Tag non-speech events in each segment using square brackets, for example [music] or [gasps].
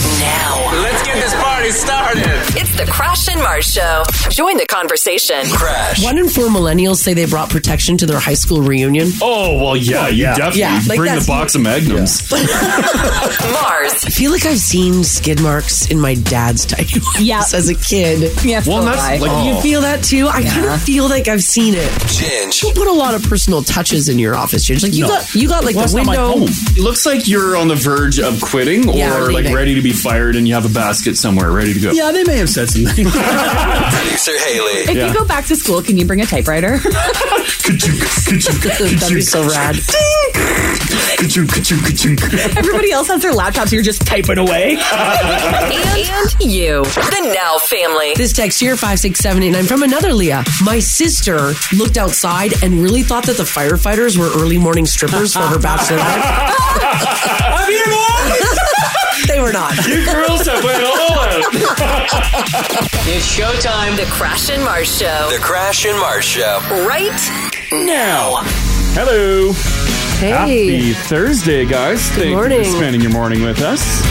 now. Let's get this party started. It's the Crash and Mars Show. Join the conversation. Crash. One in four millennials say they brought protection to their high school reunion. Oh well, yeah, you definitely Yeah, like bring the that's- box of magnums. [laughs] Mars. [laughs] I feel like I've seen skid marks in my dad's [laughs] diapers Yeah. as a kid. Yeah, Well, so that's I. like oh. You feel that too? I kind of feel like I've seen it. Ginge. You put a lot of personal touches in your office, Ginge. Like you No. got you got like Well, the that's not my window. home. It looks like you're on the verge of quitting or Yeah, or like leaving. ready to be fired, and you have a basket somewhere ready to go. Yeah, they may have said [laughs] something. Producer Haley. If Yeah. you go back to school, can you bring a [laughs] typewriter? [laughs] That'd be so rad. Everybody else has their laptops. You're just typing [laughs] away. And, and you. The Now Family. This text here, 56789, from another Leah. My sister looked outside and really thought that the firefighters were early morning strippers for her [laughs] bachelorette. I'm here, [laughs] they were not. [laughs] You girls have went all out. It's showtime. The Crash and Mars Show. The Crash and Mars Show. Right Now, hello. Hey. Happy Thursday, guys. Thank you morning. for spending your morning with us.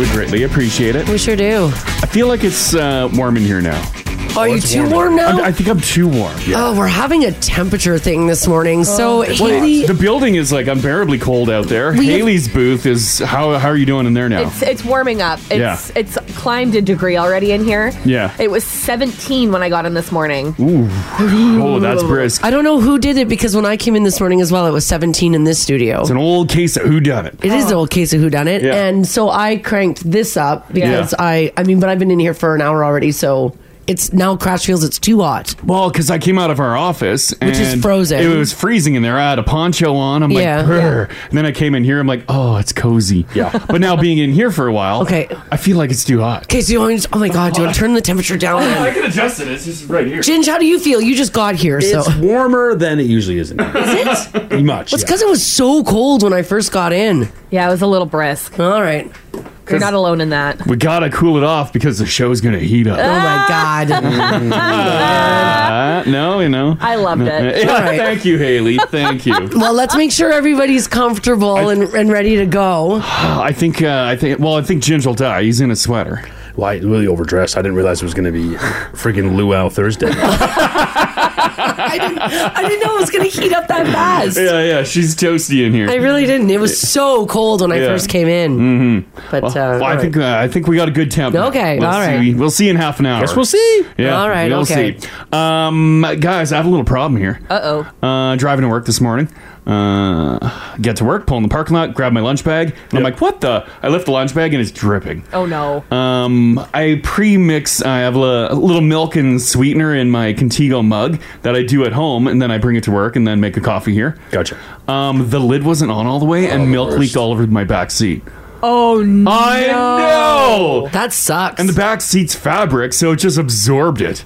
We greatly appreciate it. We sure do. I feel like it's uh, warm in here now. Are you too warm now? I'm, I think I'm too warm. Yeah. Oh, we're having a temperature thing this morning. so, Haley, The building is like unbearably cold out there. Haley's booth is how how are you doing in there now? It's, it's warming up. It's Yeah. it's climbed a degree already in here. Yeah. It was 17 when I got in this [laughs] morning. oh, that's brisk. I don't know who did it because when I came in this morning as well, it was 17 in this studio. It's an old case of who done it. It is the old case of who done it. Yeah. And so I cranked this up because Yeah. I, I mean, but I've been in here for an hour already. So it's now Crash feels it's too hot. Well, because I came out of our office, and is frozen. It was freezing in there. I had a poncho on. I'm Yeah. like, "Brr." and then I came in here. I'm like, oh, it's cozy. Yeah. [laughs] but now being in here for a while, Okay. I feel like it's too hot. Okay, so you want oh my God, do you want to turn the temperature [laughs] down? can adjust it. It's just right here. Ginge, how do you feel? You just got here. So It's warmer than it usually is in here. Is it? Pretty much. it's because it was so cold when I first got in. Yeah, it was a little brisk. All right. You're not alone in that. We gotta cool it off because the show's gonna heat up. Oh [laughs] my God. [laughs] Uh, no, you know. I loved [laughs] it. Yeah, All right. Thank you, Haley. Thank you. [laughs] well, let's make sure everybody's comfortable and, and ready to go. [sighs] I think. Uh, I think. Well, I think Ginge will die. He's in a sweater. Why really overdressed? I didn't realize it was going to be freaking luau [laughs] Thursday. I didn't, I didn't know it was going to heat up that fast. Yeah, yeah. She's toasty in here. I really didn't. It was so cold when I Yeah. first came in. Mm-hmm. But uh, well, all I right. think. Uh, I think we got a good temp. Okay, We'll all see. right. We'll see in half an hour. Guess we'll see. Yeah. All right, We'll okay. see. Um, guys, I have a little problem here. Uh oh. Uh, driving to work this morning. Uh, get to work, pull in the parking lot, grab my lunch bag, and I'm like, "What the?" I lift the lunch bag and it's dripping. Oh no. Um, I pre-mix. I have a, li- a little milk and sweetener in my Contigo mug that I do at home, and then I bring it to work, and then make a coffee here. Gotcha. Um, the lid wasn't on all the way, and milk leaked all over my back seat. oh no. I know. that sucks. And the back seat's fabric, so it just absorbed it.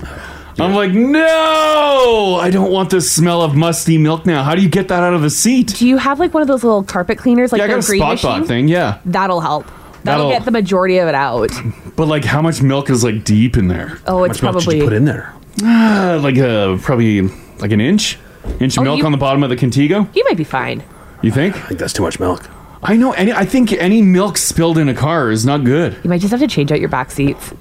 I'm like, no, I don't want the smell of musty milk now. How do you get that out of the seat? Do you have like one of those little carpet cleaners like Yeah, I got a the green spot machine? bot thing, yeah. That'll help. That'll- That'll, get the majority of it out. But like, how much milk is like deep in there? Oh, Much it's milk did probably you put in there? Uh, like uh, probably like an inch, inch of Oh, milk you- on the bottom of the Contigo. You might be fine. You think? I think that's too much milk. I know. Any, I think any milk spilled in a car is not good. You might just have to change out your back [laughs] seats.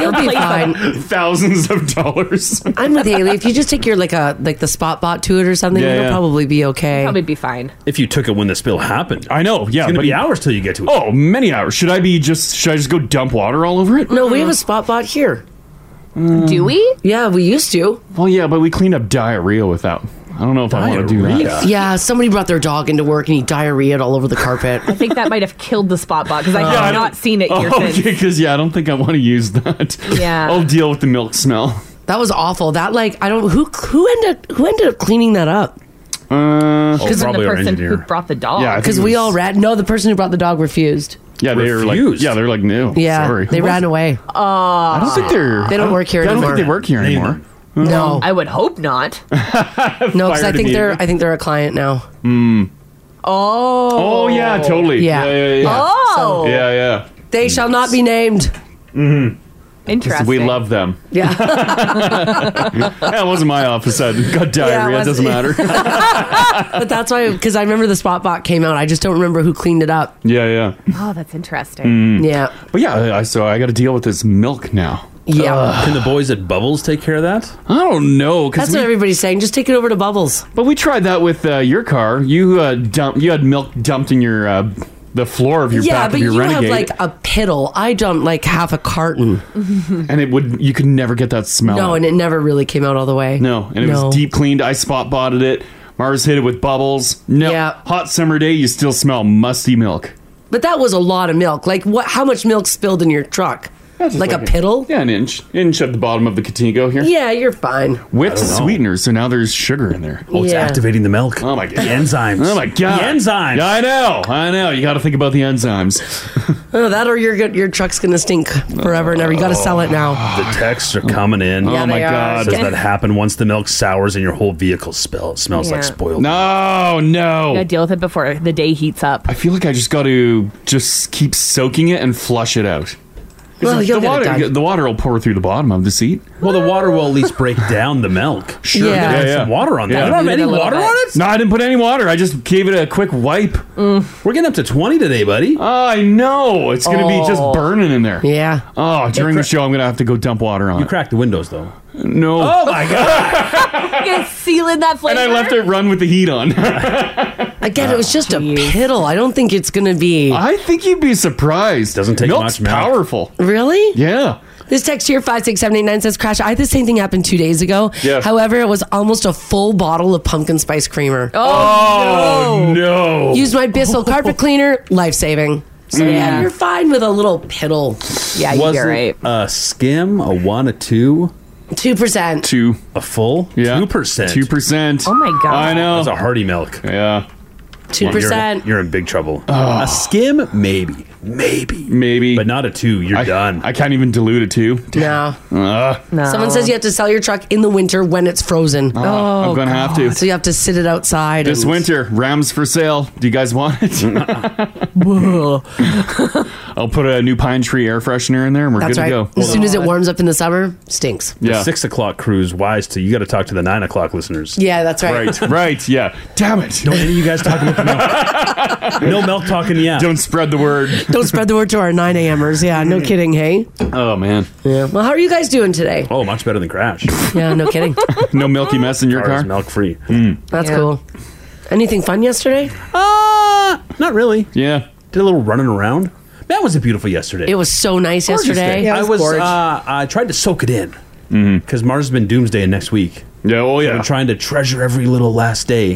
You'll be fine. Thousands of dollars. [laughs] I'm with Haley. If you just take your like a like the spot bot to it or something, Yeah, you'll yeah. probably be okay. Probably be fine. If you took it when the spill happened. I know. Yeah, It's going to but be hours till you get to it. Oh, many hours. Should I be just? Should I just go dump water all over it? No, we have a spot bot here. Mm. Do we? Yeah, we used to. Well, yeah, but we cleaned up diarrhea with that. I don't know if I want to do that. Diarrhea? Yeah, somebody brought their dog into work and he diarrheaed all over the carpet. I think that might have killed the spot bot [laughs] because I have I not don't- seen it here Oh, since. okay, because yeah, I don't think I want to use that. Yeah. I'll deal with the milk smell. that was awful. That like I don't who who ended who ended up cleaning that up Uh, Oh, Because probably the our person who engineer. brought the dog. Yeah, I think- because we all ran. No, the person who brought the dog refused. yeah, they're like Refused. yeah, they're like no. Yeah, Oh, sorry. they ran away. Uh, I don't think they're. They don't I work here I don't anymore. think they work here anymore. No, I would [laughs] hope not. no, because I fired think they're immediately. I think they're a client now. Hmm. Oh. Oh yeah, totally. Yeah. yeah, yeah. yeah. Oh. Yeah, yeah. They shall not be named. Interesting. Mm-hmm. We love them. Yeah. [laughs] [laughs] that wasn't my office. I got diarrhea. it was- [laughs] doesn't matter. but that's why, because I remember the spot bot came out. I just don't remember who cleaned it up. yeah, yeah. Oh, that's interesting. Mm. Yeah. But yeah, I, so I got to deal with this milk now. Yeah. Can the boys at Bubbles take care of that? I don't know. 'cause That's what we- everybody's saying. Just take it over to Bubbles. But we tried that with uh, your car. You uh, dumped. You had milk dumped in your uh, the floor of your yeah, back but of your you have Renegade, like a piddle. I dumped like half a carton. and it would. You could never get that smell. No, out. and it never really came out all the way. no, and it No. was deep cleaned. I spot botted it. Mars hit it with bubbles. No, hot summer day. You still smell musty milk. But that was a lot of milk. Like what? How much milk spilled in your truck? Like, a piddle? Yeah, an inch. Inch at the bottom of the Katingo here. Yeah, you're fine. With I don't know. sweeteners, so now there's sugar in there. Oh, it's Yeah. activating the milk. Oh my god. The enzymes. Oh my god. The enzymes. Yeah, I know. I know. You gotta think about the enzymes. Oh, that or your your truck's gonna stink forever and ever. You got to sell it now. The texts are coming in. Yeah, Oh my they are. God. Does that happen once the milk sours and your whole vehicle spell? It smells like Yeah. spoiled. No, no. oh. You gotta deal with it before the day [laughs] heats up. I feel like I just gotta just keep soaking it and flush it out. 'Cause Well, you'll the get it water, done. the water will pour through the bottom of the seat. Well, the water will at least [laughs] break down the milk. Sure, Yeah. yeah, Add yeah. some water on Yeah. that. You don't have any Leave it a water little on No, I didn't put any water. I just gave it a quick wipe. Mm. Mm. We're getting up to twenty today, buddy. I know it's gonna be just Oh. burning in there. Yeah. Oh, during the show, I'm gonna have to go dump water on it. You cracked the windows though. No. Oh my god. You're sealing [laughs] that and flavor. I left it run with the heat on. [laughs] Again, it was just a piddle. I don't think it's gonna be. I think you'd be surprised. Doesn't take Milk's much milk. powerful. Really? Yeah. This text here, 56789 says, Crash, I had the same thing happen two days ago. Yeah. However, it was almost a full bottle of pumpkin spice creamer. Oh, no. Used my Bissell carpet cleaner, life saving. So, yeah. Mm. you're fine with a little piddle. Yeah, Was it A skim, a one, a two. 2%. Two. A full? Yeah. Two percent. 2%. Oh my God. I know. That's a hearty milk. Yeah. 2%. You're, you're in big trouble. A skim, maybe. Maybe. Maybe. But not a two. You're done. I can't even dilute a two. No. Uh, Someone says you have to sell your truck in the winter when it's frozen. Oh, I'm gonna have to. So you have to sit it outside. This and- winter, Rams for sale. Do you guys want it? [laughs] I'll put a new pine tree air freshener in there and we're That's good right. to go. As soon as it warms up in the summer, stinks. The six o'clock cruise wise to you got to talk to the nine o'clock listeners. Yeah, that's right. [laughs] Right, right, yeah. Damn it. Don't any of you guys talk about [laughs] the milk. no milk talking yet. Don't spread the word. Don't spread the word to our 9 a.m.ers. Yeah, Mm. no kidding, hey? Oh, man. Yeah. Well, how are you guys doing today? Oh, much better than Crash. Yeah, no kidding. no milky mess in your car. car? Hmm. is milk free. That's cool. Anything fun yesterday? Uh, not really. Yeah. Did a little running around. That was a beautiful yesterday. It was so nice Gorgeous yesterday. day. I was. Uh, I tried to soak it in because Mars has been doomsdaying next week. Mm-hmm. Yeah. Oh yeah. Mm-hmm. I've been trying to treasure every little last day.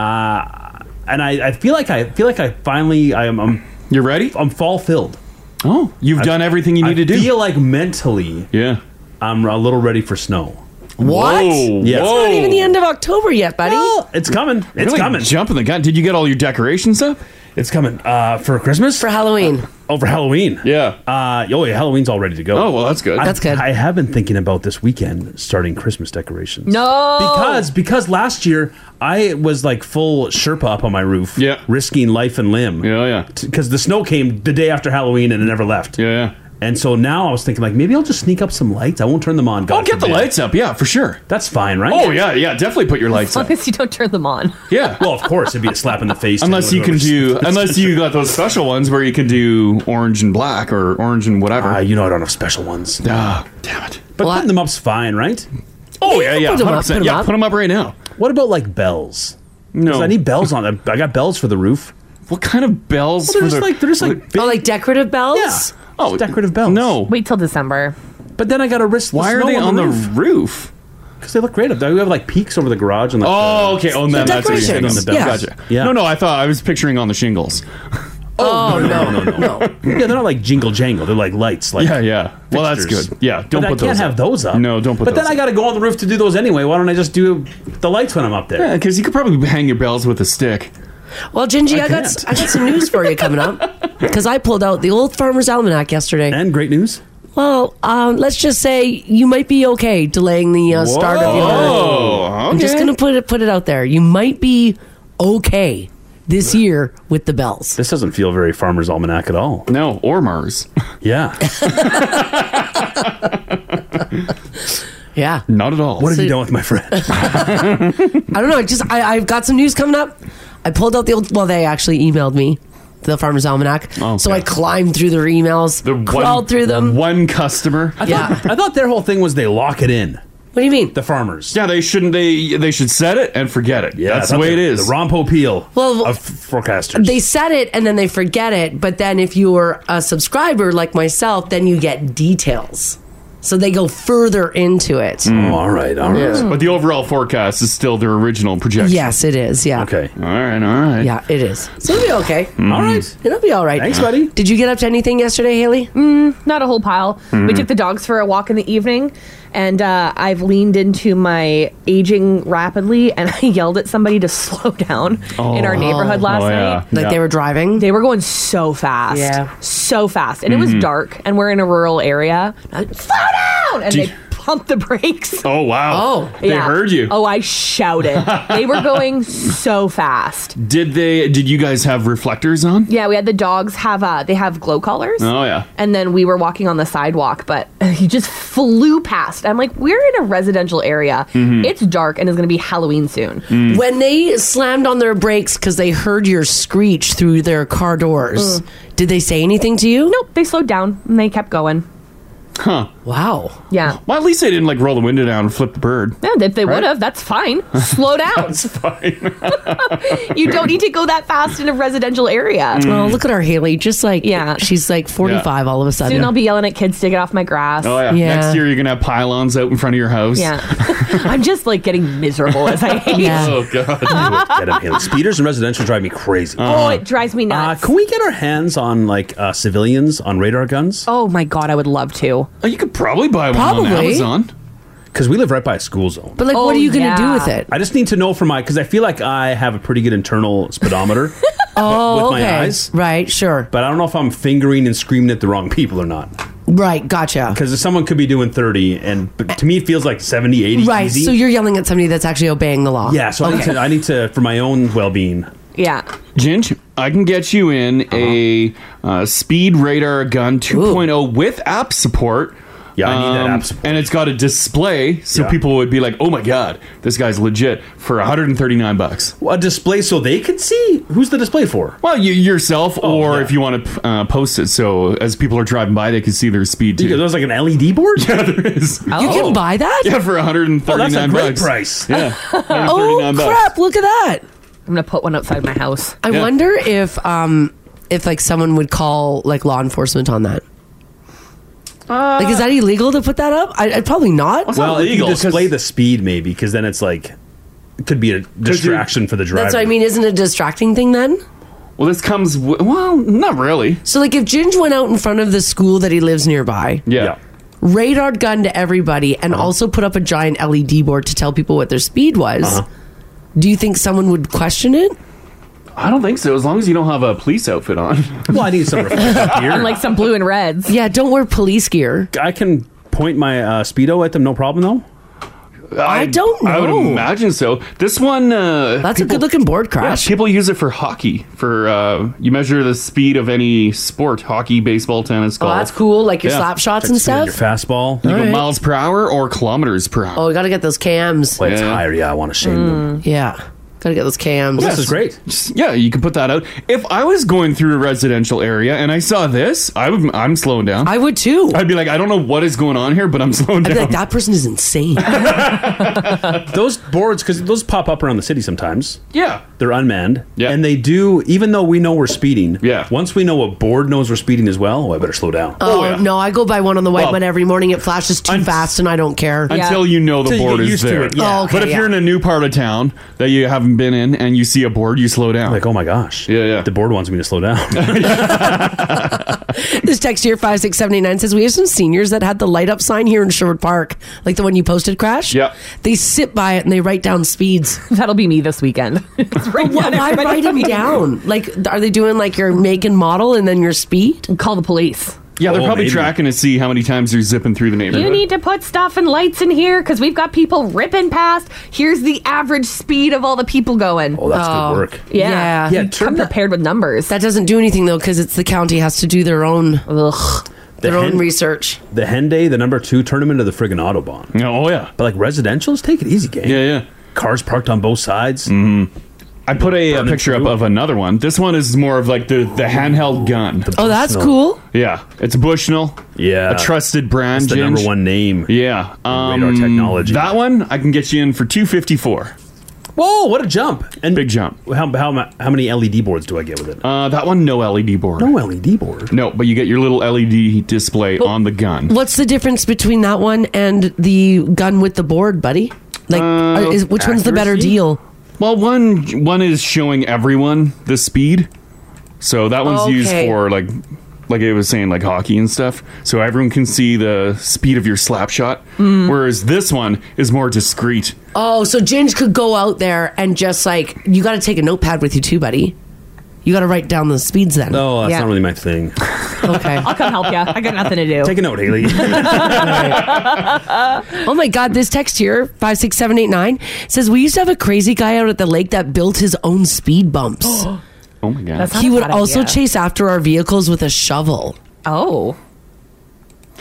Uh, and I, I feel like I feel like I finally I am. I'm, You're ready. I'm fall filled. Oh, you've done everything you need to do. Feel like mentally. Yeah. I'm a little ready for snow. what? Yes. It's not even the end of October yet, buddy. It's coming. It's Really coming. Jumping the gun. Did you get all your decorations up? It's coming uh, for Christmas, for Halloween, oh, for Halloween. Yeah. Uh, oh, yeah. Halloween's all ready to go. Oh, well, that's good. I, That's good. I have been thinking about this weekend starting Christmas decorations. No. Because because last year I was like full Sherpa up on my roof, yeah, risking life and limb. Yeah, yeah. Because the snow came the day after Halloween and it never left. Yeah, yeah. And so now I was thinking like maybe I'll just sneak up some lights. I won't turn them on. God Oh, get the forbid. lights up. Yeah, for sure. That's fine, right? Oh yeah, yeah. Definitely put your lights As long up. as you [laughs] don't turn them on. Yeah. Well, of course, it'd be a slap in the face. to Unless you can whoever's- do, [laughs] unless you got those special ones where you can do orange and black or orange and whatever. Ah, you know I don't have special ones. Ah, But putting them up's fine, right? Oh yeah, yeah, hundred percent. Yeah, put them up right now. What about like bells? No, I need bells on them. I got bells for the roof. What kind of bells? Well, they're for just the- like they're just like Oh, like decorative bells? Yeah. Oh, decorative bells. No. Wait till December. But then I got to risk. The Why are snow they on the roof? roof? Because they look great up there. We have like peaks over the garage and like. Oh, okay. On that, that's what you're saying. On the bells. bells. Gotcha. No, no. I thought I was picturing on the shingles. Oh, no, no, no, [laughs] no. yeah, they're not like jingle jangle. They're like lights. Like Yeah, yeah. Well, that's fixtures. good. Yeah, But don't put I those can't up. have those up. No, don't put But those then I got to go on the roof to do those anyway. Why don't I just do the lights when I'm up there? Yeah, because you could probably hang your bells with a stick. Well, Gingy, I I, got can't. I got some news for you coming [laughs] up because I pulled out the old Farmer's Almanac yesterday. And great news. Well, um, let's just say you might be okay delaying the uh, start of the. Whoa, I'm just okay. gonna put it put it out there. You might be okay this year with the bells. This doesn't feel very Farmer's Almanac at all. No, or Mars. [laughs] Yeah. [laughs] Yeah. Not at all. What have So- you done with [laughs] my friend? I don't know. It just I, I've got some news coming up. I pulled out the old. Well, they actually emailed me the Farmer's Almanac, Oh, so I okay. climbed through their emails, The one- crawled through [laughs] them. One customer. yeah. I thought their whole thing was they lock it in. What do you mean? The farmers. Yeah, they shouldn't. They they should set it and forget it. I that's thought the way it they- is. The Rompo Peel Well, of forecasters. They said it and then they forget it. But then if you're a subscriber like myself, then you get details. So they go further into it. Oh, all right, all right. But the overall forecast is still their original projection. Yes, it is. Yeah. Okay. All right. All right. Yeah, it is. So it'll be okay. Mm. All right. It'll be all right. Thanks, buddy. Did you get up to anything yesterday, Haley? Mm, Hmm. Not a whole pile. We took the dogs for a walk in the evening, and uh, I've leaned into my aging rapidly, and [laughs] I yelled at somebody to slow down in our neighborhood last Oh, yeah. night. Like Yeah. they were driving? They were going so fast. Yeah. Hmm. So fast. And it was dark, and we're in a rural area. I was, Slow down! And Do- they pumped the brakes. Oh wow. Oh. they Yeah. heard you. Oh, I shouted. they [laughs] were going so fast. Did they? Did you guys have reflectors on? Yeah, we had the dogs have uh they have glow collars. Oh yeah. And then we were walking on the sidewalk, but [laughs] he just flew past. I'm like, we're in a residential area. Mm-hmm. It's dark and it's going to be Halloween soon. Mm. When they slammed on their brakes because they heard your screech through their car doors, did they say anything to you? Mm. Nope, they slowed down and they kept going. Wow. Yeah. Well, at least they didn't like roll the window down and flip the bird. [laughs] Yeah, if they would have, that's fine. Slow down. Fine. you don't need to go that fast in a residential area. Oh, look at our Haley. Just like, Yeah. she's like 45 all of a sudden. Soon I'll be yelling at kids to get off my grass. Oh yeah. Yeah. Next year you're gonna have pylons out in front of your house. [laughs] [laughs] Yeah. I'm just like getting miserable as I [laughs] age. yeah. Oh god. [laughs] Get him, Haley. Speeders and residential drive me crazy. Uh-huh. Oh, it drives me Uh, nuts. can we get our hands on like uh, civilians on radar guns? oh my god, I would love to. Oh, you could probably buy one on Probably. Amazon. Because we live right by a school zone. But like, what Oh, are you going to yeah. do with it? I just need to know for my because I feel like I have a pretty good internal [laughs] speedometer. Oh, with my eyes? Right, sure. But I don't know if I'm fingering and screaming at the wrong people or not. Right, gotcha. Because someone could be doing 30, and but to me, it feels like 70, 80. Right, easy. so you're yelling at somebody that's actually obeying the law. Yeah, so I, need to, I need to, for my own well being, Yeah. Ginge, I can get you in Uh-huh. a uh, speed radar gun 2.0 with app support. Um, Yeah, I need that app support. And it's got a display, so Yeah. people would be like, "Oh my god, this guy's legit!" For 139 bucks. a display so they could see who's the display for. Oh, Well, you, yourself, or yeah. if you want to uh, post it, so as people are driving by, they can see their speed You too. know, There's like an LED board? [laughs] yeah, there is. You can buy that? Yeah, for 139 Oh, that's a great bucks. price. [laughs] Yeah, Oh, 139 crap, look at that. I'm going to put one outside my house. I Yeah. wonder if um if like someone would call like law enforcement on that. Uh, like, is that illegal to put that up? I, I probably not. Well, not if legal, you display 'cause- the speed maybe, because then it's like it could be a distraction for the driver. That's what I mean. Isn't it a distracting thing then? Well, this comes. W- well, not really. So, like, if Ginge went out in front of the school that he lives nearby, Yeah. Uh-huh. Yeah. radar gun to everybody, and also put up a giant LED board to tell people what their speed was, Uh-huh. do you think someone would question it? I don't think so. As long as you don't have a police outfit on. Well, I need some [laughs] reflective gear. Like some blue and reds. Yeah, don't wear police gear. I can point my uh, speedo at them, no problem though. I don't I would know. imagine so. This one, uh, That's a good looking board yeah, crash. people use it for hockey. For uh, you measure the speed of any sport: hockey, baseball, tennis, Oh, golf. that's cool. Like your Yeah. slap shots and Speed on Your stuff. fastball. You go right. miles per hour or kilometers per hour. Oh, we got to get those cams. Well, it's Yeah. higher. Yeah, I want to shame Hmm. them. Yeah. Got to get those cams. This is great. Yeah, you can put that out. If I was going through a residential area and I saw this, I would. I'm slowing down. I- I would too. would be like, I don't know what is going on here, but I'm [laughs] slowing I'd down. be like, that person is insane. [laughs] Those boards, because those pop up around the city sometimes. [laughs] yeah. They're unmanned. Yeah. And they do, even though we know we're speeding. Yeah. Once we know a board knows we're speeding as well, oh, I better slow down. oh, yeah. no, I go by one on the white Well, one every morning. It flashes too I'm- fast and I don't care. Yeah. Until you know the Till you board get is used to there. it, yeah. Oh, okay, but if yeah. you're in a new part of town that you haven't been in and you see a board, you slow down. Like, oh my gosh. Yeah, yeah. The board wants me to slow down. This text here, 56789, says, We have some seniors that had the light up sign here in Sherwood Park, like the one you posted, Crash. Yeah. They sit by it and they write down speeds. That'll be me [laughs] this weekend. It's right Why down [laughs] everybody's write them feet. down? Like, are they doing like your make and model and then your speed? Call the police. [laughs] Yeah, they're Oh, probably maybe. tracking to see how many times they're zipping through the neighborhood. You need to put stuff and lights in here because we've got people ripping past. Here's the average speed of all the people going. Oh, that's good Oh, work. Yeah. yeah. Yeah, You Come prepared with numbers. That doesn't do anything though, because it's the county has to do their own their own hen- research. The Henday, the number two tournament of the friggin' Autobahn. Oh, yeah. But like residentials, take it easy, gang. Yeah, yeah. Mm-hmm. Cars parked on both sides. I put a, uh picture up of another one. This one is more of like the, the handheld gun. Oh, that's Bushnell. cool. Yeah, it's Bushnell. Yeah, a trusted brand. It's the number Ginge. one name. Yeah, um, radar technology. That one I can get you in for two fifty four. Whoa, what a jump! And big jump. How, how mu- how many LED boards do I get with it? Uh, that one, no LED board. No LED board. No, but you get your little LED display But- on the gun. What's the difference between that one and the gun with the board, buddy? Like, uh, is, which one's the better accuracy? deal? Well, one one is showing everyone the speed, so that one's used Okay. for like like it was saying like hockey and stuff, so everyone can see the speed of your slap shot. Mm. Whereas this one is more discreet. Oh, so Ginge could go out there and just like you got to take a notepad with you too, buddy. You got to write down the speeds then. No, that's not really my thing. [laughs] Okay. I'll come help you. I got nothing to do. Take a [laughs] note, Haley. [laughs] oh my God, this text here, 56789, says, We used to have a crazy guy out at the lake that built his own speed [gasps] bumps. Oh my god. he would also chase after our vehicles with a shovel. Oh.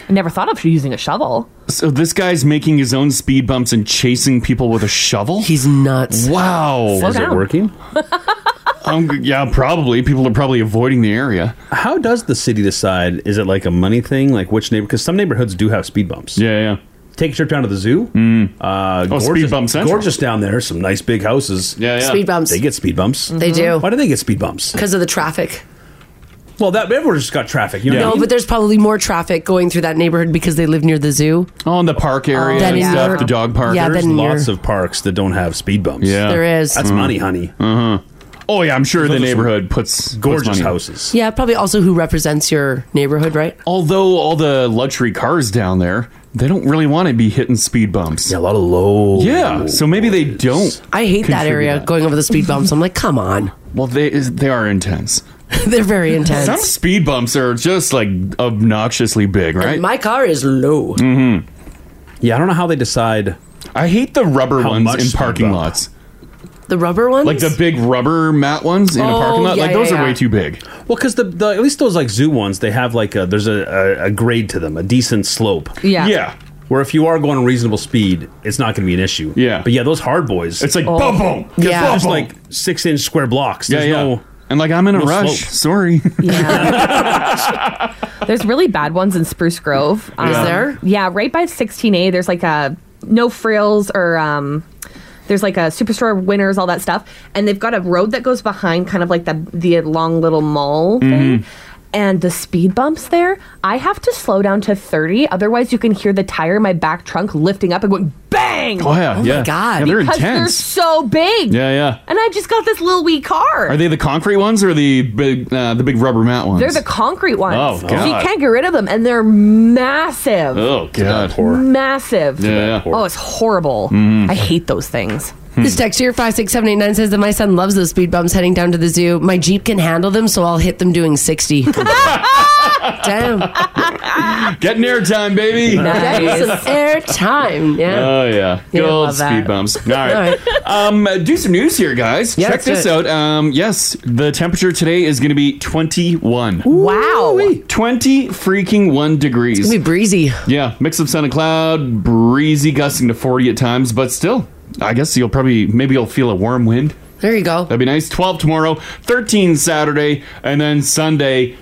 I never thought of using a shovel. So this guy's making his own speed bumps and chasing people with a shovel. He's nuts. Wow. Slow Is it down. working? [laughs] um, yeah, probably. People are probably avoiding the area. How does the city decide? Is it like a money thing? Like which neighbor? Because some neighborhoods do have speed bumps. Yeah, yeah. Take a trip down to the zoo. Mm. Uh, Oh, gorgeous, speed bump central. Gorgeous down there. Some nice big houses. Yeah, yeah. Speed bumps. They get speed bumps. They do. Why do they get speed bumps? Because of the traffic. Well, that everyone just got traffic. You know. No, what I mean? but there's probably more traffic going through that neighborhood because they live near the zoo. Oh, in the park area Then and in stuff, your- the dog park. Yeah, there's then lots you're- of parks that don't have speed bumps. Yeah. There is. That's Mhm. money, honey. Uh huh. Oh yeah, I'm sure the Those are some neighborhood puts gorgeous puts money. houses. Yeah, probably also who represents your neighborhood, right? Although all the luxury cars down there, they don't really want to be hitting speed bumps. Yeah, a lot of low. Yeah, so maybe they don't. I hate that contribute area that. going over the speed bumps. I'm like, come on. Well, they they are intense. [laughs] They're very intense. Some speed bumps are just like obnoxiously big, right? My car is low. Mm-hmm. Yeah, I don't know how they decide. I hate the rubber How ones much in speed parking bump. lots, The rubber ones? like the big rubber mat ones in a Oh, parking lot. yeah, like those yeah, are yeah. way too big. Well, because the, the at least those like zoo ones, they have like a there's a, a, a grade to them, a decent slope. Yeah. Yeah. Where if you are going a reasonable speed, it's not going to be an issue. Yeah. But yeah, those hard boys. It's like Oh. boom, boom, Yeah. boom, Just boom. like six inch square blocks. Yeah, There's yeah. no. And like I'm in a no rush. slope. [laughs] Sorry. There's really bad ones in Spruce Grove. Um, Is there? Yeah, right by 16A. There's like a no frills or um, there's like a superstore winners, all that stuff, and they've got a road that goes behind, kind of like the the long little mall Mm-hmm. thing. Mm-hmm. And the speed bumps there, I have to slow down to 30. Otherwise, you can hear the tire in my back trunk lifting up and going bang. Oh, yeah, Oh my yeah. God. Yeah, they're because they're intense. so big. yeah, yeah. And I just got this little wee car. Are they the concrete ones or the big uh, the big rubber mat ones? They're the concrete ones. Oh, So you God. can't get rid of them, and they're massive. Oh god. Massive. Yeah, yeah. Mm-hmm. Oh, it's horrible. I hate those things. Hmm. This [laughs] text here, 56789, says that my son loves those speed bumps heading down to the zoo. My Jeep can handle them, so I'll hit them doing [laughs] 60. Damn. Getting airtime, baby. Nice. Some air time. Yeah. Oh yeah, Yeah, good old love that. speed bumps. All right, um, uh, do some news here, guys. Yeah, Check let's this do out. Um, yes, the temperature today is going to be twenty-one. Wow, twenty freaking one degrees. It's gonna be breezy. Yeah, mix of sun and cloud, breezy, gusting to forty at times, but still, I guess you'll probably maybe you'll feel a warm wind. There you go. That'd be nice. Twelve tomorrow, thirteen Saturday, and then Sunday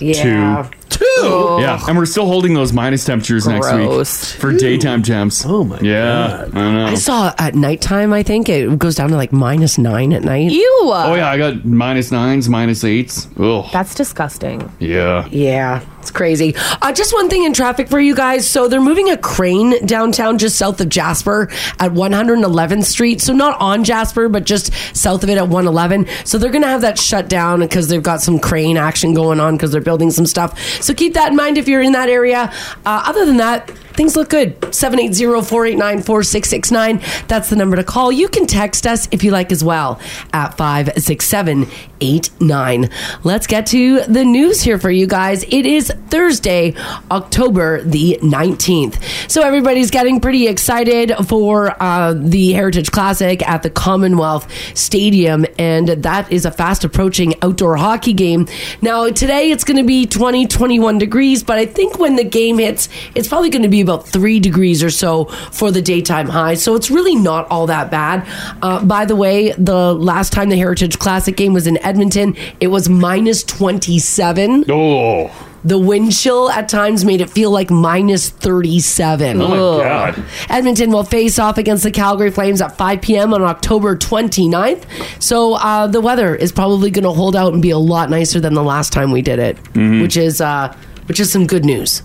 Yeah. two. Two. Yeah, and we're still holding those minus temperatures next Gross. week for daytime temps. Oh my yeah, god! I, know. I saw at nighttime, I think it goes down to like minus nine at night. Ew. uh, Oh yeah, I got minus nines, minus eights. Oh uh, That's disgusting. yeah. Yeah, it's crazy. Uh, just one thing in traffic for you guys. So they're moving a crane downtown, just south of Jasper at 111th Street. So not on Jasper, but just south of it at 111. So they're going to have that shut down because they've got some crane action going on because they're building some stuff. So keep that in mind if you're in that area. Uh, other than that, things look good. 780-489-4669. That's the number to call. You can text us if you like as well at 56789. Let's get to the news here for you guys. It is Thursday, October the 19th. So everybody's getting pretty excited for uh, the Heritage Classic at the Commonwealth Stadium and that is a fast approaching outdoor hockey game. Now today it's going to be 20 21 degrees, but I think when the game hits, it's probably going to be about three degrees or so for the daytime high. So it's really not all that bad. Uh, by the way, the last time the Heritage Classic game was in Edmonton, it was minus 27. Oh. The wind chill at times made it feel like minus 37. Oh my Ugh. God. Edmonton will face off against the Calgary Flames at 5 p.m. on October 29th. So uh, the weather is probably going to hold out and be a lot nicer than the last time we did it, Mhm. which is uh, which is some good news.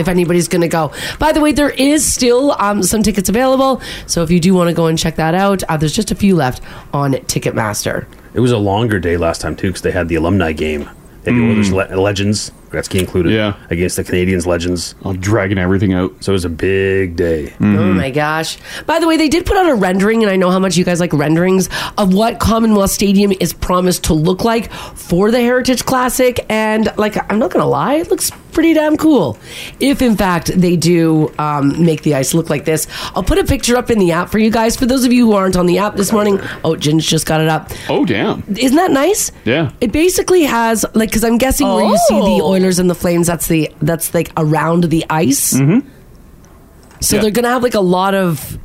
If anybody's going to go. By the way, there is still um, some tickets available. So if you do want to go and check that out, uh, there's just a few left on Ticketmaster. It was a longer day last time too because they had the alumni game. They had Hmm. the Oilers le- legends, Gretzky included, yeah. against the Canadians legends. dragging everything out. Mm-hmm. So it was a big day. Hmm. Oh my gosh. By the way, they did put out a rendering, and I know how much you guys like renderings of what Commonwealth Stadium is promised to look like for the Heritage Classic. And, like, I'm not going to lie, it looks pretty damn cool. If, in fact, they do um, make the ice look like this, I'll put a picture up in the app for you guys. For those of you who aren't on the app this morning, oh, Jin's just got it up. Oh, damn. Isn't that nice? Yeah. It basically has like because I'm guessing where you see the Oilers and the Flames, that's the that's like around the ice. Mm-hmm. So Yeah. they're gonna have like a lot of.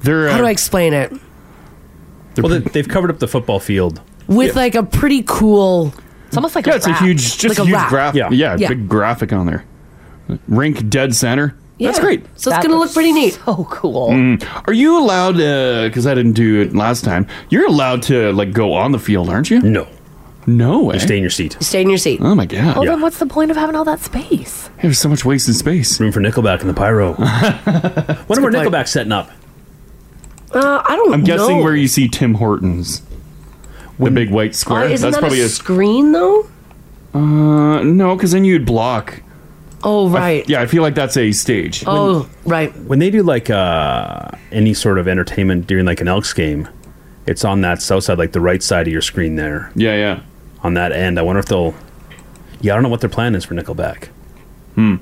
They're uh, How do I explain it? well, they, they've covered up the football field. With like a pretty cool. It's almost like yeah, it's a huge, just a huge graph. Yeah, big graphic on there. Rink dead center. That's great. So it's gonna look pretty neat. So Oh. cool. Mm. Are you allowed? Because I didn't do it last time. You're allowed to like go on the field, aren't you? No, no way. stay in your seat. Stay in your seat. Oh my god. Well, then what's the point of having all that space? There's so much wasted space. Room for Nickelback in [laughs] the pyro. when are good Nickelback point. setting up? Uh, I don't. I'm guessing know. where you see Tim Hortons, the big white square. Uh, isn't That's that probably a a. screen though? uh, no, because then you'd block. Oh I- right. yeah, I feel like that's a stage. oh right. When they do like uh, any sort of entertainment during like an Elks game, it's on that south side, like the right side of your screen there. Yeah, yeah. On that end, I wonder if they'll. Yeah, I don't know what their plan is for Nickelback. Hmm.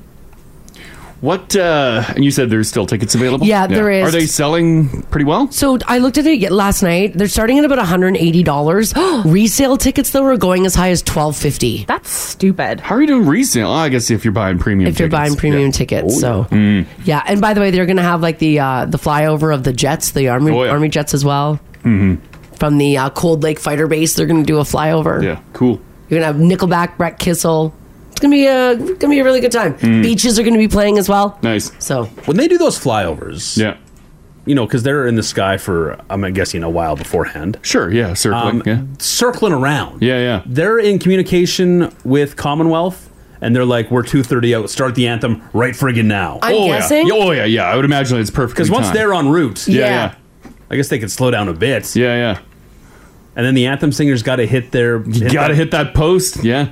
What? uh And you said there's still tickets available. Yeah, there is. Are they selling pretty well? So I looked at it yet- last night. They're starting at about [gasps] $180. Resale tickets though are going as high as 1250. That's stupid. How are you doing resale? I guess if you're buying premium. If you're buying premium Oh, tickets, so. Mm. Yeah, and by the way, they're going to have like the uh, the flyover of the jets, the army Oh, yeah. army jets as well hmm from the uh, Cold Lake Fighter Base. They're going to do a flyover. Yeah, cool. You're going to have Nickelback, Brett Kissel. It's going to be a going to be a really good time. Mm. Beaches are going to be playing as well. Nice. So when they do those flyovers, yeah, you know, because they're in the sky for I'm guessing a while beforehand. Um, Sure, yeah, circling, yeah. circling around. Yeah, yeah. They're in communication with Commonwealth, and they're like, "We're two thirty out. Start the anthem right friggin' now." I'm Oh, yeah. guessing- Yeah, oh, yeah, yeah. I would imagine it's perfect because once timed. they're en route, Yeah, Yeah. I guess they could slow down a bit. Yeah, yeah. And then the anthem singer's got to hit their. gotta hit that post. Yeah.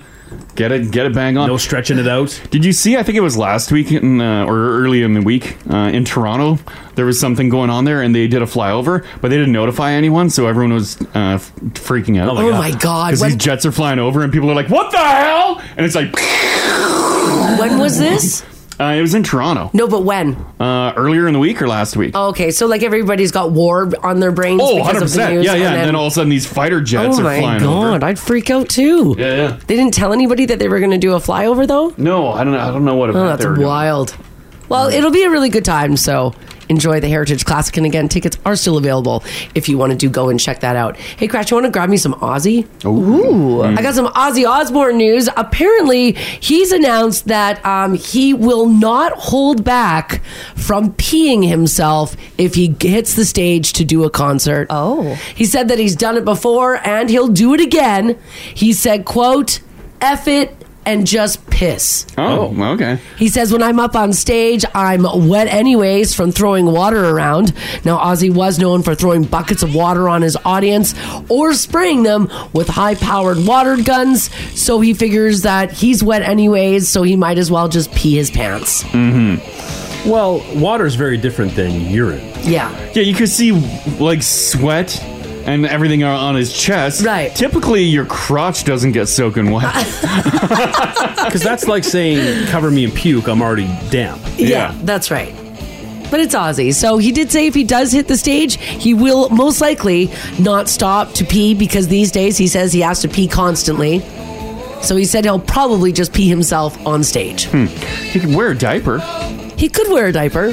Get it, get it, bang on. No stretching it out. Did you see? I think it was last week in, uh, or early in the week uh, in Toronto. There was something going on there, and they did a flyover, but they didn't notify anyone, so everyone was uh, f- freaking out. Oh my Oh God. my God, Because when- these jets are flying over, and people are like, "What the hell?" And it's like, when was this? Uh, it was in Toronto. No, but when? Uh, earlier in the week or last week? Oh, okay, so like everybody's got war on their brains Oh, because of the 100%. news. yeah, yeah. And then, all of a sudden, these fighter jets Oh are my flying over. God, I'd freak out too. Yeah, yeah. They didn't tell anybody that they were going to do a flyover though? No, I don't know. I don't know what Oh, event that's they were doing. wild. Well, it'll be a really good time, so enjoy the Heritage Classic. And again, tickets are still available if you want to do go and check that out. Hey, Crash, you want to grab me some Aussie? Ooh. Mm. I got some Um, Ozzy Osbourne news. Apparently, he's announced that um, he will not hold back from peeing himself if he g- hits the stage to do a concert. Oh. He said that he's done it before and he'll do it again. He said, quote, F it, and just piss. Oh, okay. He says, when I'm up on stage, I'm wet anyways from throwing water around. Now, Ozzy was known for throwing buckets of water on his audience or spraying them with high powered water guns. So he figures that he's wet anyways, so he might as well just pee his pants. Mm-hmm. Well, water is very different than urine. Yeah. Yeah, you could see like sweat and everything on- on his chest. Right. Typically, your crotch doesn't get soaking wet. Uh, Because that's like saying, cover me in puke, I'm already damp. Yeah, that's right. But it's Ozzy. So he did say if he does hit the stage, he will most likely not stop to pee because these days he says he has to pee constantly. So he said he'll probably just pee himself on stage. Hmm. He could wear a diaper. He could wear a diaper.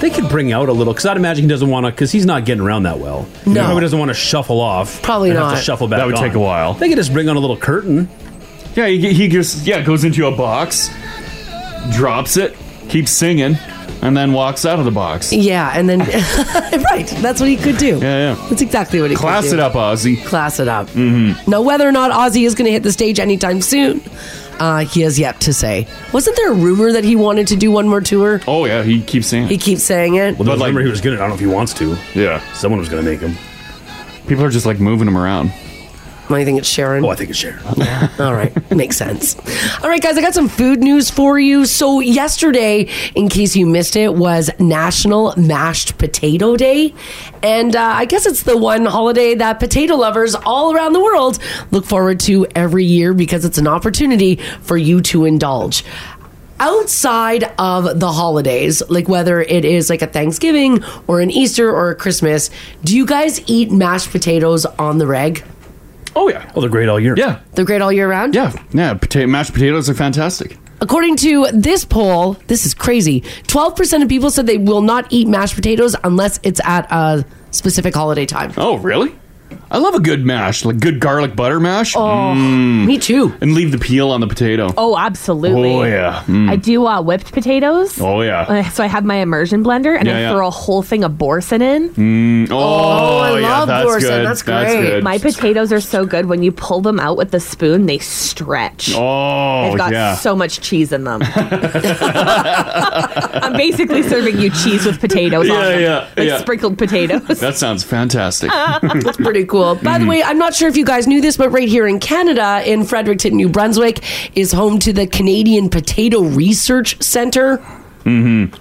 They could bring out a little, because I'd imagine he doesn't want to, because he's not getting around that well. He No. probably doesn't want to shuffle off. Probably and Have not. to shuffle back That would on. take a while. They could just bring on a little curtain. Yeah, he, he just yeah goes into a box, drops it, keeps singing, and then walks out of the box. Yeah, and then [laughs] right, that's what he could do. Yeah, yeah. That's exactly what he could Class do. it up, Ozzy. Class it up. hmm Now, whether or not Ozzy is going to hit the stage anytime soon, uh, he has yet to say. Wasn't there a rumor that he wanted to do one more tour? Oh yeah, he keeps saying. He keeps saying it. Well, but like, remember he was good. I don't know if he wants to. Yeah, someone was going to make him. People are just like moving him around. Well, you think it's Sharon? Oh, I think it's Sharon. All right, makes sense. All right, guys, I got some food news for you. So, yesterday, in case you missed it, was National Mashed Potato Day. And uh, I guess it's the one holiday that potato lovers all around the world look forward to every year because it's an opportunity for you to indulge outside of the holidays, like whether it is like a Thanksgiving or an Easter or a Christmas. Do you guys eat mashed potatoes on the reg? Oh yeah. Oh, they're great all year. Yeah, They're great all year round? Yeah, yeah. Pota- mashed potatoes are fantastic. According to this poll, this is crazy. 12% of people said they will not eat mashed potatoes unless it's at a specific holiday time. Oh really? I love a good mash, like good garlic butter mash. Oh, me too. And leave the peel on the potato. Oh, absolutely. Oh, yeah. Mm. I do uh, whipped potatoes. Oh, yeah. Uh, So I have my immersion blender and Yeah, I yeah. throw a whole thing of borsin in. Mm, oh, yeah, that's good. good. My potatoes are so good when you pull them out with the spoon, they stretch. Oh, They've got yeah. so much cheese [laughs] in them. I'm basically serving you cheese with potatoes on Yeah, them. yeah, like yeah. sprinkled potatoes. that sounds fantastic. [laughs] Uh. That's pretty cool. By the Mhm. way, I'm not sure if you guys knew this, but right here in Canada, in Fredericton, New Brunswick, is home to the Canadian Potato Research Center. Mm-hmm.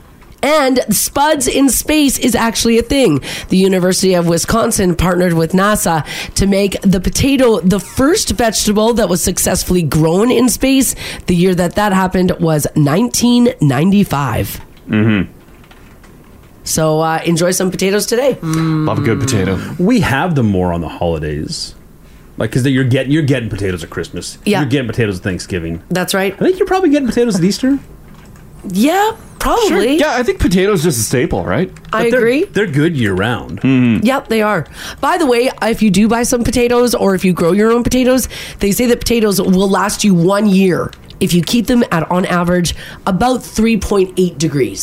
And spuds in space is actually a thing. The University of Wisconsin partnered with NASA to make the potato the first vegetable that was successfully grown in space. The year that that happened was 1995. Mm-hmm. So uh, enjoy some potatoes today. Love a good Mm. potato. We have them more on the holidays, like because you're getting you're getting potatoes at Christmas. Yeah. you're getting potatoes at Thanksgiving. That's right. I think you're probably getting potatoes at Easter. Yeah, probably. Yeah, I think potatoes just a staple, right? Hmm. I they're- agree. They're good year round. Yep, they are. By the way, if you do buy some potatoes or if you grow your own potatoes, they say that potatoes will last you one year if you keep them at, on average, about 3.8 degrees.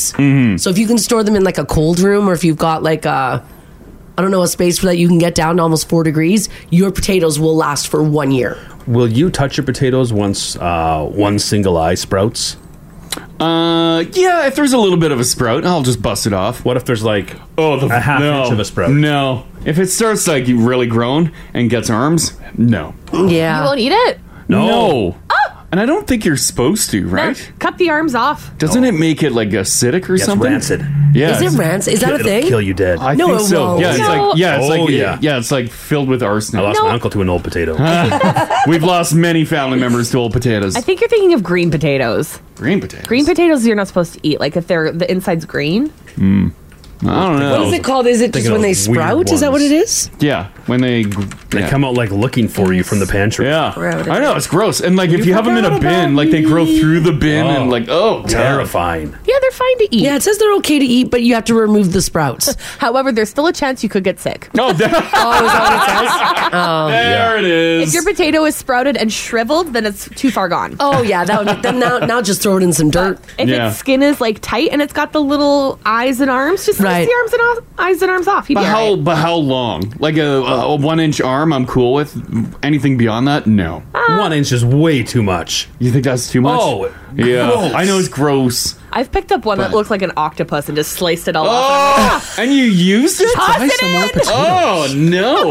So if you can store them in like a cold room or if you've got like a, I don't know, a space where that you can get down to almost four degrees, your potatoes will last for one year. Will you touch your potatoes once uh, one single eye sprouts? Uh, yeah. If there's a little bit of a sprout, I'll just bust it off. What if there's like oh the a half no, inch of a sprout? No. If it starts like really grown and gets arms, no, Yeah. You won't eat it? no. And I don't think you're supposed to, right? Cut the arms off. Doesn't it make it like acidic or Oh. it's something? rancid. Yeah. Is it it's- rancid? Is that a It'll thing? kill you dead. I No, think it so. won't. Yeah, it's No. like yeah, it's Oh, like yeah. yeah. it's like filled with arsenic. I lost No. my uncle to an old potato. [laughs] We've lost many family members to old potatoes. I think you're thinking of green potatoes. Green potatoes. Green potatoes you're not supposed to eat. Like if they're the inside's green. Mm. I don't know. What is it called? Is it just when they sprout? Is that what it is? Yeah, when they gr- They yeah. come out like looking for you from the pantry. Yeah, I know it's gross. And like if you have them in a bin, like they grow through the bin and like oh, terrifying. Yeah, they're fine to eat. Yeah, it says they're okay to eat, but you have to remove the sprouts. [laughs] However, there's still a chance you could get sick. No, Oh, Oh. there it If your potato is sprouted and shriveled, then it's too far gone. Oh yeah, that would then now now just throw it in some dirt. If Yeah. its skin is like tight and it's got the little eyes and arms, just right. the arms and off, eyes and arms off. He'd be But all how right. but how long? Like a, a one inch arm, I'm cool with. Anything beyond that, no. Ah. One inch is way too much. You think that's too much? Oh, yeah. gross. I know it's gross. I've picked up one that looked like an octopus and just sliced it all off. Oh, and you used it? Oh no!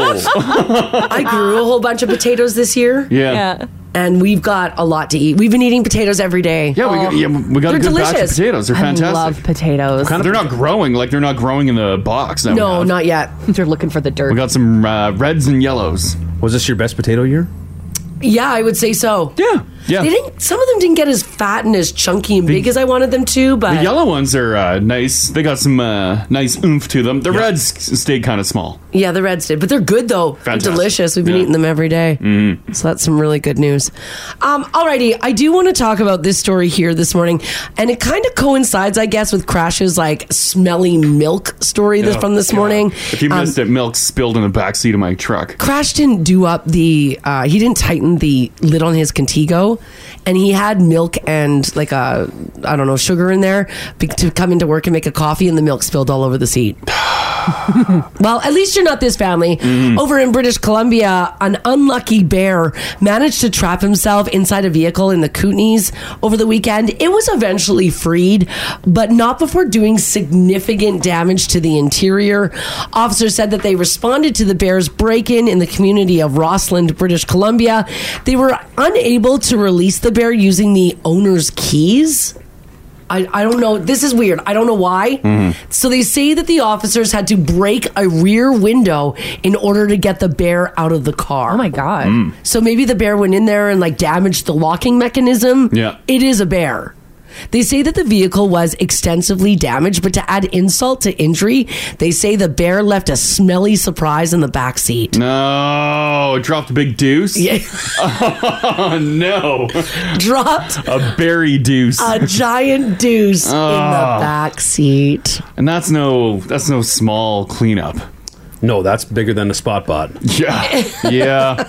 [laughs] I grew a whole bunch of potatoes this year. Yeah. Yeah. And we've got a lot to eat. We've been eating potatoes every day. Yeah, we got, yeah, we got a They're good batch delicious. of potatoes. They're I love fantastic. potatoes. They're not growing like they're not growing in the box. That we No, have. not yet. [laughs] They're looking for the dirt. We got some uh, reds and yellows. Was this your best potato year? Yeah, I would say so. Yeah, yeah. They didn't. Some of them didn't get as fat and as chunky and big as I wanted them to. But The yellow ones are uh, nice. They got some uh, nice oomph to them. The reds s- stayed kind of small. yeah, the reds did. But they're good though. They're Fantastic. delicious. We've been Yeah. eating them every day. Mm-hmm. So that's some really good news. Um, alrighty, I do want to talk about this story here this morning, and it kind of coincides, I guess, with Crash's like smelly milk story this, Oh, from this God. morning. If you Um, missed it, milk spilled in the backseat of my truck. Crash didn't do up the uh, he didn't tighten the lid on his Contigo, and he had milk and like a I don't know sugar in there be- to come into work and make a coffee, and the milk spilled all over the seat. well, at least you're not this family. Over in British Columbia, an unlucky bear managed to trap himself inside a vehicle in the Kootenays over the weekend. It was eventually freed, but not before doing significant damage to the interior. Officers said that they responded to the bear's break in in the community of Rossland, British Columbia. They were unable to release the bear using the owner's keys. I, I don't know. This is weird. I don't know why. "Ah!" Mm-hmm. So they say that the officers had to break a rear window in order to get the bear out of the car. oh my god. Mm. So maybe the bear went in there and like damaged the locking mechanism. Yeah. It is a bear. They say that the vehicle was extensively damaged, but to add insult to injury, they say the bear left a smelly surprise in the back seat. No, it dropped a big deuce. Yeah. [laughs] Oh no, [laughs] Dropped a berry deuce. [laughs] a giant deuce in Oh. the back seat. and that's no that's no small cleanup. No, that's bigger than a spot bot. [laughs] Yeah, yeah.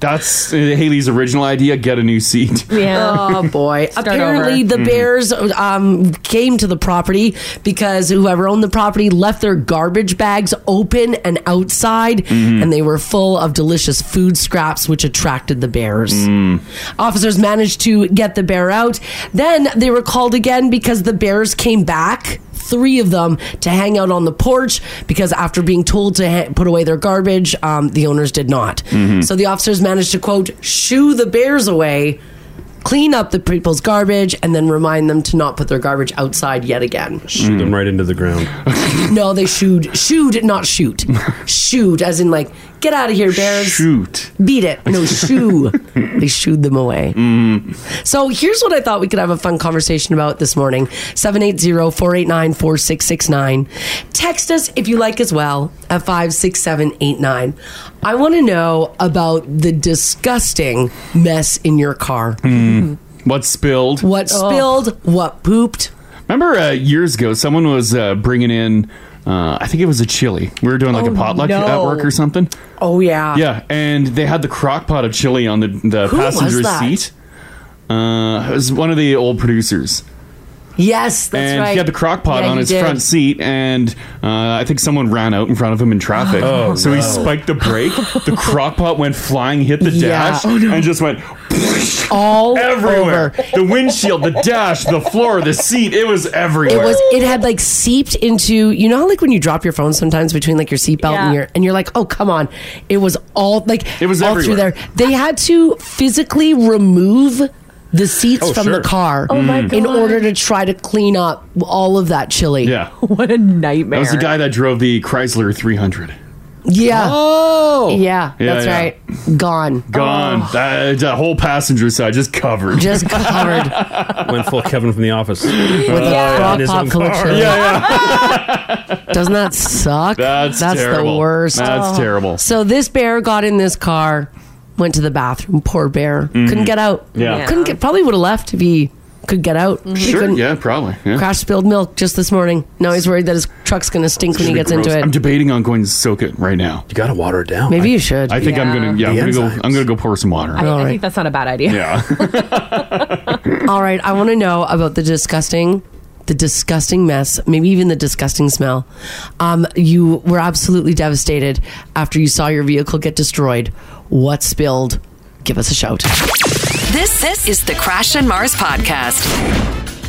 That's uh, Haley's original idea. Get a new seat. [laughs] Yeah. Oh [laughs] boy! Apparently, over. the Mm-hmm. Bears um, came to the property because whoever owned the property left their garbage bags open and outside, Mm-hmm. and they were full of delicious food scraps, which attracted the bears. Mm. Officers managed to get the bear out. Then they were called again because the bears came back. Three of them to hang out on the porch because after being told to ha- put away their garbage, um, the owners did not. So the officers managed to quote, shoo the bears away clean up the people's garbage and then remind them to not put their garbage outside yet again. Shoot Hmm. them right into the ground. No, they shooed, shooed, not shoot, shooed, as in like get out of here, bears, Shoot. beat it. No, shoo. they shooed them away. Mm-hmm. So here's what I thought we could have a fun conversation about this morning 780-489-4669. Text us if you like as well at 56789. I want to know about the disgusting mess in your car. Hmm. What spilled? Oh. What spilled, what pooped, Remember uh, years ago, someone was uh, bringing in. Uh, I think it was a chili. We were doing like a potluck at no. work or something. Oh yeah. Oh, Yeah, and they had the crock pot of chili on the the Who was passenger that? seat. Uh, it was one of the old producers, Yes, that's and right. he had the crock pot Yeah, on he his did. front seat, and uh, I think someone ran out in front of him in traffic. Oh, so he spiked the brake. the crock pot went flying, hit the Yeah. dash, Oh, and just went all everywhere. Over. The windshield, the dash, the floor, the seat. It was It everywhere. was. It had like seeped into. You know how like when you drop your phone sometimes between like your seatbelt Yeah. and your and you're like, oh come on, it was all like It was all everywhere. through there. They had to physically remove the seats Oh, from sure. the car Mm. in order to try to clean up all of that chili. yeah, [laughs] What a nightmare. that was the guy that drove the Chrysler 300. Yeah. Oh, Yeah, that's yeah. right. Gone. gone. That, that whole passenger side just covered. Oh. Just covered [laughs] Went full Kevin from the office. Uh, with a In crock his pot own full of car. chili. yeah, yeah. Doesn't that [laughs] suck? That's the terrible. worst. Oh. That's terrible. So this bear got in this car, went to the bathroom. Poor bear couldn't get out. Mm-hmm. Yeah. Yeah. couldn't get. Probably would have left if he could get out. Mm-hmm. But he Sure. couldn't. Yeah, probably. Yeah. Crash spilled milk just this morning. Now he's worried that his truck's gonna stink when he Should be gets gross. into I'm it. debating on going to soak it right now. You gotta water it down. Maybe you should. I think I'm Yeah. gonna. Yeah, I'm The gonna go. enzymes. I'm gonna go pour some water. I, I All right. think that's not a bad idea. yeah. All right, I want to know about the disgusting the disgusting mess, maybe even the disgusting smell. Um, you were absolutely devastated after you saw your vehicle get destroyed. What spilled? Give us a shout. This this is the Crash and Mars podcast.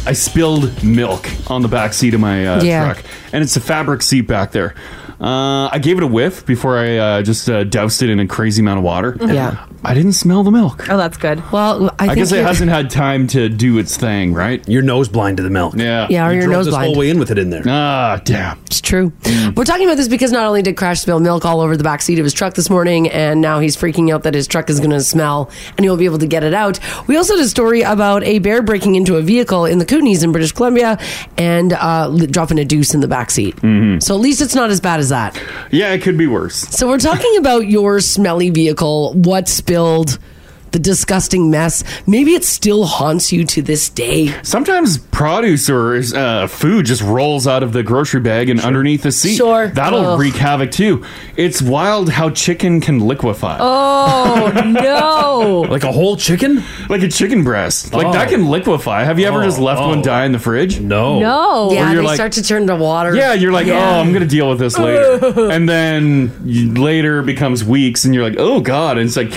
I spilled milk on the back seat of my uh, Yeah. truck, and it's a fabric seat back there. Uh, I gave it a whiff before I uh, just uh, doused it in a crazy amount of water. Mm-hmm. Yeah. I didn't smell the milk. Oh, that's good. Well, I, guess it hasn't had time to do its thing, right? Your nose blind to the milk. Yeah. Yeah, or You your drove nose this whole blind. way in with it in there. Ah, damn. It's true. Mm. We're talking about this because not only did Crash spill milk all over the back seat of his truck this morning, and now he's freaking out that his truck is going to smell and he won't be able to get it out. We also had a story about a bear breaking into a vehicle in the Kootenays in British Columbia and uh, li- dropping a deuce in the back seat. So at least it's not as bad as that. Mm-hmm. Yeah, it could be worse. So we're talking about your smelly vehicle, what spilled, the disgusting mess. Maybe it still haunts you to this day. Sometimes produce or uh, food just rolls out of the grocery bag and underneath the seat. Sure. That'll Ugh. wreak havoc too. It's wild how chicken can liquefy. Oh no! Like a whole chicken? Like a chicken breast. Like Oh. that can liquefy. Have you ever just left one die in the fridge? No. No. Yeah, Or they Oh. you're like, start to turn to water. yeah, you're like, Yeah. oh, I'm gonna deal with this [laughs] later, and then you, later becomes weeks, and you're like, oh god, and it's like,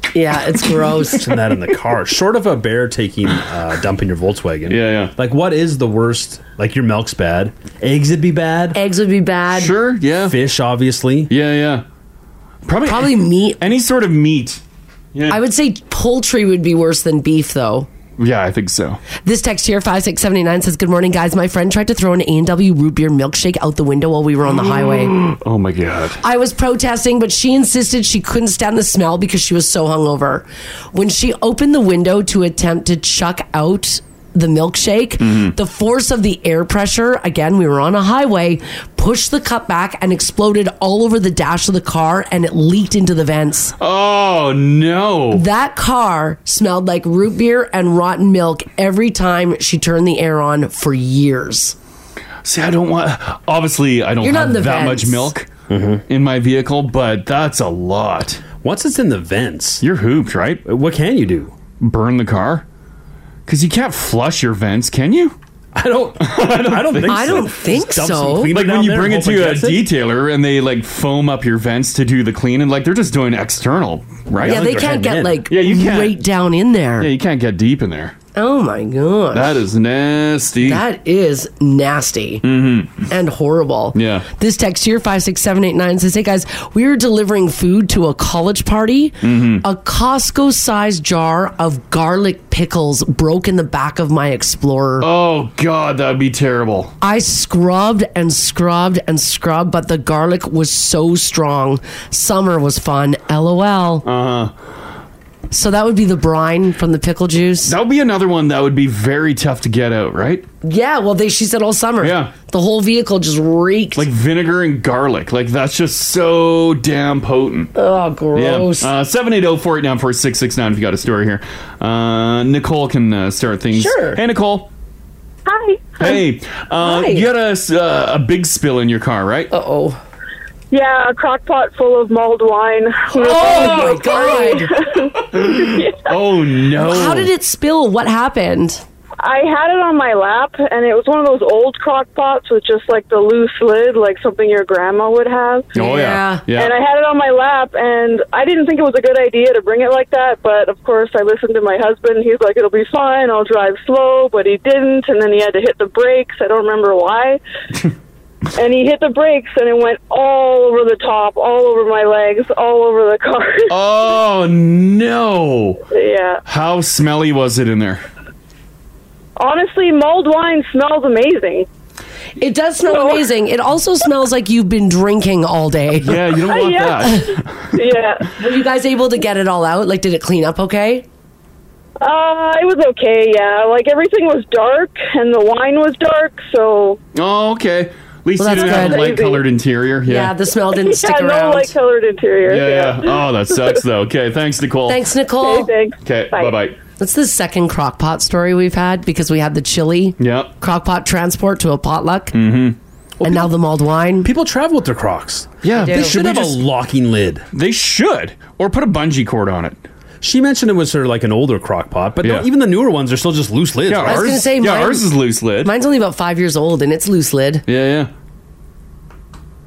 [laughs] yeah, it's gross. and that in the car, short of a bear taking uh, dump in your Volkswagen. Yeah, yeah. Like, what is the worst? Like, your milk's bad. Eggs would be bad. Eggs would be bad. Sure. Yeah. Fish, obviously. Yeah, yeah. Probably. Probably meat. Any sort of meat. Yeah. I would say poultry would be worse than beef, though. yeah, I think so. This text here, 56789, says, Good morning, guys. My friend tried to throw an A&W root beer milkshake out the window while we were on the highway. [gasps] Oh my god. I was protesting, but she insisted she couldn't stand the smell because she was so hungover. When she opened the window to attempt to chuck out the milkshake, Mm-hmm. the force of the air pressure, again, we were on a highway, pushed the cup back and exploded all over the dash of the car and it leaked into the vents. Oh no. That car smelled like root beer and rotten milk every time she turned the air on for years. See, I don't want. Obviously, I don't You're not in have the that vents. much milk in my vehicle, but that's a lot. Mm-hmm. Once it's in the vents, you're hooped, right? What can you do? Burn the car? Because you can't flush your vents, can you? I [laughs] don't. I don't, think. I so. don't think Just dump some so. cleaner Like when down you there bring and it hope to a gets it? detailer and they like foam up your vents to do the clean, and like they're just doing external, right? yeah, they can't get like Yeah, you can't. right down in there. Yeah, you can't get deep in there. Oh my gosh. That is nasty. Mm-hmm. That is nasty and horrible. Yeah. This text here, 56789, says, Hey guys, we were delivering food to a college party. Mm-hmm. A Costco sized jar of garlic pickles broke in the back of my Explorer. oh god, that'd be terrible. I scrubbed and scrubbed and scrubbed, but the garlic was so strong. Summer was fun. LOL. Uh huh. So that would be the brine from the pickle juice. That would be another one that would be very tough to get out, right? Yeah, well, they she said all summer. Yeah. the whole vehicle just reeked. Like vinegar and garlic. Like that's just so damn potent. oh, gross. Yeah. Uh, Seven eight zero four eight nine four six six nine. If you got a story here, uh, Nicole can uh, start things. Sure. Hey, Nicole. Hi. Hey. Uh, Hi. You had a s- uh, a big spill in your car, right? Uh oh. Yeah, a crock pot full of mulled wine. Oh my god. [laughs] Oh no. [laughs] How did it spill? What happened? I had it on my lap, and it was one of those old crock pots with just like the loose lid, like something your grandma would have. Oh yeah. Yeah. Yeah. And I had it on my lap, and I didn't think it was a good idea to bring it like that. But of course, I listened to my husband. He's like, "It'll be fine. I'll drive slow," but he didn't, and then he had to hit the brakes. I don't remember [laughs] why. and he hit the brakes, and it went all over the top, all over my legs, all over the car. oh no. yeah. How smelly was it in there? Honestly, mulled wine smells amazing. It does smell amazing. It also smells like you've been drinking all day. Yeah, you [laughs] don't [laughs] want Yeah. that. Yeah. Were you guys able to get it all out? Like, did it clean up okay? Uh, it was okay, yeah. Like, everything was dark, and the wine was dark, so. Oh okay. At least Well, you that's didn't have good. a light colored interior. Yeah. Yeah, the smell didn't stick [laughs] yeah, around. no light colored interior. yeah, yeah. Oh, that sucks though. Okay, thanks, Nicole. Thanks, Nicole. Okay, thanks. Okay, Bye. bye bye. That's the second crock pot story we've had because we had the chili Yep. crock pot transport to a potluck. Mm-hmm. and now the mulled wine. People travel with their Crocs. Yeah, They should have a locking lid. They should, or put a bungee cord on it. She mentioned it was her like an older crock pot, but no, Yeah. even the newer ones are still just loose lids. Yeah, I was gonna say Yeah, mine- ours is loose lid. Mine's only about five years old and it's loose lid. Yeah, yeah.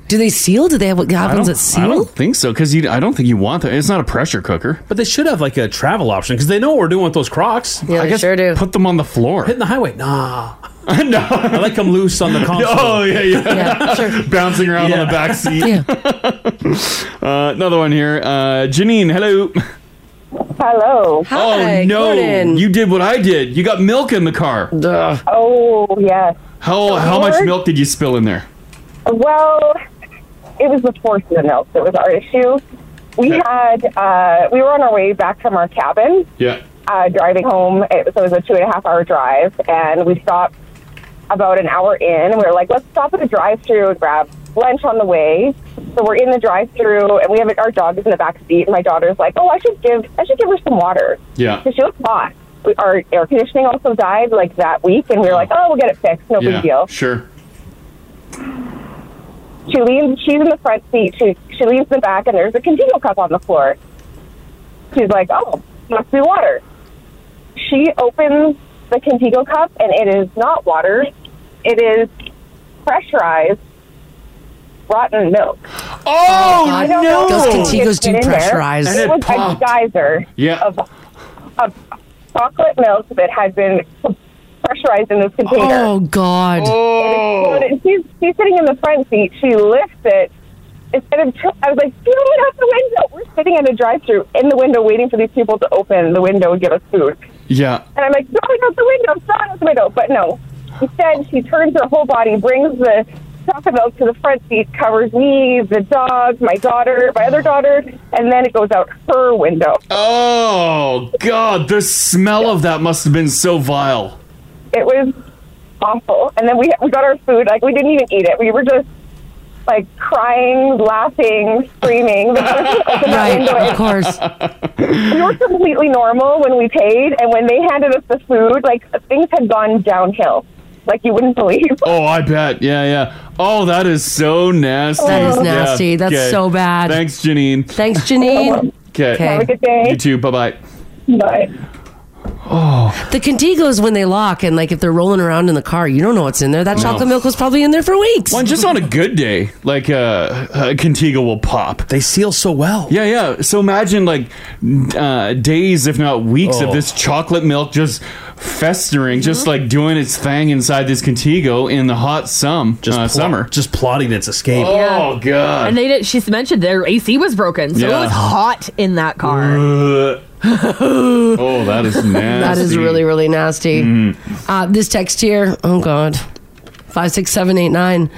Do they seal? Do they have, I have ones don't- that I seal? don't think so because I don't think you want that. It's not a pressure cooker. But they should have like a travel option because they know what we're doing with those Crocs. Yeah, I they sure do. Put them on the floor. Hitting the highway. [laughs] Nah. no. I like them loose on the console. Oh, yeah, yeah. [laughs] Bouncing around on the back seat. [laughs] Uh, another one here. Uh, Janine, hello. Hello. oh, no. You did what I did. You got milk in the car. Oh, yes. How, how much Lord. milk did you spill in there? Well, it was the force of the milk that was our issue. We had, uh, we were on our way back from our cabin, Yeah. uh, driving home. It was, it was a two and a half hour drive, and we stopped about an hour in. And we were like, let's stop at a drive through and grab lunch on the way. So we're in the drive through, and we have our dog is in the back seat, and my daughter's like, oh, I should give, I should give her some water. Yeah. Because she was hot. We, our air conditioning also died like that week, and we were like, oh, we'll get it fixed. No yeah. big deal. Sure. She leans. She's in the front seat. She she leans in the back, and there's a Contigo cup on the floor. She's like, "Oh, must be water." She opens the Contigo cup, and it is not water. It is pressurized rotten milk. Oh, I don't no. know Those if it's Contigos do been in there. pressurize. And It it was popped. a geyser Yeah. of, of chocolate milk that had been pressurized in this container. Oh, God. It exploded. She's, she's sitting in the front seat. She lifts it. Instead of, tr- I was like, throw it out the window. We're sitting in a drive-through in the window, waiting for these people to open the window and give us food. Yeah. And I'm like, throw it out the window, throw it out the window. But no. Instead, she turns her whole body, brings the chocolate milk to the front seat, covers me, the dog, my daughter, my other daughter, and then it goes out her window. Oh, God. The smell of that must have been so vile. It was awful. And then we we got our food. Like we didn't even eat it. We were just like crying, laughing, screaming. [laughs] The person opened that window and- course. we were completely normal when we paid, and when they handed us the food, like things had gone downhill, like you wouldn't believe. Oh, I bet. Yeah, yeah. Oh, that is so nasty. That is Yeah. nasty. That's so bad. Thanks, Janine. Thanks, Janine. [laughs] Okay. Have a good day. You too. Bye bye. Bye. Oh, The Contigos, when they lock and like if they're rolling around in the car, you don't know what's in there. That No. chocolate milk was probably in there for weeks. well, and just on a good day, like uh, a Contigo will pop. They seal so well. Yeah, yeah. So imagine like uh, days, if not weeks, Oh. Mm-hmm. of this chocolate milk just festering, just like doing its thing inside this Contigo in the hot sum, just summer, just plotting its escape. Oh god! And they did. She's mentioned their AC was broken, so Yeah. it was hot in that car. [laughs] oh, that is [laughs] nasty. That is really, really nasty. Mhm. Uh, this text here, oh God, 56789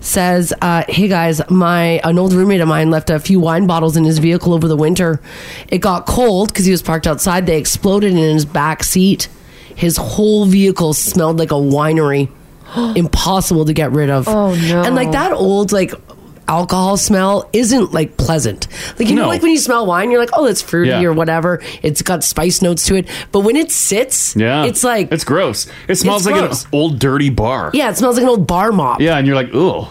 says, uh, Hey guys, my an old roommate of mine left a few wine bottles in his vehicle over the winter. It got cold because he was parked outside. They exploded in his back seat. His whole vehicle smelled like a [gasps] winery. Impossible to get rid of. Oh, no. And like that old, like, alcohol smell isn't like pleasant like you know No. like when you smell wine you're like oh that's fruity Yeah. or whatever it's got spice notes to it but when it sits Yeah, it's like it's gross. It smells it's like gross. an old dirty bar. yeah it smells like an old bar mop Yeah, and you're like, ooh.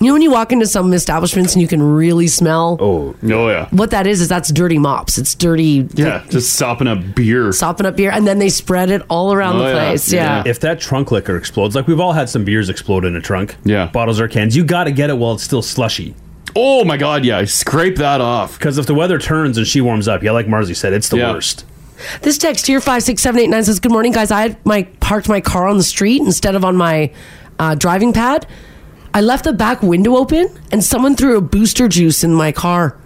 you know when you walk into some establishments and you can really smell Oh. [laughs] Oh yeah. what that is is that's dirty mops it's dirty Yeah, just sopping up beer. sopping up beer and then they spread it all around Oh, the place yeah, If that trunk liquor explodes, like we've all had some beers explode in a trunk. Yeah. Bottles or cans, you got to get it while it's still slushy. Oh my god, yeah, scrape that off. Because if the weather turns and she warms up, yeah, like Marzi said, it's the worst. this text here 56789 says good morning guys i had my parked my car on the street instead of on my uh, driving pad i left the back window open and someone threw a booster juice in my car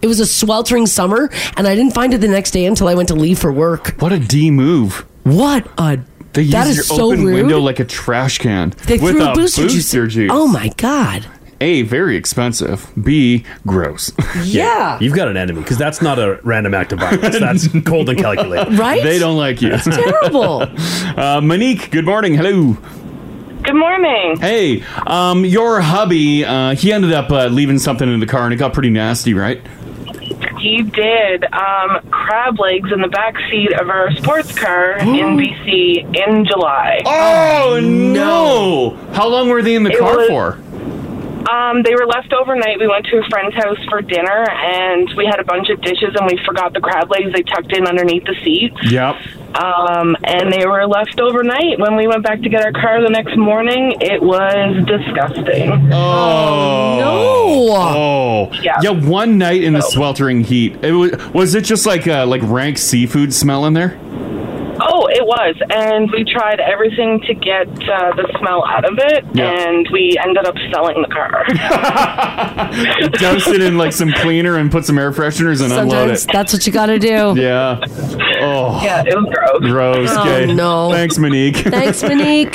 it was a sweltering summer and i didn't find it the next day until i went to leave for work What a D move. What a They use that is your so open rude. window like a trash can. They threw a booster juice- Oh my god. A very expensive. B gross. [laughs] Yeah. You've got an enemy because that's not a random act of [laughs] violence. That's cold and calculated. Right? They don't like you. It's terrible. Uh, Monique, good morning. Hello. Good morning. Hey, um, your hubby, uh, he ended up uh, leaving something in the car and it got pretty nasty, right? He did um, crab legs in the back seat of our sports car in BC in July. Oh no! How long were they in the It car was- for? Um, they were left overnight. We went to a friend's house for dinner, and we had a bunch of dishes, and we forgot the crab legs they tucked in underneath the seat. Yep. Um, and they were left overnight. When we went back to get our car the next morning, it was disgusting. Oh, Oh. Yeah. One night in the sweltering heat. It was. Was it just like uh, like rank seafood smell in there? Oh, it was. And we tried everything to get uh, the smell out of it, Yeah. and we ended up selling the car. [laughs] Douse it in like some cleaner and put some air fresheners and unload Sometimes it. that's what you got to do. Yeah. Oh. Yeah, it was gross. Gross. Oh, Okay. no. Thanks, Monique. Thanks, Monique.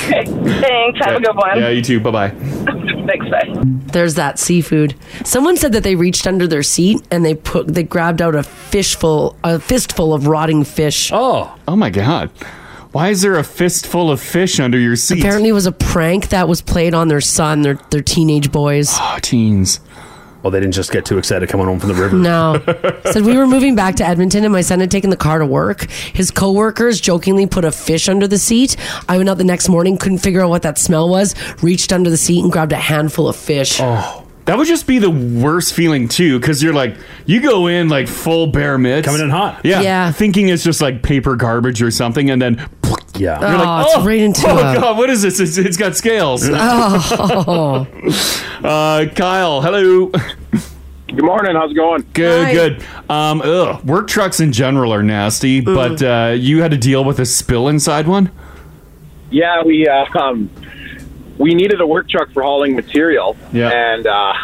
[laughs] Thanks. Have a good one. Yeah, you too. Bye bye. Thanks, bye. There's that seafood. Someone said that they reached under their seat and they put they grabbed out a fishful, a fistful of rotting fish. Oh. Oh my God. Why is there a fistful of fish under your seat? Apparently, it was a prank that was played on their son, their their teenage boys. Oh, teens. [laughs] Well, they didn't just get too excited coming home from the river. No. [laughs] Said we were moving back to Edmonton and my son had taken the car to work. His coworkers jokingly put a fish under the seat. I went out the next morning, couldn't figure out what that smell was, reached under the seat and grabbed a handful of fish. Oh. That would just be the worst feeling too, because you're like you go in like full bare mitts, coming in hot. Yeah, Yeah. Thinking it's just like paper garbage or something, and then yeah, Oh, it's right into oh a- god, what is this? It's, it's got scales. [laughs] Oh. [laughs] uh, Kyle, hello. Good morning. How's it going? Good, Hi. good. Um, ugh, work trucks in general are nasty, but uh, you had to deal with a spill inside one. Yeah, we uh, um, we needed a work truck for hauling material. Yeah. And uh,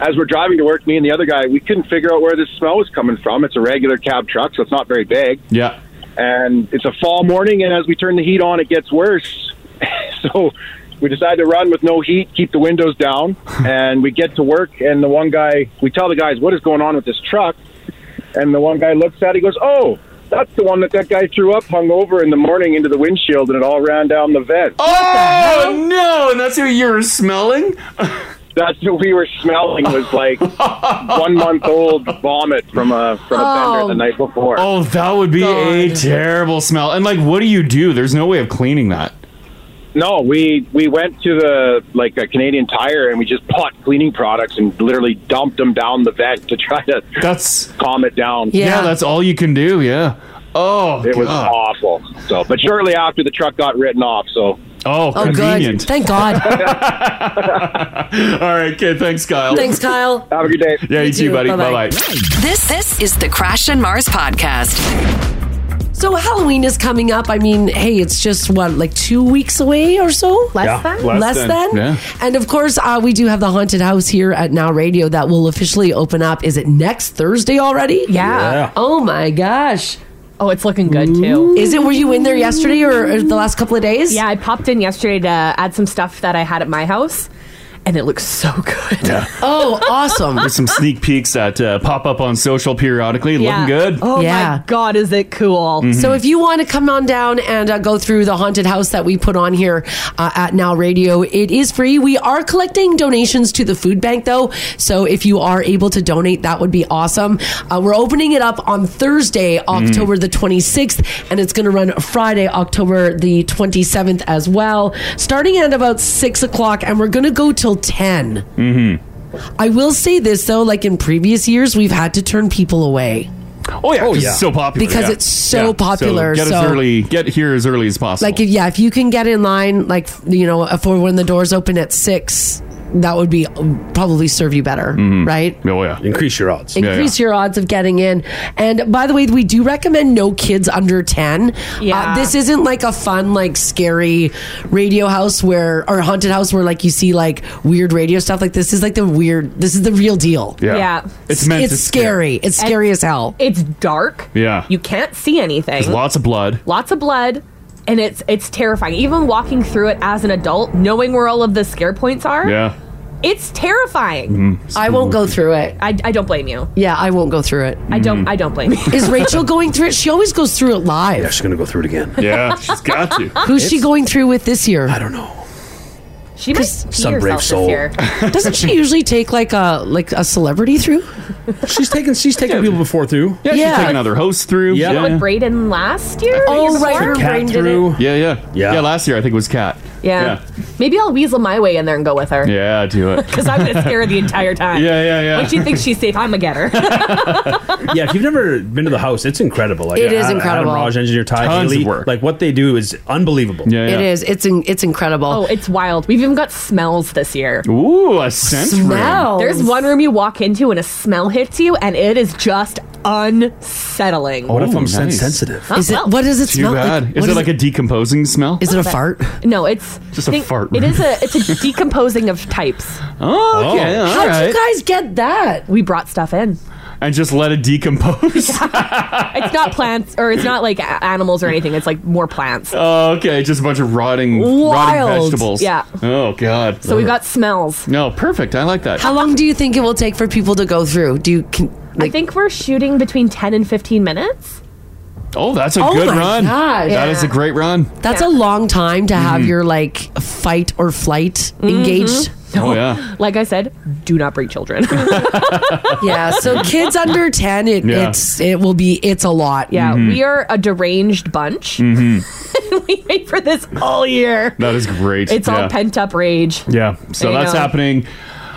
[laughs] as we're driving to work, me and the other guy, we couldn't figure out where this smell was coming from. It's a regular cab truck, so it's not very big. Yeah. And it's a fall morning, and as we turn the heat on, it gets worse. [laughs] so we decide to run with no heat, keep the windows down, and we get to work. And the one guy, we tell the guys what is going on with this truck, and the one guy looks at, it, he goes, "Oh." That's the one that that guy threw up, hung over in the morning into the windshield, and it all ran down the vent. Oh no! And that's who you were smelling. [laughs] That's what we were smelling was like one month old vomit from a from a Oh. vendor the night before. Oh, that would be a terrible smell. And like, what do you do? There's no way of cleaning that. No, we we went to the like a Canadian Tire and we just bought cleaning products and literally dumped them down the vent to try to that's calm it down. Yeah, that's all you can do. Yeah. Oh, it was God. awful. So, but shortly after the truck got written off. So, Oh, Oh, good. [laughs] convenient. Thank [laughs] God. All right, okay. Thanks, Kyle. Thanks, Kyle. Have a good day. Yeah, you, You too, too. buddy. Bye Bye-bye. bye. This this is the Crash and Mars podcast. So Halloween is coming up. I mean, hey, it's just what, like two weeks away or so? Less Yeah, than? less Less than. than? Yeah. And of course, uh, we do have the haunted house here at Now Radio that will officially open up. Is it next Thursday already? Yeah. Yeah. Oh my gosh. Oh, it's looking good too. Is it? Were you in there yesterday or, or the last couple of days? Yeah, I popped in yesterday to add some stuff that I had at my house, and it looks so good. Yeah. Oh, awesome. There's some sneak peeks that uh, pop up on social periodically. Yeah. Looking good. Oh my god, is it cool? Mhm. So if you want to come on down and uh, go through the haunted house that we put on here uh, at Now Radio, it is free. We are collecting donations to the food bank though, so if you are able to donate, that would be awesome. Uh, we're opening it up on Thursday, October the 26th, and it's going to run Friday, October the 27th as well, starting at about six o'clock, and we're going to go till 10. Mm-hmm. I will say this though, like in previous years, we've had to turn people away. Oh yeah, 'cause it's so popular Because yeah. it's so Yeah. popular. get so- as early, get here as early as possible. Like, if, yeah, if you can get in line, like, you know, for when the doors open at six, that would be um, probably serve you better, right? Oh yeah, increase Mm-hmm. your odds. Increase your odds of getting in. And by the way, we do recommend no kids under 10. Yeah. this isn't like a fun, like scary radio house where, or haunted house where like you see like weird radio stuff. Like this is like the weird, this is the real deal. Yeah. Yeah. It's meant it's to scare. scary. It's scary as hell. It's dark. Yeah. You can't see anything. There's lots of blood. lots of blood and it's it's terrifying even walking through it as an adult knowing where all of the scare points are Yeah. Mm-hmm. it's terrifying I won't go through it I, I don't blame you Yeah, I won't go through it. Mm-hmm. i don't i don't blame you Is Rachel going through it? She always goes through it live. Yeah, she's gonna go through it again. [laughs] Yeah, she's got to. [laughs] Who's she going through with this year? I don't know. She might pee Some brave soul. [laughs] Doesn't she usually take like a like a celebrity through? She's taken. She's taken people before through. Yeah, she's taking other hosts through. yeah. with braden last year Oh, right, Before? her Cat brain did it. through. Yeah, yeah, yeah. Last year I think it was Cat. Yeah. Maybe I'll weasel my way in there and go with her. [laughs] Yeah, yeah do it. Because I'm going to scare her the entire time. Yeah, yeah, yeah. When she thinks she's safe, I'm going to get her. yeah, if you've never been to the house, it's incredible. Like It is Adam- incredible. Adam Raj, engineer Ty Tons of Haley, like what they do is unbelievable. Yeah, It is. It's in, it's incredible. Oh, it's wild. We've even got smells this year. Ooh, a scent Smells. There's one room you walk into and a smell hits you, and it is just unsettling. What if I'm scent sensitive? Is it- what does it Oh, Too smell like? bad. What is it is like a decomposing smell? Is it a [laughs] Okay. fart? No, it's Just a fart It room. is a it's a decomposing of types. [laughs] Oh, okay, Oh. all How'd right. you guys get that? We brought stuff in. And just let it decompose. It's not plants or it's not like a- animals or anything. It's like more plants. oh, okay, just a bunch of rotting, Wild. rotting vegetables. Yeah. Oh god. So we got smells. No, perfect. I like that. How long do you think it will take for people to go through? Do you can, I think we're shooting between ten and fifteen minutes. Oh, that's a Oh good my run. gosh. That Yeah. is a great run. that's a long time to have Mhm. your like fight or flight engaged. Oh yeah. [laughs] Like I said, do not breed children. yeah, [laughs] so kids under 10 it Yeah. it's it [laughs] will be it's a lot. Yeah, we are a deranged bunch. [laughs] Mm-hmm. we wait for this all year. That is great. It's all Yeah. pent up rage. Yeah. So I that's know. happening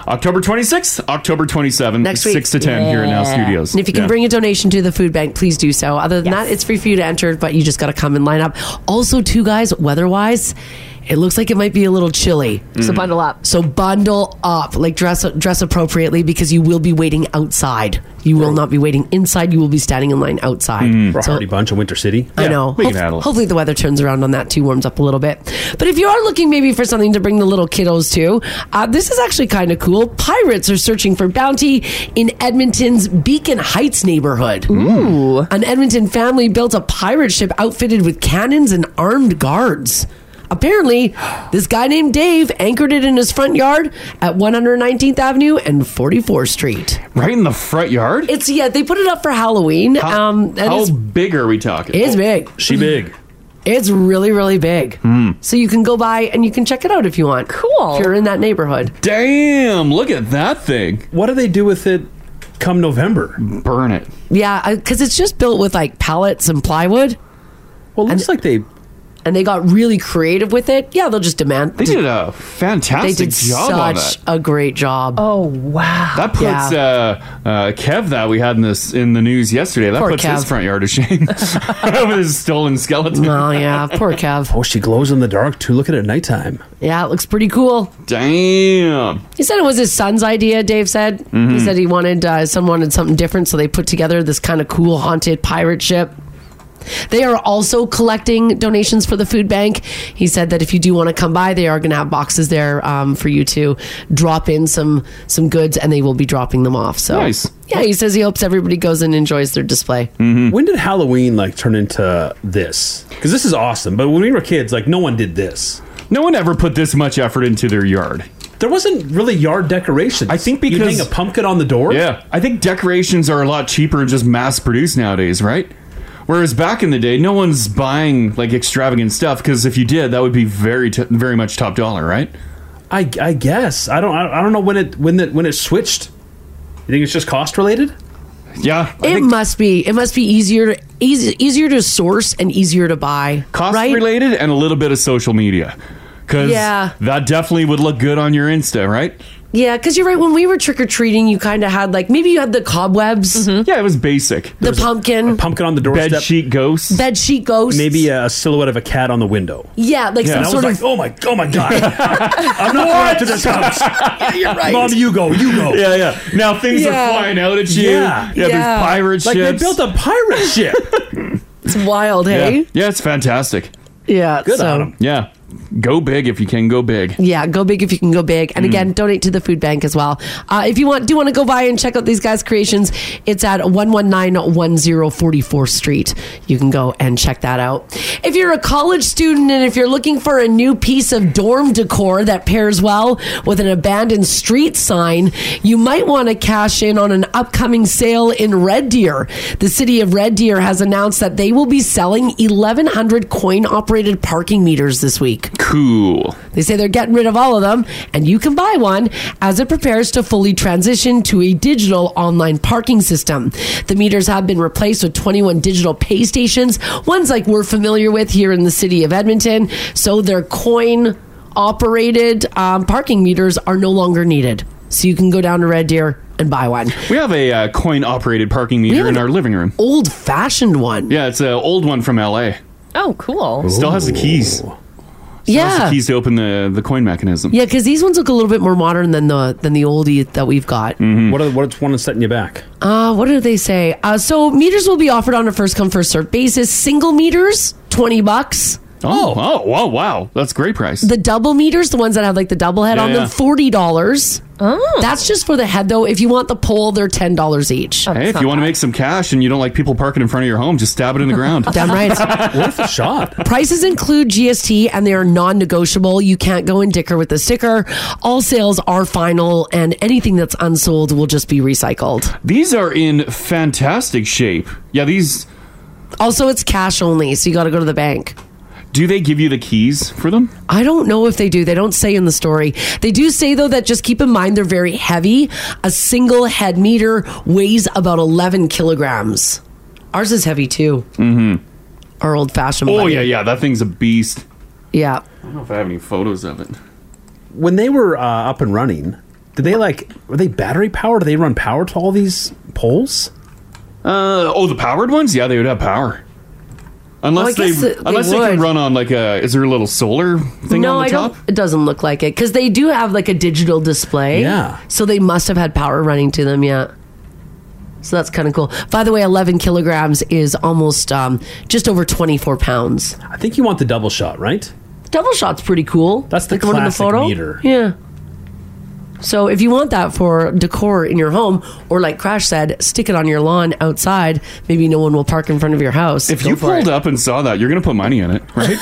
October 26th, October 27th, Next week. 6 to 10 here in Now Yeah. Studios. And if you can Yeah. bring a donation to the food bank, please do so. Other than that, it's free for you to enter, but you just got to come and line up. Also, too, guys, weather wise, it looks like it might be a little chilly. So Mm. bundle up. So bundle up. Like dress dress appropriately because you will be waiting outside. You will not be waiting inside. You will be standing in line outside. Mm. We're a So- hardy bunch in Winter City. I know. We can Hope- handle it. Hopefully, the weather turns around on that too, warms up a little bit. But if you are looking maybe for something to bring the little kiddos to, uh, this is actually kind of cool. Pirates are searching for bounty in Edmonton's Beacon Heights neighborhood. Ooh. An Edmonton family built a pirate ship outfitted with cannons and armed guards. Apparently, this guy named Dave anchored it in his front yard at 119th Avenue and 44th Street. Right in the front yard? It's yeah, they put it up for Halloween. um, and How it's big are we talking? Oh, It's big. She big. It's really, really big. Mm. So you can go by and you can check it out if you want. Cool. If you're in that neighborhood. Damn, look at that thing. What do they do with it come November? Burn it. Yeah, because it's just built with like pallets and plywood. Well, it looks like they. And they got really creative with it. Yeah, they'll just demand. They did a fantastic They did job such on a great job. Oh wow. That puts uh, uh, Kev that we had in this in the news yesterday. That Poor puts his Kev. front yard to shame [laughs] with his stolen skeleton. Oh yeah, poor Kev. Oh, she glows in the dark too. Look at it at nighttime. Yeah, it looks pretty cool. Damn. He said it was his son's idea. Dave said he Mhm. said he wanted uh, his son wanted something different, so they put together this kind of cool haunted pirate ship. They are also collecting donations for the food bank. He said that if you do want to come by, they are going to have boxes there um, for you to drop in some some goods, and they will be dropping them off. So Nice. yeah, he says he hopes everybody goes and enjoys their display. Mm-hmm. When did Halloween like turn into this? Because this is awesome. But when we were kids, like no one did this. No one ever put this much effort into their yard. There wasn't really yard decorations. I think you because- hang a pumpkin on the door. Yeah, I think decorations are a lot cheaper and just mass produced nowadays, right? Whereas back in the day, no one's buying like extravagant stuff because if you did, that would be very, t- very much top dollar, [laughs] right? I, I guess I don't I don't know when it when it when it switched. You think it's just cost related? Yeah, It must be. It must be easier to easy, easier to source and easier to buy. cost related and a little bit of social media because Yeah. that definitely would look good on your Insta, right? Yeah, because you're right. When we were trick or treating, you kind of had like maybe you had the cobwebs, Yeah, it was basic. Hmm? the pumpkin, pumpkin on the doorstep, bed sheet ghosts, bed sheet ghosts. maybe a silhouette of a cat on the window. Yeah, Uh, like And I some was sort like, of. oh my, oh my [laughs] god! I'm not going to this house. you're right. Mom, you go, you go. Yeah, yeah. Now things Yeah. are flying out at you. Yeah. yeah. Yeah. There's pirate Like, ships. they built a pirate ship. [laughs] It's wild, yeah. hey? yeah, it's fantastic. Yeah. so, Yeah, go big if you can. Go big. Yeah, go big if you can go big. And again, donate to the food bank as well. Uh, if you want, do want to go by and check out these guys' creations, it's at 1191044th Street. You can go and check that out. If you're a college student and if you're looking for a new piece of dorm decor that pairs well with an abandoned street sign, you might want to cash in on an upcoming sale in Red Deer. The city of Red Deer has announced that they will be selling 1,100 coin operated parking meters this week. Cool. They say they're getting rid of all of them, and you can buy one as it prepares to fully transition to a digital online parking system. The meters have been replaced with 21 digital pay stations, ones like we're familiar with here in the city of Edmonton. So they're coin operated um, parking meters are no longer needed. So you can go down to Red Deer and buy one. We have a uh, coin operated parking meter in our living room. Old fashioned one. Yeah, it's an old one from LA. Oh, cool. Still has the keys. Oh. Still has yeah. the keys to open the, the coin mechanism. Yeah, because these ones look a little bit more modern than the than the oldie that we've got. Mm-hmm. What are, what's one that's setting you back? Uh, what do they say? Uh, so meters will be offered on a first come first served basis. Single meters, twenty bucks. Oh, oh, wow, wow. That's a great price. The double meters, the ones that have like the double head Yeah, on yeah. them, forty dollars. Oh. That's just for the head though. If you want the pole, they're ten dollars each. Hey, if you want to make some cash and you don't like people parking in front of your home, just stab it in the ground. [laughs] Damn right. [laughs] Worth a shot. Prices include GST and they are non negotiable. You can't go and dicker with the sticker. All sales are final and anything that's unsold will just be recycled. These are in fantastic shape. Yeah, these. Also, it's cash only, so you got to go to the bank. Do they give you the keys for them? I don't know if they do. They don't say in the story. They do say, though, that just keep in mind they're very heavy. A single head meter weighs about 11 kilograms. Ours is heavy, too. Mm-hmm. Our old fashioned Oh yeah, yeah. That thing's a beast. Yeah. I don't know if I have any photos of it. When they were uh, up and running, did they like were they battery powered? Do they run power to all these poles? Uh oh, the powered ones. Yeah, they would have power. Well, I Unless guess they, that they unless they would. can run on like a is there a little solar thing no, on the I top? don't. It doesn't look like it because they do have like a digital display. Yeah. So they must have had power running to them. Yeah. So that's kind of cool. By the way, 11 kilograms is almost um, just over 24 pounds. I think you want the double shot, right? Double shot's pretty cool. That's the like one in the classic photo. meter. Yeah. So if you want that for decor in your home, or like Crash said, stick it on your lawn outside. Maybe no one will park in front of your house. If you pulled up and saw that, you're gonna put money in it, [laughs] right?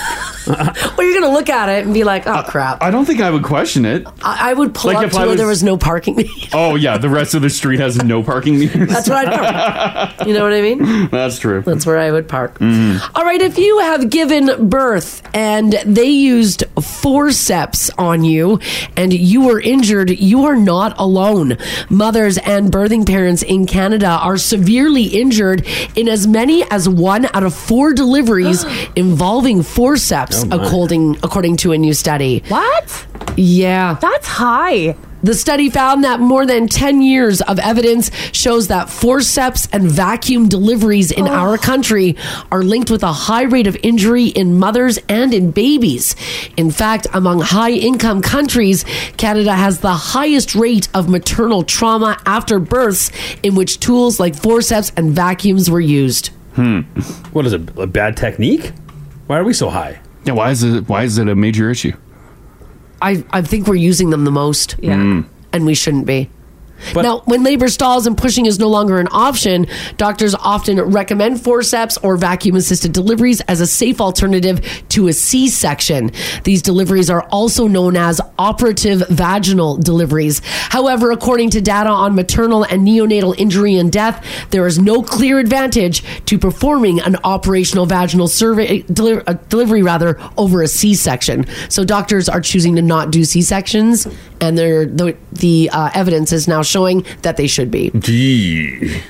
well, you're gonna look at it and be like, "Oh crap!" I don't think I would question it. I, I would pull Like up if to I where there was- was no parking. Oh yeah, the rest of the street has no parking meters. That's what I'd [laughs] park. You know what I mean? That's true. Mm-hmm. That's where I would park. All right, if you have given birth and they used forceps on you and you were injured, you are not alone. Mothers and birthing parents in Canada are severely injured in as many as one out of four deliveries [gasps] involving forceps, Oh, my. according, according to a new study. What? Yeah. That's high. The study found that more than 10 years of evidence shows that forceps and vacuum deliveries in our country are linked with a high rate of injury in mothers and in babies. In fact, among high income countries, Canada has the highest rate of maternal trauma after births in which tools like forceps and vacuums were used. Hmm. What is it? A bad technique? Why are we so high? Yeah. Why is it? Why is it a major issue? I, I think we're using them the most. Yeah. Mm. Hmm. And we shouldn't be. now, when labor stalls and pushing is no longer an option, doctors often recommend forceps or vacuum assisted deliveries as a safe alternative to a C section. These deliveries are also known as operative vaginal deliveries. However, according to data on maternal and neonatal injury and death, there is no clear advantage to performing an operational vaginal survey, deli- uh, delivery rather over a C-section. So doctors are choosing to not do C-sections, and they're, the the uh, evidence is now showing that they should be. Gee.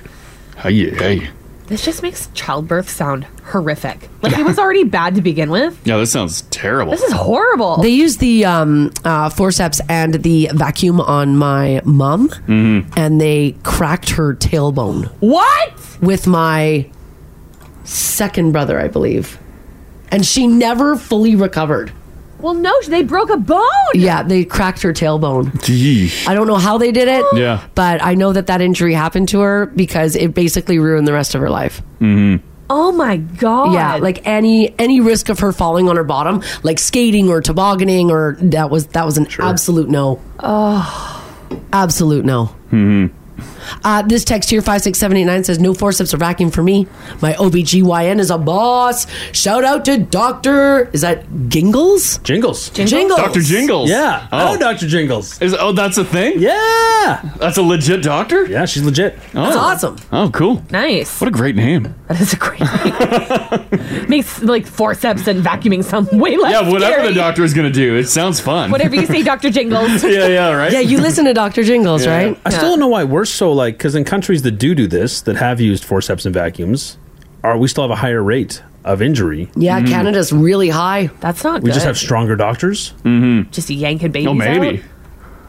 Hey, hey. This just makes childbirth sound horrific. Like it was already bad to begin with. Yeah, this sounds terrible. This is horrible. They use the um, uh, forceps and the vacuum on my mom, and they cracked her tailbone. What? With my second brother, I believe, and she never fully recovered. well, no, they broke a bone. Yeah, they cracked her tailbone. Gee. I don't know how they did it. Yeah. But I know that that injury happened to her because it basically ruined the rest of her life. hmm Oh my god. Yeah, like any any risk of her falling on her bottom, like skating or tobogganing or that was that was an absolute no. Oh. Absolute no. hmm Uh, this text here, 56789, says, No forceps or vacuum for me. My OBGYN is a boss. Shout out to Dr. Is that Gingles? Jingles. Jingles. Dr. Jingles. Yeah. Oh. Oh, Dr. Jingles. Is oh that's a thing? Yeah. That's a legit doctor? Yeah, she's legit. Oh. That's awesome. Oh, cool. Nice. What a great name. That is a great Makes like forceps and vacuuming sound way less. yeah, whatever scary. the doctor is going to do, it sounds fun. [laughs] Whatever you say, Dr. Jingles. Yeah, yeah, right? Yeah, you listen to Dr. Jingles, Yeah. right? I still don't know why we're so like because in countries that do do this that have used forceps and vacuums, are we still have a higher rate of injury. Yeah, Hmm. Mm-hmm. Canada's really high. That's not We just have stronger doctors. Mm-hmm. just yanking babies. Oh, maybe. out.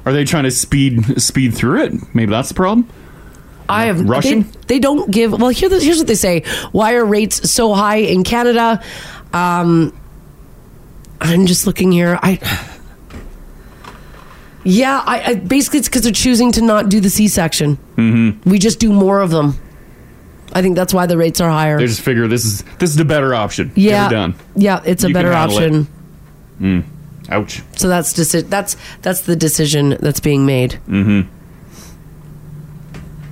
Are they trying to speed speed through it? Maybe that's the problem. I have Russian? They, they don't give. Well, here, here's what they say: Why are rates so high in Canada? Um, I'm just looking here. I. Yeah, I, I basically it's because they're choosing to not do the C-section. Mm-hmm. We just do more of them. I think that's why the rates are higher. They just figure this is this is the better option. Get it yeah, done. yeah, it's a You can better handle option. it. Mm. Ouch. So that's deci- that's that's the decision that's being made. Mm-hmm.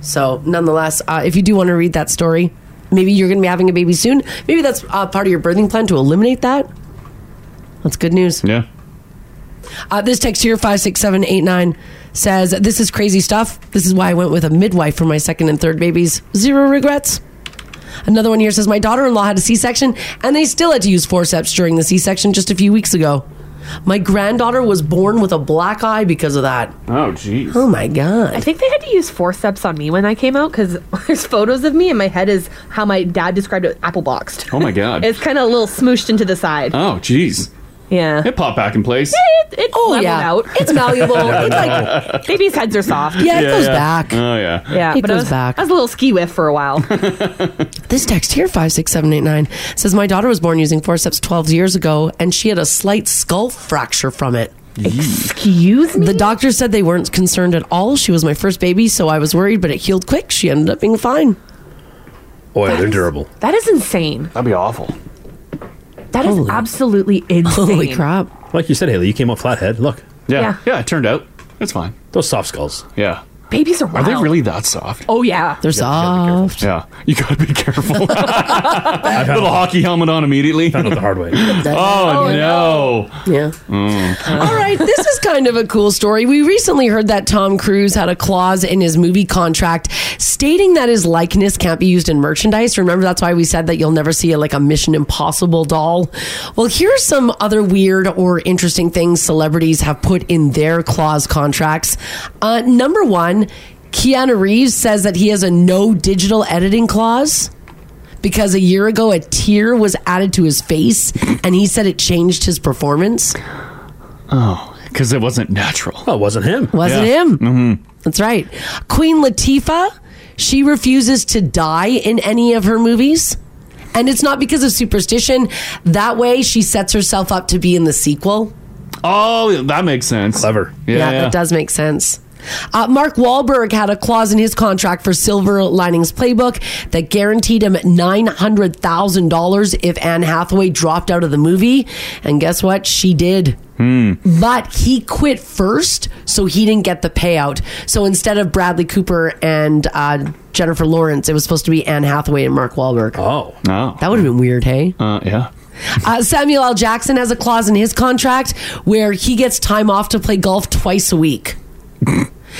So, nonetheless, uh, if you do want to read that story, maybe you're going to be having a baby soon. Maybe that's uh, part of your birthing plan to eliminate that. That's good news. Yeah. Uh, this text here, 56789, says, This is crazy stuff. This is why I went with a midwife for my second and third babies. Zero regrets. Another one here says, My daughter in law had a C section and they still had to use forceps during the C section just a few weeks ago. My granddaughter was born with a black eye because of that. Oh, jeez. Oh, my God. I think they had to use forceps on me when I came out because [laughs] there's photos of me and my head is how my dad described it apple boxed. Oh [laughs] my god. It's kind of a little smooshed into the side. oh, jeez. Yeah. It popped back in place. It, it leveled Oh, yeah. out. It's [laughs] malleable. It's like babies' heads are soft. Oh yeah. Yeah, Uh, but I was, I was a little ski whiff for a while. [laughs] This text here, 56789, says My daughter was born using forceps 12 years ago, and she had a slight skull fracture from it. Excuse me? The doctor said they weren't concerned at all. She was my first baby, so I was worried, but it healed quick. She ended up being fine. Oh, yeah, they're durable. That is insane. That'd be awful. That [laughs] is absolutely insane. Holy crap. Like you said, Haley, you came out flathead. Look. Yeah. Yeah. yeah. It turned out. That's fine. Those soft skulls. Yeah. Babies are wild. Are they really that soft? Oh yeah. They're soft. Yeah. You gotta [laughs] be careful. [laughs] Little hockey helmet on immediately. Found out [laughs] the hard way. oh, no. Yeah. [laughs] All right, this is kind of a cool story. We recently heard that Tom Cruise had a clause in his movie contract stating that his likeness can't be used in merchandise. Remember, that's why we said that you'll never see like a Mission Impossible doll. Well, here's some other weird or interesting things celebrities have put in their clause contracts. Uh, number one, Keanu Reeves says that he has a no digital editing clause because a year ago a tear was added to his face and he said it changed his performance. Oh, because it wasn't natural. Well, it wasn't him. Wasn't Yeah. him. Mhm. That's right. Queen Latifah, she refuses to die in any of her movies. And it's not because of superstition. That way she sets herself up to be in the sequel. Oh, that makes sense. Clever. Yeah. Yeah, that does make sense. Uh, Mark Wahlberg had a clause in his contract for Silver Linings Playbook that guaranteed him $900,000 if Anne Hathaway dropped out of the movie. And guess what? She did. Hmm. But he quit first, so he didn't get the payout. So instead of Bradley Cooper and uh, Jennifer Lawrence, it was supposed to be Anne Hathaway and Mark Wahlberg. Oh. No. That would have been weird, hey? Uh, yeah. Uh, Samuel L. Jackson has a clause in his contract where he gets time off to play golf twice a week.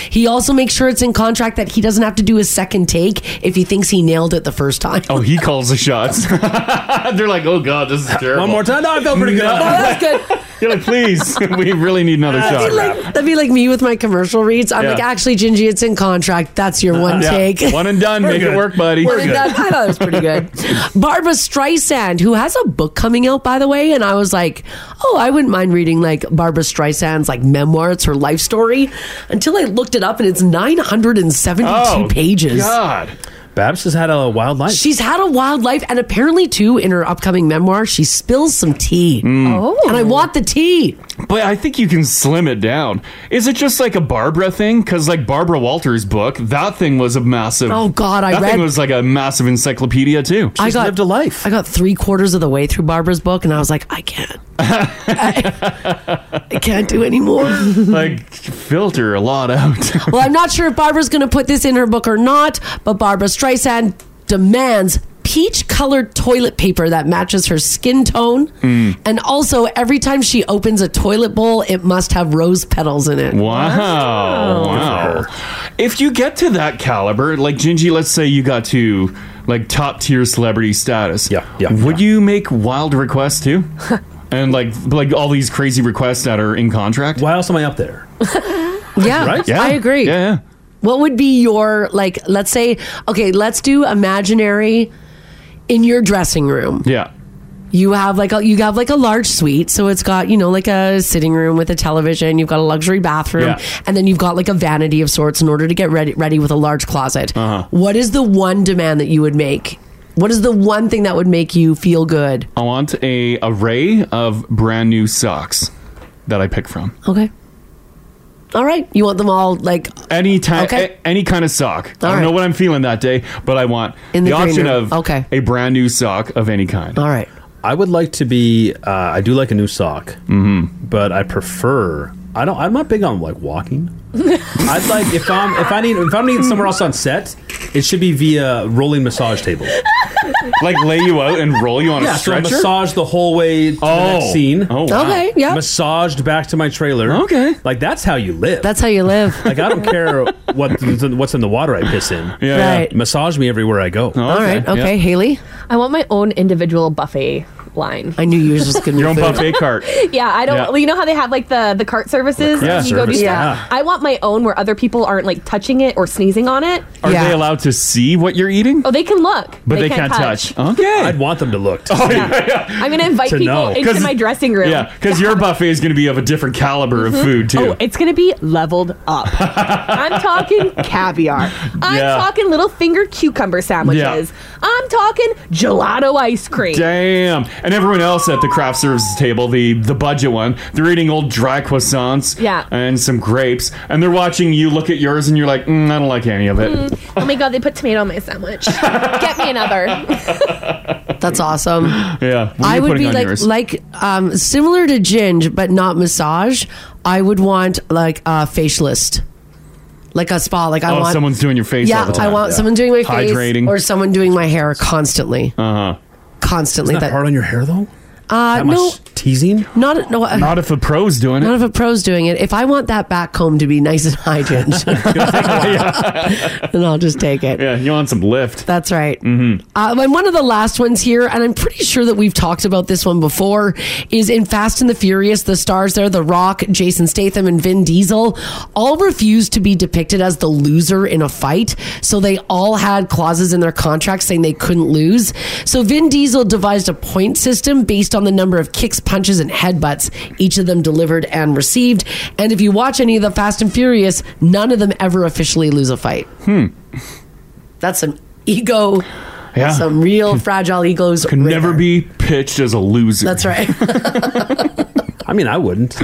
he also makes sure it's in contract that he doesn't have to do his second take if he thinks he nailed it the first time. Oh, he calls the shots. [laughs] They're like, oh god, this is terrible. One more time. No, I felt pretty good. [laughs] No. that's good. You're like, please, [laughs] we really need another shot. That'd be like me with my commercial reads. I'm Yeah. like, actually, Gingy, it's in contract. That's your one Yeah. take. One and done. We're Make good. it work, buddy. One and done. I thought it was pretty good. Barbara Streisand, who has a book coming out, by the way, and I was like, oh, I wouldn't mind reading like Barbara Streisand's like memoir. It's her life story. Until I looked it up, and it's 972 Oh, pages. Babs has had a wild life. She's had a wild life, and apparently, too, in her upcoming memoir, she spills some tea. Mm. Oh, and I want the tea. But I think you can slim it down. Is it just like a Barbara thing? Because like Barbara Walters' book, that thing was a massive. Oh, God, I that read- thing was like a massive encyclopedia too. I got, lived a life. I got three quarters of the way through Barbara's book, and I was like, I can't. I, I can't do anymore. [laughs] like filter a lot out. [laughs] Well, I'm not sure if Barbara's going to put this in her book or not, but Barbara Streisand demands peach colored toilet paper that matches her skin tone. Mm. And also, every time she opens a toilet bowl, it must have rose petals in it. Wow. Wow. If you get to that caliber, like Gingy, let's say you got to like top tier celebrity status. Yeah. Yeah. Would you make wild requests too? [laughs] and like like all these crazy requests that are in contract? Why else am I up there? Yeah, Right? Yeah. I agree. Yeah, yeah. What would be your like? Let's say, okay, let's do imaginary in your dressing room. Yeah. You have like a you have like a large suite, so it's got you know like a sitting room with a television. You've got a luxury bathroom, Yeah. and then you've got like a vanity of sorts in order to get ready ready with a large closet. Uh-huh. What is the one demand that you would make? What is the one thing that would make you feel good? I want a array of brand new socks that I pick from. Okay. All right. You want them all like any time, Okay. a- any kind of sock. I don't right. know what I'm feeling that day, but I want In the the, green option room. of Okay. a brand new sock of any kind. All right. I would like to be. Uh, I do like a new sock, Mm-hmm. but I prefer. I don't. I'm not big on like walking. I'd like if I'm if I need if I'm needing somewhere else on set, it should be via rolling massage table. Like lay you out and roll you on a yeah, so I stretcher? massage the whole way to the Oh. next scene. Oh, wow. Okay, yeah. Massaged back to my trailer. Okay, like that's how you live. That's how you live. like I don't care what what's in the water I piss in. yeah. Right. Massage me everywhere I Oh, go. All right. Okay, Haley. I want my own individual buffet line. I knew yours was going to Your own be food. [laughs] buffet cart. Yeah, I don't. Yeah. well, You know how they have like the the cart services. The cart and you go do service, stuff? yeah. I want my own where other people aren't like touching it or sneezing on it. Oh, Are they allowed to see what you're eating? Oh, they can look, But they, can't, touch. [laughs] Okay. I'd want them to look. Oh, [laughs] yeah. I'm gonna invite To people know. into 'Cause- my dressing room. Yeah, because your buffet is going to be of a different caliber Mhm. of food too. Oh, it's gonna be leveled [laughs] up. I'm talking caviar. I'm Yeah. talking little finger cucumber sandwiches. I'm talking gelato ice cream. Damn! And everyone else at the craft services table, the the budget one, they're eating old dry croissants, Yeah. and some grapes, and they're watching you look at yours, and you're like, mm, I don't like any of it. [laughs] Oh my god, they put tomato on my sandwich. Get [laughs] me another. That's awesome. Yeah, what are I you would putting be on like yours? like um, similar to Ginge, but not massage. I would want like a facialist, like a spa. Like I oh, want someone's doing your face. Yeah, all the I time. want someone doing my face hydrating or someone doing my hair constantly, uh huh, constantly. Isn't that hard on your hair though. Uh, That much no teasing. Not no. uh, Not if a pro's doing it. Not if a pro's doing it. If I want that back comb to be nice and high, Ginge, [laughs] then I'll just take it. Yeah, you want some lift? That's right. Mm-hmm. Um, and one of the last ones here, and I'm pretty sure that we've talked about this one before, is in Fast and the Furious, the stars there, The Rock, Jason Statham, and Vin Diesel, all refused to be depicted as the loser in a fight. So they all had clauses in their contracts saying they couldn't lose. So Vin Diesel devised a point system based on the number of kicks, punches, and headbutts each of them delivered and received. And if you watch any of the Fast and Furious, none of them ever officially lose a fight. Hmm. That's some ego. Yeah. Some real fragile egos. Could never be pitched as a loser. That's right. [laughs] I mean, [laughs] I wouldn't.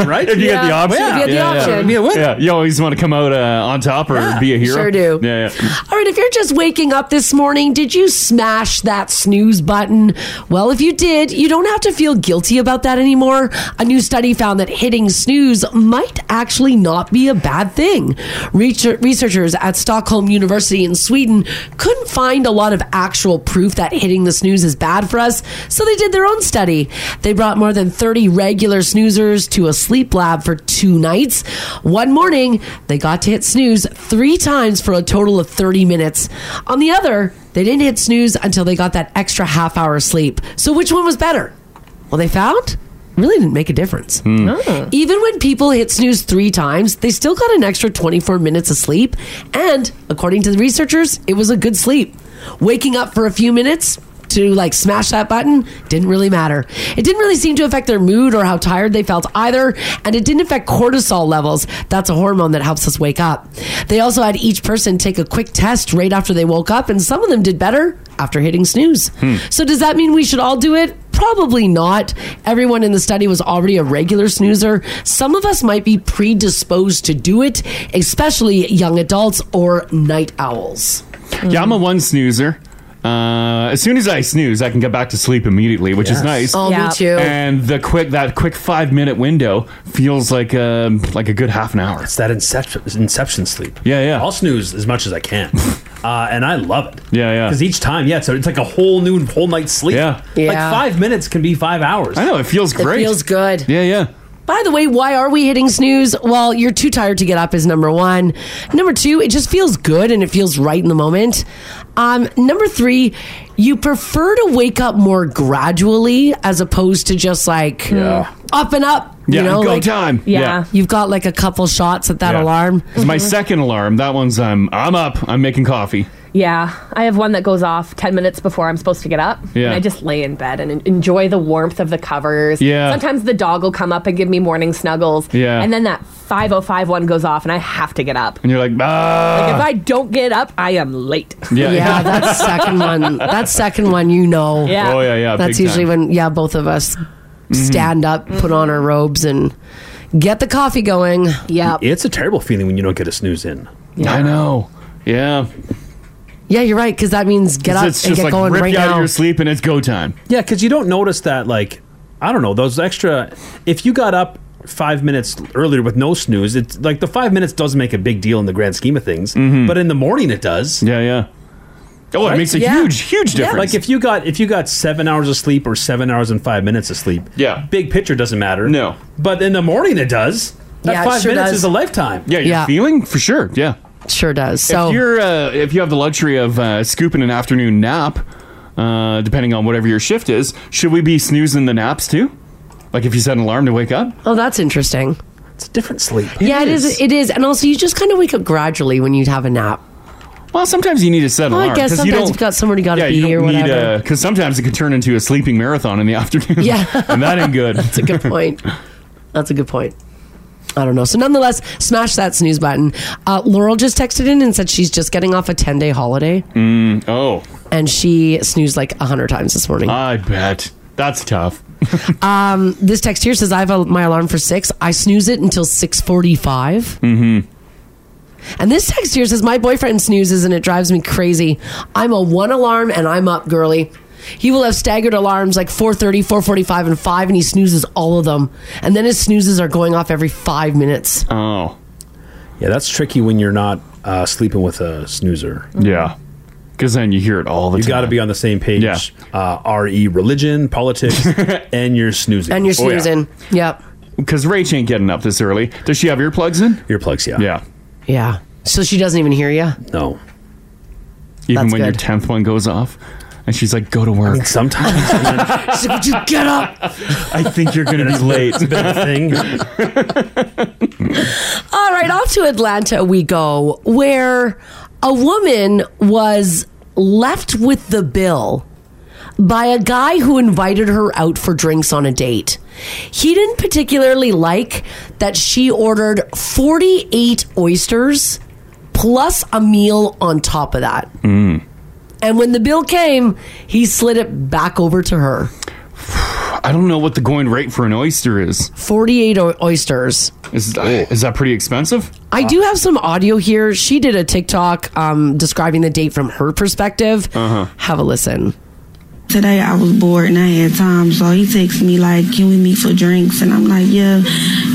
right? If you get the Yeah. option, If you get the option. yeah. Yeah, what? Yeah, you always want to come out uh, on top or be a hero. sure do. Yeah, yeah. All right, if you're just waking up this morning, did you smash that snooze button? Well, if you did, you don't have to feel guilty about that anymore. A new study found that hitting snooze might actually not be a bad thing. Research- Researchers at Stockholm University in Sweden couldn't find a lot of actual proof that hitting the snooze is bad for us, so they did their own study. They brought more than 30 regular snoozers to a sleep lab for two nights. One morning, they got to hit snooze three times for a total of 30 minutes. On the other, they didn't hit snooze until they got that extra half hour sleep. So, which one was better? Well, they found really didn't make a difference. Even when people hit snooze three times, they still got an extra 24 minutes of sleep. And according to the researchers, it was a good sleep. Waking up for a few minutes to like smash that button didn't really matter. It didn't really seem to affect their mood or how tired they felt either. And it didn't affect cortisol levels. That's a hormone that helps us wake up. They also had each person take a quick test right after they woke up. And some of them did better after hitting snooze. So, does that mean we should all do it? Probably not. Everyone in the study was already a regular snoozer. Some of us might be predisposed to do it, especially young adults or night owls. Yeah, I'm a one snoozer. Uh, as soon as I snooze, I can get back to sleep immediately, which Yes. is nice. Oh, me Yeah. too. And the quick that quick five minute window feels like um like a good half an hour. It's that inception inception sleep. Yeah, yeah. I'll snooze as much as [laughs] I can, uh, and I love it. Yeah, yeah. Because each time, yeah, so it's like a whole new whole night's sleep. Yeah, like Yeah. five minutes can be five hours. I know it feels It great. feels good. Yeah, yeah. By the way, why are we hitting snooze? Well, you're too tired to get up is number one. Number two, it just feels good and it feels right in the moment. Um, number three, you prefer to wake up more gradually as opposed to just like Yeah. up and up. Yeah, you know, go like- time. Yeah. Yeah. you've got like a couple shots at that Yeah. alarm. [laughs] Mm-hmm. It's my second alarm. That one's um I'm up. I'm making coffee. Yeah, I have one that goes off 10 minutes before I'm supposed to get up. Yeah. And I just lay in bed and en- enjoy the warmth of the covers. Yeah. Sometimes the dog will come up and give me morning snuggles. Yeah. And then that 505 one goes off and I have to get up. And you're like, ah. Like if I don't get up, I am late. Yeah. Yeah, that second one. That second one, you know. Yeah. Oh, yeah, yeah, That's big usually time. when yeah, both of us stand up, put on our robes, and get the coffee going. Yeah. It's a terrible feeling when you don't get a snooze in. Yeah. I know. Yeah. Yeah, you're right because that means get up and It's just get like going rip right you out of now. your sleep and it's go time. Yeah, because you don't notice that, like, I don't know, those extra. If you got up five minutes earlier with no snooze, it's like the five minutes doesn't make a big deal in the grand scheme of things, but in the morning it does. Mm-hmm. Yeah, yeah. Oh, it makes a Yeah. huge, huge difference. Like if you got if you got seven hours of sleep or seven hours and five minutes of sleep, yeah, big picture doesn't matter. No, but in the morning it does. That Yeah, it five sure minutes does. is a lifetime. Yeah, your feeling for sure. Yeah, sure does. So- if you're uh, if you have the luxury of uh, scooping an afternoon nap, uh, depending on whatever your shift is, should we be snoozing the naps too? Like if you set an alarm to wake up? Oh, that's interesting. It's a different sleep. yeah, it is. It is, and also you just kind of wake up gradually when you have a nap. Well, sometimes you need to set an Well, alarm. I guess 'cause you sometimes don't- you've got somewhere you got to yeah, be you or don't need whatever. a because sometimes it could turn into a sleeping marathon in the [laughs] afternoon. Yeah. and that [laughs] ain't good. That's a good point. That's a good point. I don't know. So, nonetheless, smash that snooze button. Uh, Laurel just texted in and said she's just getting off a 10 day [laughs] holiday. Mm, oh, And she snoozed like 100 times this morning. I bet that's tough. um, this text here says, I have a, my alarm for 6. I snooze it until 645. Mm-hmm. And this text here says, My boyfriend snoozes and it drives me crazy. I'm a one alarm and I'm up, girly. He will have staggered alarms like 4.30, 4.45, and 5, and he snoozes all of them. And then his snoozes are going off every five minutes. Oh, yeah, that's tricky when you're not uh, sleeping with a snoozer. Mm-hmm. Yeah, because then you hear it all the time. You got to be on the same page. Yeah. Uh, re [laughs] religion, politics, and you're snoozing. And you're Oh, snoozing. Yep. Because Rach ain't getting up this early. Does she have earplugs in? Earplugs, yeah. Yeah. Yeah. So she doesn't even hear you? No. Even That's when your good. tenth one goes off, and she's like, "Go to work." [laughs] sometimes She's like, "Would you get up? I think you're gonna be late. All right, off to Atlanta we go, where a woman was left with the bill by a guy who invited her out for drinks on a date. He didn't particularly like that she ordered 48 oysters plus a meal on top of that. Hmm. Mm. And when the bill came, he slid it back over to her. I don't know what the going rate for an oyster is. Forty-eight oysters. Is is that pretty expensive? I do have some audio here. She did a TikTok um, describing the date from her perspective. Uh huh. Have a listen. Today I was bored and I had time, so he texts me like, "Can we meet for drinks?" And I'm like, "Yeah,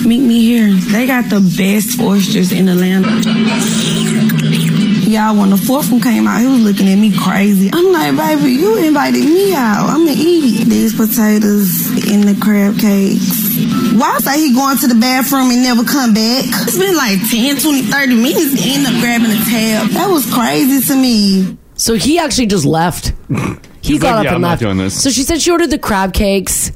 meet me here." They got the best oysters in Atlanta. Y'all, when the fourth one came out, he was looking at me crazy. I'm like, "Baby, you invited me out. I'ma eat these potatoes and the crab cakes." Why say he going to the bathroom and never come back? It's been like 10, 20, 30 minutes. and End up grabbing a tab. That was crazy to me. So he actually just left. He He's got like, up "Yeah, and I'm not left. doing this." So she said she ordered the crab cakes.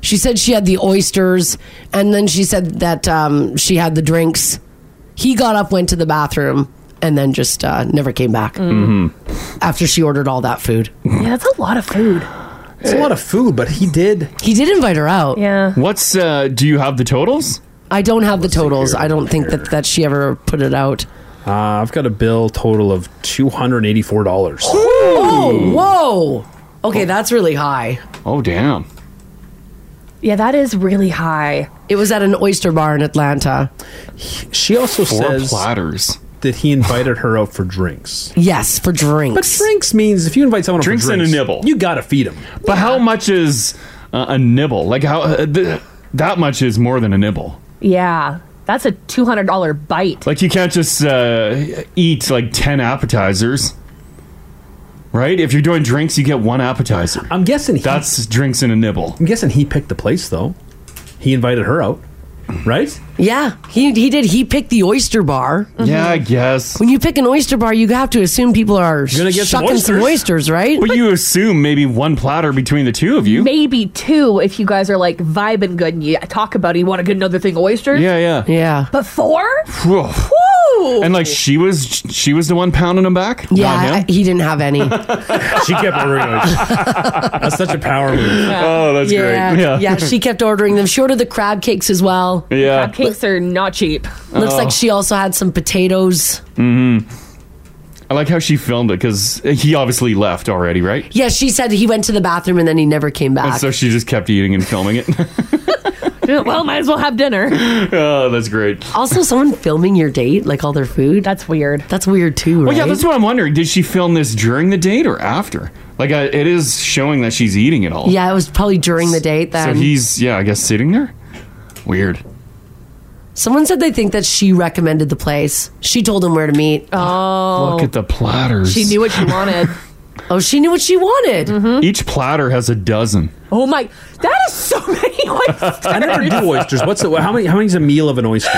She said she had the oysters, and then she said that um, she had the drinks. He got up, went to the bathroom, and then just uh, never came back Mm-hmm. Mm-hmm. after she ordered all that food. Mm. Yeah, that's a lot of food. It's a lot of food, but he did. He did invite her out. Yeah. What's uh? Do you have the totals? I don't have the totals. I don't think that, that she ever put it out. Uh, I've got a bill total of two hundred eighty-four dollars. Oh, whoa. Okay, that's really high. Oh damn! Yeah, that is really high. It was at an oyster bar in Atlanta. She also Four says platters that he invited her out for drinks. Yes, for drinks. But drinks means if you invite someone out Drinks for and a drinks nibble. you gotta feed him. But how much is uh, a nibble? Like how uh, th- that much is more than a nibble. [laughs] Yeah, that's a $200 bite. Like you can't just uh, eat like ten appetizers, right? If you're doing drinks, you get one appetizer. I'm guessing that's drinks and a nibble. I'm guessing he picked the place though. He invited her out, right? Yeah, he he did. He picked the oyster bar. Yeah, I guess. When you pick an oyster bar, you have to assume people are You're gonna get some shucking some oysters, right? But you assume maybe one platter between the two of you. Maybe two if you guys are like vibing good and you talk about it. You want to get another thing oysters? Yeah, yeah, yeah. But four? Whew. And like she was, she was the one pounding him back. Yeah, Not him? I- he didn't have [laughs] any. she kept ordering That's such a power move. [laughs] Oh, that's yeah. great. Yeah. yeah, she [laughs] kept ordering them. She ordered the crab cakes as well. Yeah. Crab cakes are not cheap. Looks Oh. like she also had some potatoes. hmm I like how she filmed it because he obviously left already, right? Yeah, she said he went to the bathroom and then he never came And back. so she just kept eating and filming it. [laughs] [laughs] well, might as well have dinner. [laughs] oh, that's great. Also, someone filming your date, like all their food. That's weird. That's weird too, right? Well, yeah, that's what I'm wondering. Did she film this during the date or after? Like, I, it is showing that she's eating it all. Yeah, it was probably during the date then. Oh. So he's, yeah, I guess sitting there. Weird. Someone said they think that she recommended the place. She told him where to meet. Oh. Look at the platters. She knew what she wanted. [laughs] Mm-hmm. oh, she knew what she wanted. Each platter has a dozen. Oh my, that is so [laughs] many oysters. [laughs] I never do oysters. What's the, how many? How many's a meal of an oyster?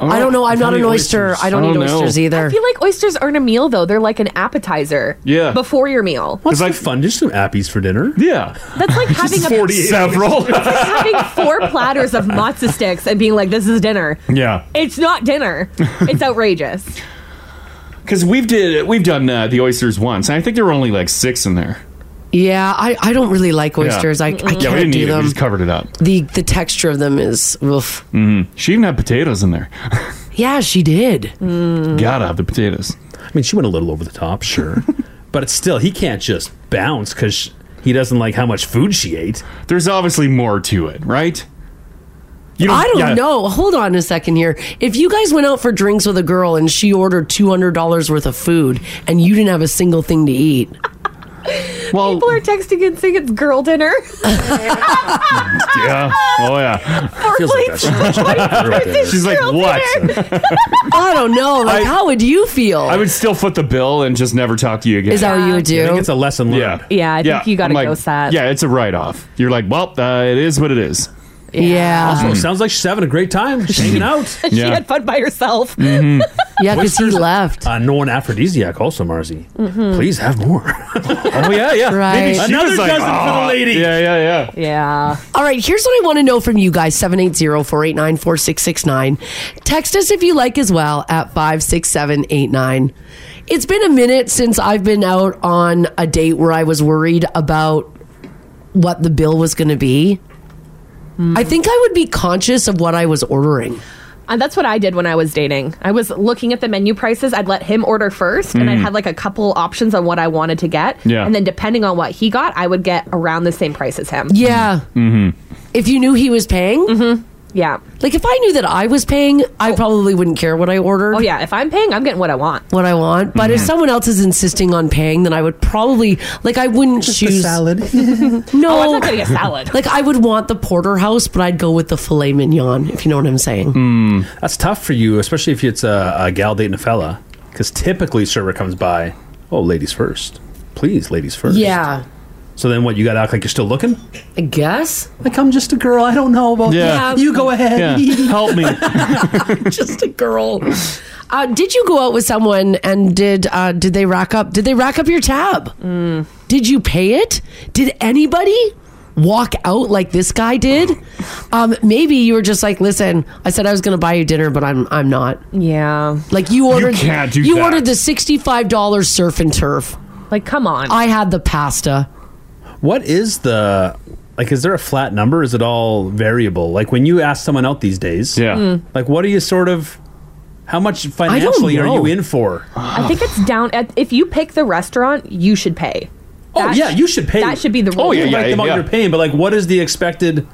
I don't know. I'm not an oyster. I don't, eat oysters either. I feel like oysters aren't a meal though; they're like an appetizer. Yeah. Before your meal, What's the fun? Just some appies for dinner. Yeah, that's like having Several. a [laughs] It's like having four platters of matzo sticks and being like, "This is dinner." Yeah. It's not dinner. It's outrageous. Because we've did we've done uh, the oysters once, and I think there were only like six in there. yeah, I, I don't really like Yeah. oysters. I, I can't yeah, we didn't do eat it. them. We just covered it up. the the texture of them is woof. hmm She even had [laughs] potatoes in there. Yeah, she did. Gotta have the potatoes. I mean, she went a little over the [laughs] top, sure, but it's still he can't just bounce because he doesn't like how much food she ate. There's obviously more to it, right? I don't yeah. know. Hold on a second here. If you guys went out for drinks with a girl and she ordered two hundred dollars worth of food and you didn't have a single thing to eat, well, people are texting and saying it's girl dinner. Yeah. Oh yeah. Feels [laughs] [laughs] like that's- She's like, what? [laughs] I don't know. Like, how would you feel? I would still foot the bill and just never talk to you again. Is that what you would do? I think it's a lesson learned. Yeah. Yeah, I think you gotta I'm like, ghost that. Yeah, it's a write off. You're like, well, uh, it is what it is. [laughs] Yeah. Also, it sounds like she's having a great [laughs] time, just hanging out. [laughs] she had fun by herself. Mm-hmm. Mhm. Yeah, 'cause he left. Mm. Uh, no one aphrodisiac, also Marzi. Mm-hmm. Mhm. Please have [laughs] more. oh yeah, yeah. Right. Another dozen for the lady. "Ah." Yeah, yeah, yeah. Yeah. All right, here's what I want to know from you guys 780 489 4669. Text us if you like as well at 56789. It's been a minute since I've been out on a date where I was worried about what the bill was going to be. Hmm. I think I would be conscious of what I was ordering. And Uh, that's what I did when I was dating. I was looking at the menu prices. I'd let him order first, and I Mm. had like a couple options on what I wanted to get. Yeah. And then depending on what he got, I would get around the same price as him. Yeah. Mm-hmm. If you knew he was paying? Mm-hmm. Yeah. Like if I knew that I was paying, I probably wouldn't care what I ordered. Oh yeah. If I'm paying, I'm getting what I want. what I want. But if someone else is insisting on paying, then I would probably like I wouldn't Just the choose [laughs] [laughs] salad. no, Oh, I'm not getting a salad. Like I would want the porterhouse, but I'd go with the filet mignon, if you know what I'm saying. That's tough for you, especially if it's a, a gal dating a fella, because typically server comes by. Oh, ladies first, please, ladies first. Yeah, So then, what you got to act like you're still looking? I guess. Like I'm just a girl. I don't know about. Yeah. You go ahead. [laughs] Yeah. Help me. [laughs] Just a girl. Uh, did you go out with someone and did uh, did they rack up? Did they rack up your tab? Did you pay it? Did anybody? Walk out like this guy [gasps] did. Um, maybe you were just like, "Listen, I said I was going to buy you dinner, but I'm I'm not." Yeah, like you ordered. can't do you that. ordered the sixty five dollars surf and turf. Like, come on. I had the pasta. What is the like? Is there a flat number? Is it all variable? Like when you ask someone out these days, yeah. Mm. Like what are you sort of? How much financially are you know. in for? I think it's down. At, if you pick the restaurant, you should pay. Oh That- yeah, you should pay. That should be the rule. Oh yeah, yeah, them out you're paying, but like, what is the expected?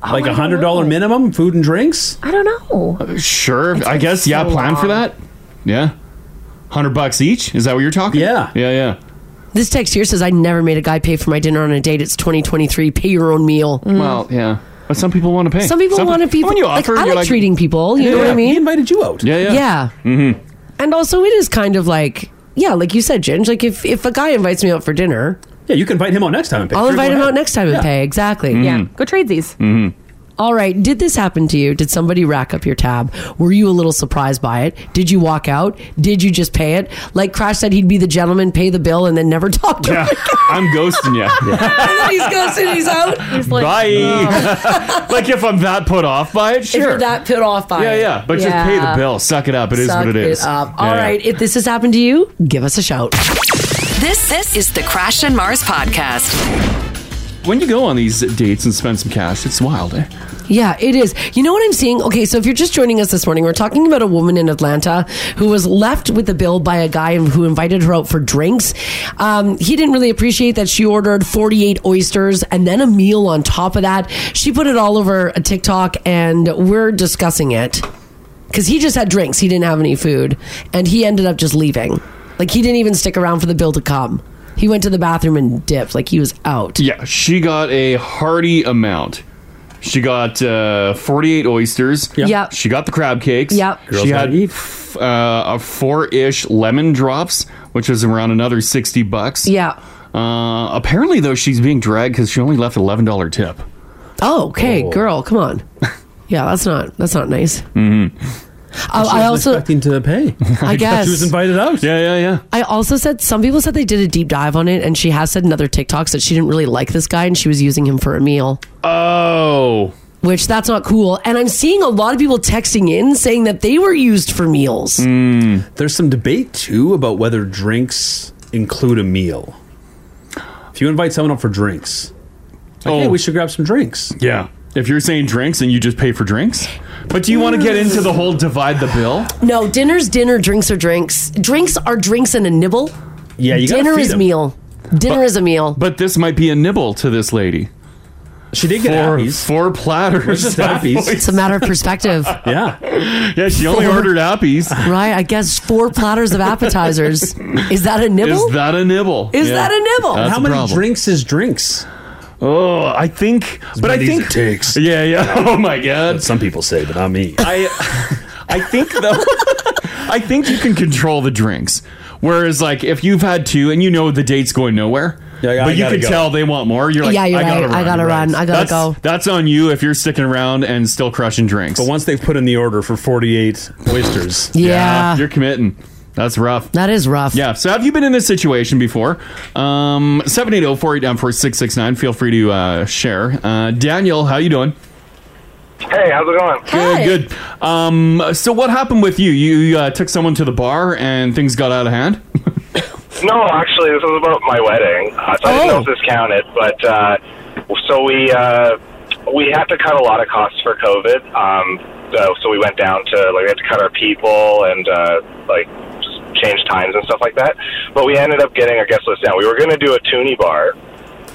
Like I a don't hundred dollar know. minimum, food and drinks. Uh, I don't know. Sure, I guess. yeah, so plan for that. Yeah, hundred bucks each. Is that what you're talking? Yeah, yeah, yeah. This text here says I never made a guy pay for my dinner on a date. It's 2023. Pay your own meal. Mm. Well, yeah, but some people want to pay. Some people want to people. When you like, offer, I you're like, treating people. You know what I Yeah. mean? He invited you out. Yeah, yeah, Yeah. Mm-hmm. And also, it is kind of like yeah, like you said, Ginge. Like if if a guy invites me out for dinner, Yeah, you can invite him out next time. and pay. I'll Sure, invite go him ahead. out next time and Yeah. pay. Exactly. Yeah. Mhm. Go trade these. Mm-hmm. All right. Did this happen to you? Did somebody rack up your tab? Were you a little surprised by it? Did you walk out? Did you just pay it? Like Crash said, he'd be the gentleman, pay the bill, and then never [laughs] talk to Yeah, [laughs] him. I'm ghosting you. and then [laughs] he's ghosted. He's out. He's like, Bye. [laughs] like if I'm that put off by it, If sure. you're that put off by yeah, it. yeah. But just pay the Yeah. bill. Suck it up. It is Suck what it is. up. All right. If this has happened to you, give us a shout. This this is the Crash and Mars podcast. When you go on these dates and spend some cash, it's wild. Eh? Yeah, it is. You know what I'm seeing? Okay, so if you're just joining us this morning, we're talking about a woman in Atlanta who was left with a bill by a guy who invited her out for drinks. Um, he didn't really appreciate that she ordered 48 oysters and then a meal on top of that. She put it all over a TikTok, and we're discussing it because he just had drinks. He didn't have any food, and he ended up just leaving. Like he didn't even stick around for the bill to come. He went to the bathroom and dipped. Like he was out. Yeah, she got a hearty amount. She got uh, 48 oysters. Yep. Yep. She got the crab cakes. Yep. Girls she gotta had f- uh, a four-ish lemon drops, which is around another 60 bucks. Yeah. Uh, apparently, though, she's being dragged because she only left an $11 tip. Oh, okay, girl, come [laughs] on. Yeah, that's not that's not nice. Mm-hmm. I, I also expecting to pay. [laughs] I guess. she was invited out. Yeah, yeah, yeah. I also said some people said they did a deep dive on it, and she has said in other TikToks that she didn't really like this guy and she was using him for a meal. Oh. Which that's not cool. And I'm seeing a lot of people texting in saying that they were used for Oh. meals. Mm. There's some debate too about whether drinks include a meal. If you invite someone up for drinks, like, Oh. hey, we should grab some drinks. Yeah. If you're saying drinks and you just pay for drinks, but do you want to get into the whole divide the bill? No, dinner's dinner, drinks are drinks. Drinks are drinks and a nibble. Yeah, you gotta dinner feed is them. meal. Dinner But- is a [laughs] meal. But this might be a nibble to this lady. She did get four, four platters. of [laughs] It's a matter of perspective. Yeah. [laughs] Yeah, she only Four- ordered appies. Right, I guess four platters of appetizers. Is that a nibble? Is that a nibble? Is that a nibble? That's How a many problem. Drinks is drinks. Oh, I think, but I many as think it [laughs] takes. Yeah, yeah. [laughs] Oh my god. some people say, but not me. [laughs] I, I think though, [laughs] I think you can control the drinks. Whereas, like, if you've had two and you know the date's going nowhere, I but you gotta can go. tell they want more. You're like, Yeah, you're I gotta right. run. I gotta You're run. I gotta that's, go. That's on you if you're sticking around and still crushing drinks. But once they've put in the order for 48 oysters, Yeah. you're committing. That's rough. That is rough. Yeah. So have you been in this situation before? Um, 780-489-4669. Feel free to uh, share. Uh, Daniel, how you doing? Hey, how's it going? Good, good. Um, so what happened with you? You uh, took someone to the bar and things got out of hand? No, actually, this was about my wedding. Uh, so I didn't Oh. know if this counted, but uh, so we uh, we had to cut a lot of costs for COVID. Um, so, so we went down to like we had to cut our people and uh, like just change times and stuff like that. But we ended up getting our guest list down. We were going to do a toonie bar.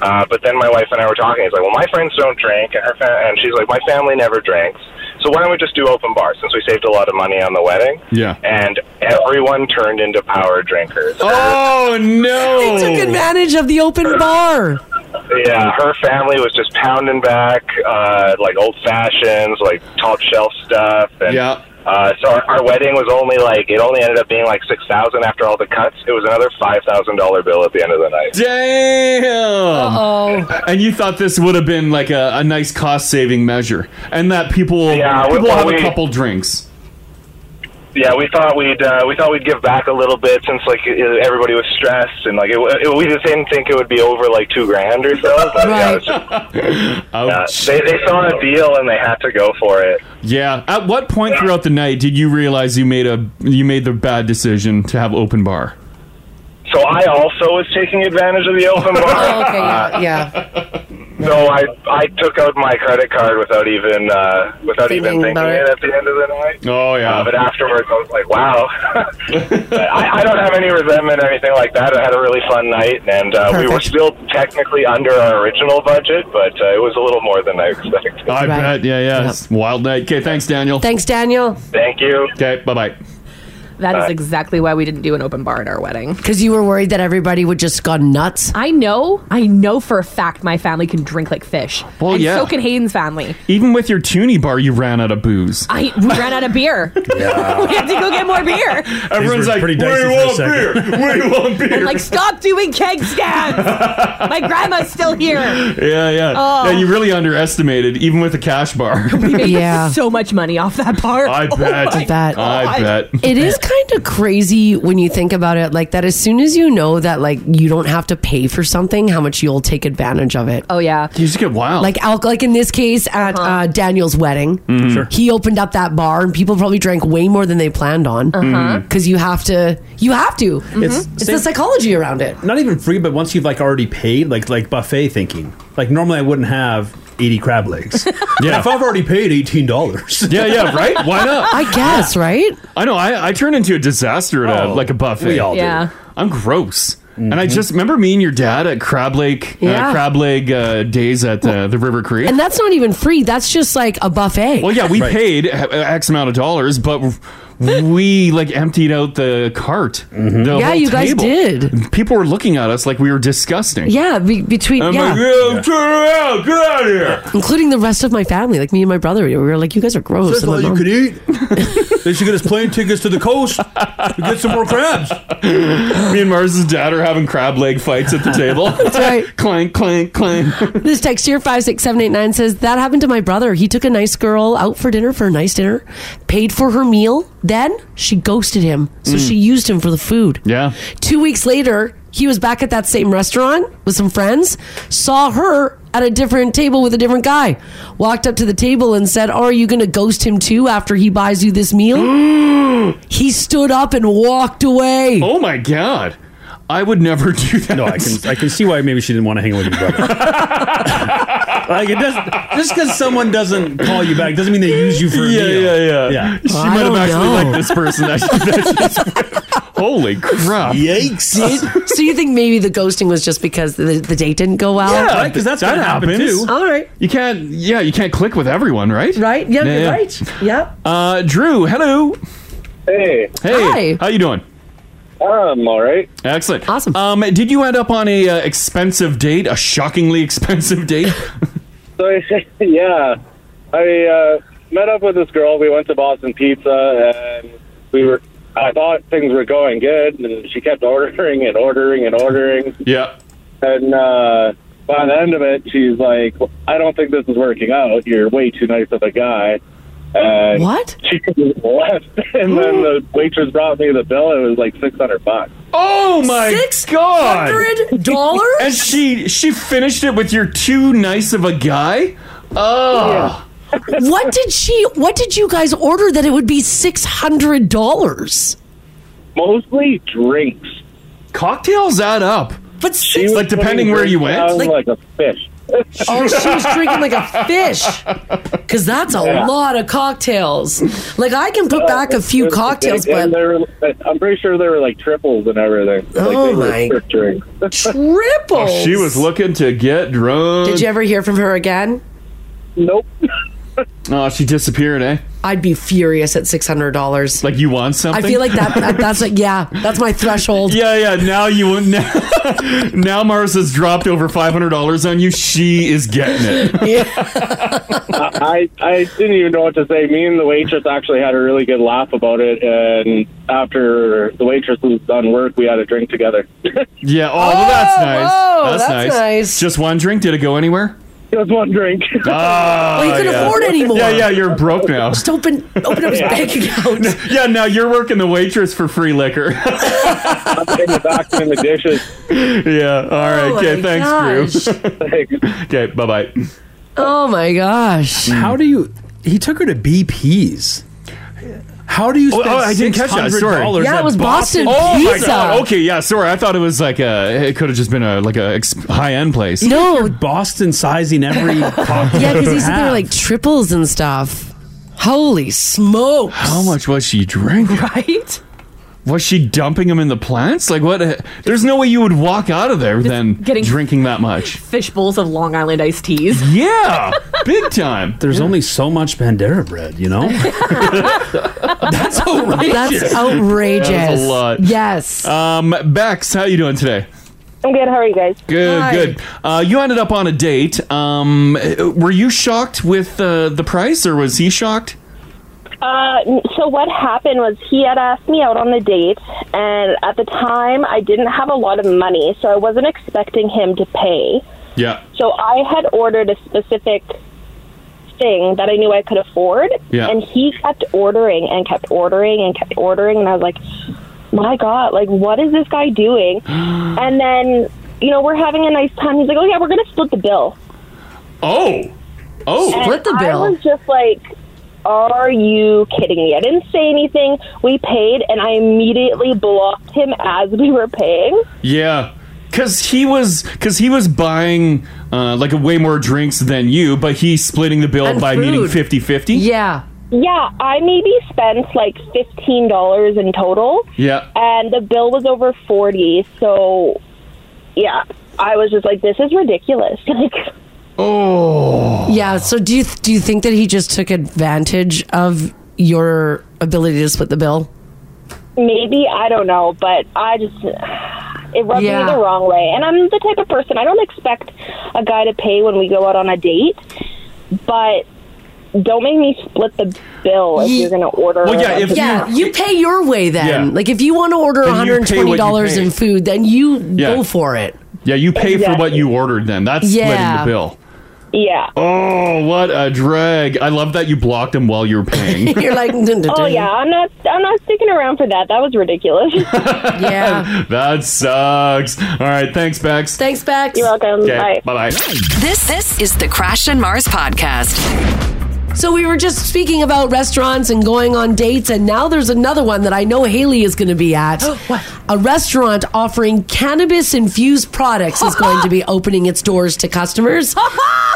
Uh, but then my wife and I were talking. It's like, well, my friends don't drink, and her fa- and she's like, my family never drinks. So why don't we just do open bar since we saved a lot of money on the wedding? Yeah. And everyone turned into power drinkers. Oh no! They took advantage of the open bar. Yeah, her family was just pounding back, uh, like old fashions, like top shelf stuff, and Yeah. uh, so our, our wedding was only like it only ended up being like six thousand after all the cuts. It was another five thousand dollar bill at the end of the night. Damn! And you thought this would have been like a, a nice cost saving measure, and that people Yeah, people well, have we- a couple drinks. Yeah, we thought we'd uh, we thought we'd give back a little bit since like i- everybody was stressed and like it, w- it, we just didn't think it would be over like two grand or so. But yeah, it was Oh, just, yeah, they they saw a deal and they had to go for it. Yeah. At what point throughout the night did you realize you made a you made the bad decision to have open bar? So I also was taking advantage of the open bar. okay, yeah. No, I I took out my credit card without even uh, without even Thinking thinking about it it. at the end of the night. Oh Uh, but afterwards, I was like, [laughs] wow. I, I don't have any resentment or anything like that. I had a really fun night, and uh, we were still technically under our original budget, but uh, it was a little more than I expected. I bet. Yeah, yeah. It's wild night. Okay, thanks, Daniel. Thanks, Daniel. Thank you. Okay, bye bye. That is Uh, exactly why we didn't do an open bar at our wedding. Because you were worried that everybody would just gone nuts. I know, I know for a fact my family can drink like fish. Well, and yeah. so can Hayden's family. Even with your toonie bar, you ran out of booze. I we ran out [laughs] of beer. [laughs] we had to go get more beer. Everyone's like, pretty dicey we want beer. [laughs] We want beer. I'm like, stop doing [laughs] keg stands. my grandma's still here. Yeah, yeah. Oh. Yeah, you really underestimated, even with a cash bar. [laughs] We made so much money off that bar. I bet. Oh my That- I bet. It is kind of crazy when you think about it like that as soon as you know that like you don't have to pay for something how much you'll take advantage of it. Oh yeah. You just get wild. Like alcohol, like in this case at uh Daniel's wedding, Mhm. Sure. he opened up that bar and people probably drank way more than they planned on Uh-huh. Mm-hmm. because you have to you have to. Mm-hmm. It's, the same- psychology around it. Not even free, but once you've like already paid, like like buffet thinking. Like normally I wouldn't have eighty [laughs] crab legs. yeah, if I've already paid eighteen dollars. [laughs] Yeah, yeah, right? Why not? I guess, right? I know. I, I turn into a disaster at a, like a buffet. Oh, we all do. Mm-hmm. Yeah. I'm gross. And I just remember me and your dad at Crab Lake, Yeah. uh, Crab Leg uh, days at uh, the River Creek. And that's not even free. That's just like a buffet. well, yeah, we paid a- a- X amount of dollars, but we like emptied out the cart. Mm-hmm. the Yeah, whole you guys table. did. People were looking at us like we were disgusting. Yeah, be- between I'm yeah. like, "Yeah, turn around, get out of here. including the rest of my family, like me and my brother. We were like, "You guys are gross." That's And my all you mom- could eat. they should get us plane tickets to [laughs] the coast to [laughs] get some more crabs. Me and Mars' dad are having crab leg fights at the [laughs] table. That's [laughs] right. clank, clank, clank. [laughs] This text here, 56789, says that happened to my brother. He took a nice girl out for dinner, for a nice dinner, paid for her meal. Then she ghosted him. So Mm. she used him for the food. Yeah. Two weeks later, he was back at that same restaurant with some friends, saw her at a different table with a different guy, walked up to the table and said, Are you going to ghost him too after he buys you this [gasps] meal? he stood up and walked away. Oh my god. I would never [laughs] do that. No, I can I can see why maybe she didn't want to hang out with your brother. [laughs] like it doesn't just because someone doesn't call you back doesn't mean they use you for a Yeah, meal. yeah, yeah, yeah. She might have actually liked this person. That she, [laughs] that she's- holy crap! Did- so you think maybe the ghosting was just because the, the date didn't go well? Yeah, that happens. All right. You can't. Yeah, you can't click with everyone, right? Right. Yeah, you're right. Yep. Uh, Drew, hello. Hey. Hey. How you doing? I'm all right. Excellent. Awesome. Um, did you end up on a uh, expensive date? A shockingly [laughs] expensive date? So [laughs] yeah, I uh, met up with this girl. We went to Boston Pizza, and we were. I thought things were going good, and she kept [laughs] ordering and ordering and ordering. yeah. And uh, by the end of it, she's like, "I don't think this is working out. You're way too nice of a guy." And what? She [laughs] left, and [gasps] then the waitress brought me the bill. It was like six hundred bucks. Oh my god! dollars, and she she finished it with "You're too nice of a guy." Oh, what did she? What did you guys order that it would be six hundred dollars? Mostly drinks. Cocktails add up. But She was like depending putting where you drinks went, down like a fish. Oh, she was drinking like a fish. Because that's a Yeah. lot of cocktails. Like I can put back a few cocktails, And but they were, I'm pretty sure there were like triples and everything. Oh like they were my- [laughs] trip drinks. triples. Oh, she was looking to get drunk. Oh, Did you ever hear from her again? Nope. Oh, she disappeared, eh? I'd be furious at six hundred dollars. Like you want something? I feel like [laughs] that, that- That's like yeah. That's my threshold. yeah, yeah. Now you [laughs] now, now Mars has dropped over five hundred dollars on you. She is getting it. I, I didn't even know what to say. Me and the waitress actually had a really good laugh about it. And after the waitress was done work, we had a drink together. Yeah. Oh, well, that's nice. whoa, that's that's nice. Just one drink. Did it go anywhere? Just one [laughs] drink. Oh, Well, you couldn't yeah. afford any more. Yeah, yeah. You're broke now. Just open open up [laughs] his bank account. [laughs] Yeah, now you're working the waitress for free liquor. [laughs] I'm in the back doing the dishes. yeah. All right. Oh okay. my Thanks, Drew. [laughs] okay. Bye bye. Oh my gosh! How do you? He took her to BP's. How do you Oh, spend oh, I didn't catch that. Sorry. $600 at Oh my god. Okay. Yeah. Sorry. I thought it was like a. It could have just been a like a ex- high end place. No. Boston [laughs] sizing every. cocktail Yeah, because you he's there have. like triples and stuff. Holy smokes! How much was she drinking? Right? Was she dumping him in the plants? Like what? There's no way you would walk out of there then getting- drinking that much. Fish bowls of Long Island iced teas. [laughs] Yeah, big time. There's only so much Bandera bread, you know. That's [laughs] outrageous. That's That outrageous. was a lot. Yes. Um, Bex, how you doing today? I'm good. How are you guys? Good, good. Uh, you ended up on a date. Um, were you shocked with uh, the price, or was he shocked? Uh, so what happened was he had asked me out on a date, and at the time I didn't have a lot of money, so I wasn't expecting him to pay. Yeah. So I had ordered a specific thing that I knew I could afford, Yeah. and he kept ordering and kept ordering and kept ordering, and I was like, "My God, like what is this guy doing?" and then you know we're having a nice time. He's like, "Oh yeah, we're gonna split the bill." Oh, And I was just like, "Are you kidding me?" I didn't say anything. We paid, and I immediately blocked him as we were paying. Yeah, because he was because he was buying uh, like way more drinks than you, but he's splitting the bill And by food. meeting 50-50? Yeah, Yeah, I maybe spent like fifteen dollars in total, yeah. and the bill was over forty. So, yeah, I was just like, "This is ridiculous." Like, oh, Yeah. So do you do you think that he just took advantage of your ability to split the bill? maybe I don't know, but I just it rubbed Yeah. me the wrong way. And I'm the type of person I don't expect a guy to pay when we go out on a date, but don't make me split the bill if you're going to order. yeah, [laughs] you, pay [laughs] your way then. Yeah. Like if you want to order one Then you hundred and pay what twenty you dollars pay. in food, then you Yeah. go for it. Yeah, you pay for what Exactly. you ordered. Then that's splitting Yeah. the bill. Yeah. Oh, what a drag! I love that you blocked him while you were [laughs] paying. oh yeah, I'm not. I'm not sticking around for that. That was ridiculous. [laughs] yeah. that sucks. All right, thanks, Bex. Thanks, Bex. You're welcome. Okay, Um, bye bye. This this is the Crash and Mars podcast. So we were just speaking about restaurants and going on dates, and now there's another one that I know Haley is going to be at. what? A restaurant offering cannabis-infused products is going to be opening its doors to customers.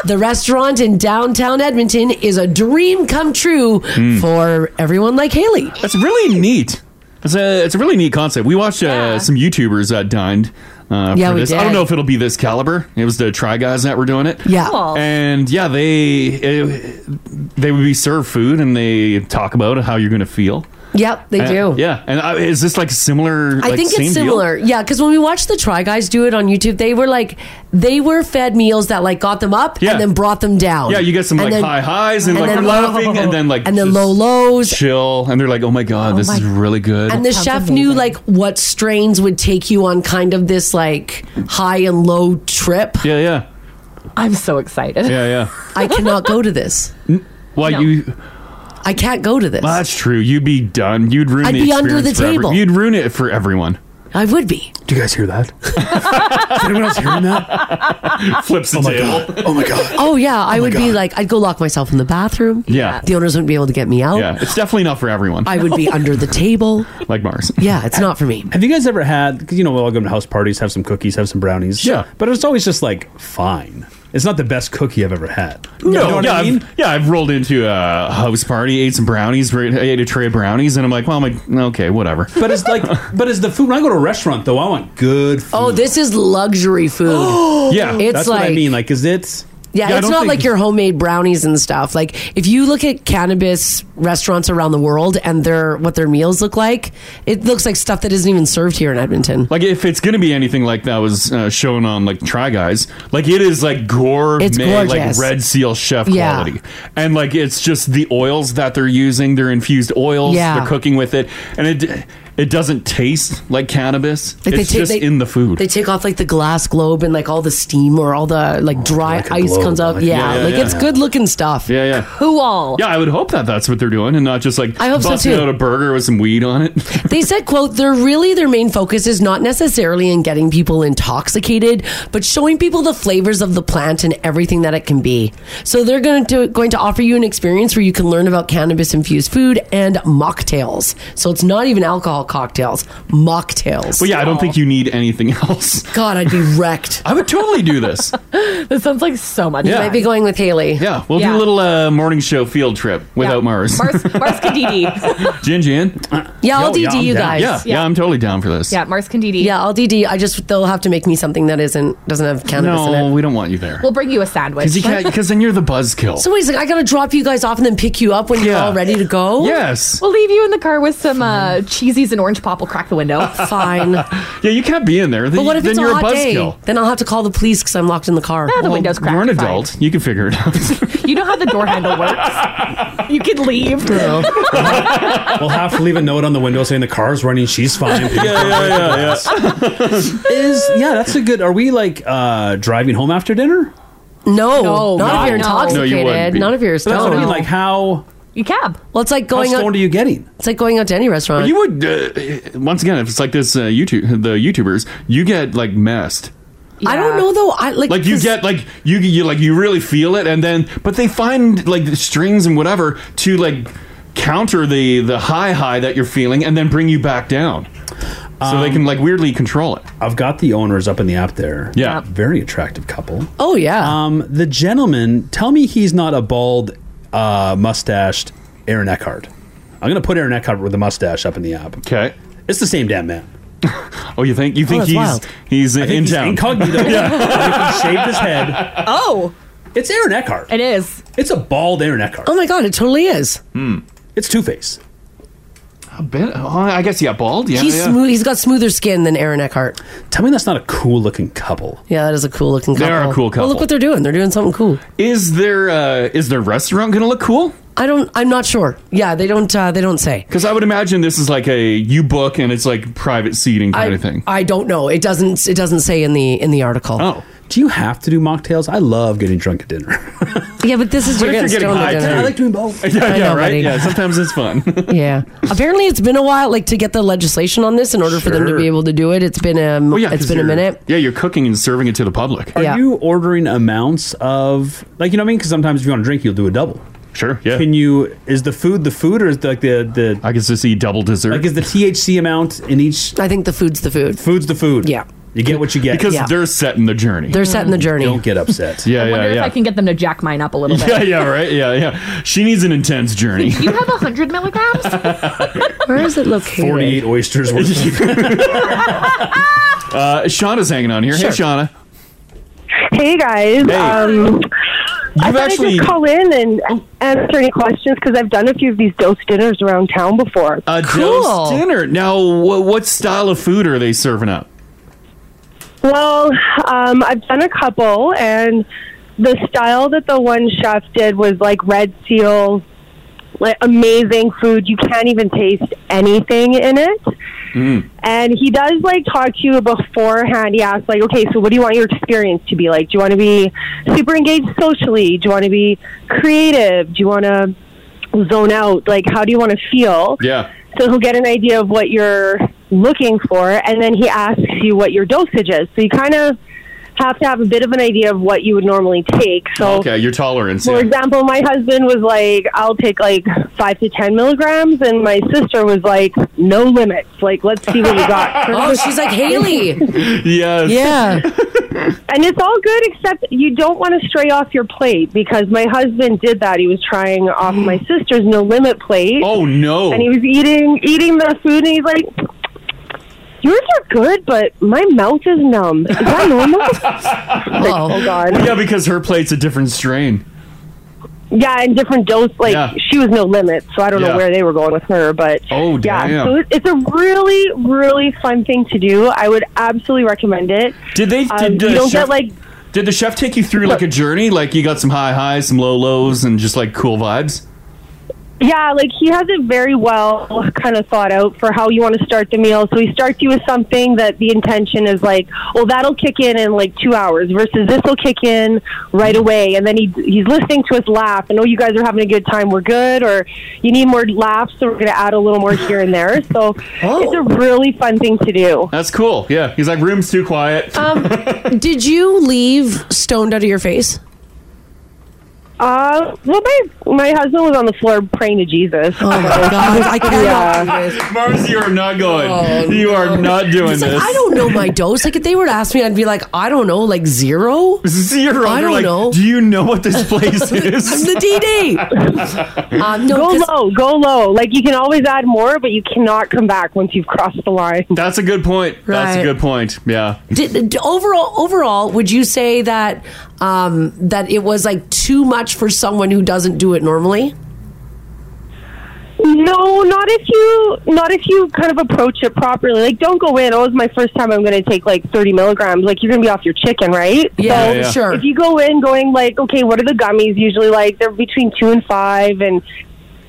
the restaurant in downtown Edmonton is a dream come true for everyone like Haley. Hmm. That's really neat. It's a it's a really neat concept. We watched uh, some YouTubers that dined. Uh, Yeah, for we this. I don't did. know if it'll be this caliber. It was the Try Guys that were doing it. Yeah. Cool. and yeah, they it, they would be served food and they talk about how you're going to feel. Yep, they Uh, do. Yeah, and uh, is this like similar? I like, think same it's deal? similar. Yeah, because when we watched the Try Guys do it on YouTube, they were like, they were fed meals that like got them up Yeah. and then brought them down. Yeah, you get some And like then- high highs and, and like then- laughing and then like and then just low lows. chill and they're like, oh my god, this my- is really good. And the chef knew like what strains would take you on kind of this like high and low trip. Yeah, yeah. I'm so excited. [laughs] Yeah, yeah. I cannot go to this. Why No. you? I can't go to this. Well, that's true. You'd be done. You'd ruin. I'd the be under experience the for every- table. You'd ruin it for everyone. I would be. Do you guys [laughs] hear that? Is anyone else hearing that? [laughs] Flips the Oh my table. Oh my god. Oh yeah, I would be like I'd go lock myself in the bathroom. [laughs] Yeah. The owners wouldn't be able to get me out. Yeah, it's definitely not for everyone. I would be under the table. [laughs] like Mars. Yeah, it's not for me. Have you guys ever had? Because you know, we all go to house parties, have some cookies, have some brownies. Yeah, but it's always just like fine. It's not the best cookie I've ever had. No, You know what yeah, I mean? have yeah, I've rolled into a house party, ate some brownies, I ate a tray of brownies, and I'm like, well, I'm like, okay, whatever. But it's [laughs] like, but it's the food. When I go to a restaurant, though, I want good. Mm. food. Oh, this is luxury [gasps] food. it's that's like what I mean. Like, is it? Yeah, it's not like your homemade brownies and stuff. Like if you look at cannabis restaurants around the world and their what their meals look like, it looks like stuff that isn't even served here in Edmonton. Like if it's gonna be anything like that was uh, shown on like Try Guys, like it is like gourmet, It's like gorgeous. Red Seal chef Yeah. quality, and like it's just the oils that they're using, they're infused oils, Yeah. they're cooking with it, and it it doesn't taste like cannabis. Like it's take- just in the food. They take off like the glass globe and like all the steam or all the like dry ice globe, comes up. like- Yeah, Yeah, yeah, like yeah. it's good looking stuff. yeah, yeah. Who all? Yeah, I would hope that that's what they're doing, and not just like I hope so, busting too. out a burger with some weed on it. [laughs] they said quote they're really their main focus is not necessarily in getting people intoxicated but showing people the flavors of the plant and everything that it can be so they're going to going to offer you an experience where you can learn about cannabis infused food and mocktails so it's not even alcohol cocktails, mocktails. Well, yeah, I don't think you need anything [laughs] else. God, I'd be wrecked. I would totally [laughs] do this. [laughs] that sounds like so much. You Yeah. might be going with Haley. Yeah, we'll do Yeah. a little uh, morning show field trip without Mars. Mars, Mars [laughs] Candidi. Jin Jin. Yeah, I'll Yo, DD I'm you down. guys. Yeah, yeah, Yeah. I'm totally down for this. Yeah, Mars Candidi. Yeah, I'll DD. I just they'll have to make me something that isn't doesn't have cannabis in No, it. we don't want you there. We'll bring you a sandwich. Because you can't. Because then you're the buzzkill. So wait, like I gotta drop you guys off and then pick you up when you're all ready to go. Yes. We'll leave you in the car with some uh, cheesies and orange pop. We'll crack the window. [laughs] Fine. [laughs] yeah, you can't be in there. Then, But what if then it's a you're hot a day? buzzkill. Then I'll have to call the police because I'm locked in the car. Ah, the Well, window's cracked, You're an you're fine. adult. You can figure it out. You know how the door handle works. You can leave. [laughs] We'll have to leave a note on the window saying the car's running. She's fine. [laughs] Yeah, yeah, Is yeah, that's a good. Are we like uh driving home after dinner? [laughs] No, No, not if you're not. No, you wouldn't intoxicated, be. not if you're But That's what I stoned. mean. Like how You cab. Well, it's like going how stoned out. are you getting? It's like going out to any restaurant. [laughs] You would uh, once again if it's like this uh, YouTube the YouTubers you get like messed. I don't know though. I like, Like, you 'cause- get like you you like you really feel it and then but they find like the strings and whatever to like counter the the high high that you're feeling and then bring you back down. So they can like weirdly control it. Um, I've got the owners up in the app there. Yeah. Very attractive couple. Oh yeah. Um the gentleman, tell me he's not a bald uh mustached Aaron Eckhart. I'm gonna put Aaron Eckhart with a mustache up in the app. Okay. It's the same damn man. Oh, you think you think that's he's wild. he's I think in he's town? incognito. [laughs] [laughs] yeah. He shaved his head. Oh. It's Aaron Eckhart. It is. It's a bald Aaron Eckhart. Oh my god, it totally is. Hmm. It's Two Face. A bit. Oh, I guess yeah, bald. Yeah. he's yeah. smooth. He's got smoother skin than Aaron Eckhart. Tell me that's not a cool looking couple. Yeah, that is a cool looking. They couple. are a cool Well, couple. look what they're doing. They're doing something cool. Is there uh, is their restaurant going to look cool? I don't. I'm not sure. Yeah, they don't. Uh, they don't say. Because I would imagine this is like a you book and it's like private seating kind I, of thing. I don't know. It doesn't. It doesn't say in the in the article. Oh. Do you have to do mocktails? I love getting drunk at dinner. Yeah, but this is What you're if getting, you're getting stoned high, at dinner. too? I like doing [laughs] both. yeah, I yeah, know, right. buddy. Yeah, sometimes it's fun. [laughs] yeah. Apparently, it's been a while. Like to get the legislation on this in order for them to Sure. be able to do it. It's been a. Well, yeah, it's 'cause been a you're- [laughs] minute. Yeah, you're cooking and serving it to the public. Are you ordering amounts of like you know what I mean? Because sometimes if you want to drink, you'll do a double. Sure. Yeah. Can you? Is the food the food, or is the, like the the? I guess just eat double dessert. Like is the THC amount in each? I think the food's the food. Food's the food. Yeah. You get what you get Because they're setting the journey. They're setting the journey. Don't get upset. Hmm. [laughs] yeah, I yeah, wonder if yeah. I can get them to jack mine up a little [laughs] bit. yeah, yeah, right. Yeah, yeah. She needs an intense journey. You have 100 milligrams? Where is it located? Forty-eight oysters worth. [laughs] uh, Shauna's hanging on here. Sure. Hey, Shauna. Hey guys. Hey. Um, I You've thought I'd actually- just call in and answer any questions because I've done a few of these dose dinners around town before. A dose dinner. Now, wh- what style of food are they serving up? Well, um, I've done a couple, and the style that the one chef did was like red seal, like amazing food. You can't even taste anything in it. Oh, mm. And he does like talk to you beforehand. He asks like, okay, so what do you want your experience to be like? Do you want to be super engaged socially? Do you want to be creative? Do you want to zone out? Like, how do you want to feel? Yeah. So he'll get an idea of what you're looking for, and then he asks you what your dosage is. So you kind of have to have a bit of an idea of what you would normally take. So, Okay, your tolerance. for yeah. example, my husband was like, I'll take like five to 10 milligrams, and my sister was like, no limits. Like, let's see what we got. [laughs] Oh, she's like [laughs] Haley. yes. [laughs] Yeah. And it's all good, except you don't want to stray off your plate because my husband did that. He was trying off [gasps] my sister's no limit plate. Oh no! And he was eating eating the food, and he's like, "Yours are good, but my mouth is numb. Is that [laughs] normal?" Like, oh God. Well, yeah, because her plate's a different strain. Yeah, and different dose. Like Yeah. she was no limit, so I don't Yeah. know where they were going with her, but Oh, yeah, damn. so it- it's a really really fun thing to do. I would absolutely recommend it. Did they? Um, Did the you don't chef, get like Did the chef take you through like a journey? Like you got some high highs, some low lows, and just like cool vibes. Yeah, like he has it very well kind of thought out for how you want to start the meal. So he starts you with something that the intention is like, well, that'll kick in in like two hours versus this will kick in right away. And then he he's listening to us laugh and oh, you guys are having a good time. We're good, or you need more laughs, so we're going to add a little more here and there. So it's a really fun thing to do. That's cool. Yeah, he's like room's too [laughs] quiet. Um, did you leave stoned out of your face? Uh, well, my my husband was on the floor praying to Jesus. Oh my God, [laughs] I cannot Mars, you are not going. you are not doing It's like, this. I don't know my dose. Like if they were to ask me, I'd be like, I don't know, like zero, zero. I You're don't like, know. Do you know [laughs] what this place is? I'm the [laughs] DD. um, go low, go low. Like you can always add more, but you cannot come back once you've crossed the line. That's a good point. That's a Right. good point. Yeah. Did, d- overall, overall, would you say that um, that it was like too much for someone who doesn't do it normally? No, not if you not if you kind of approach it properly. Like don't go in. Oh, it's my first time. I'm going to take like 30 milligrams. Like you're going to be off your chicken, right? Yeah, So yeah, yeah. Sure. If you go in going like, okay, what are the gummies usually like? They're between two and five, and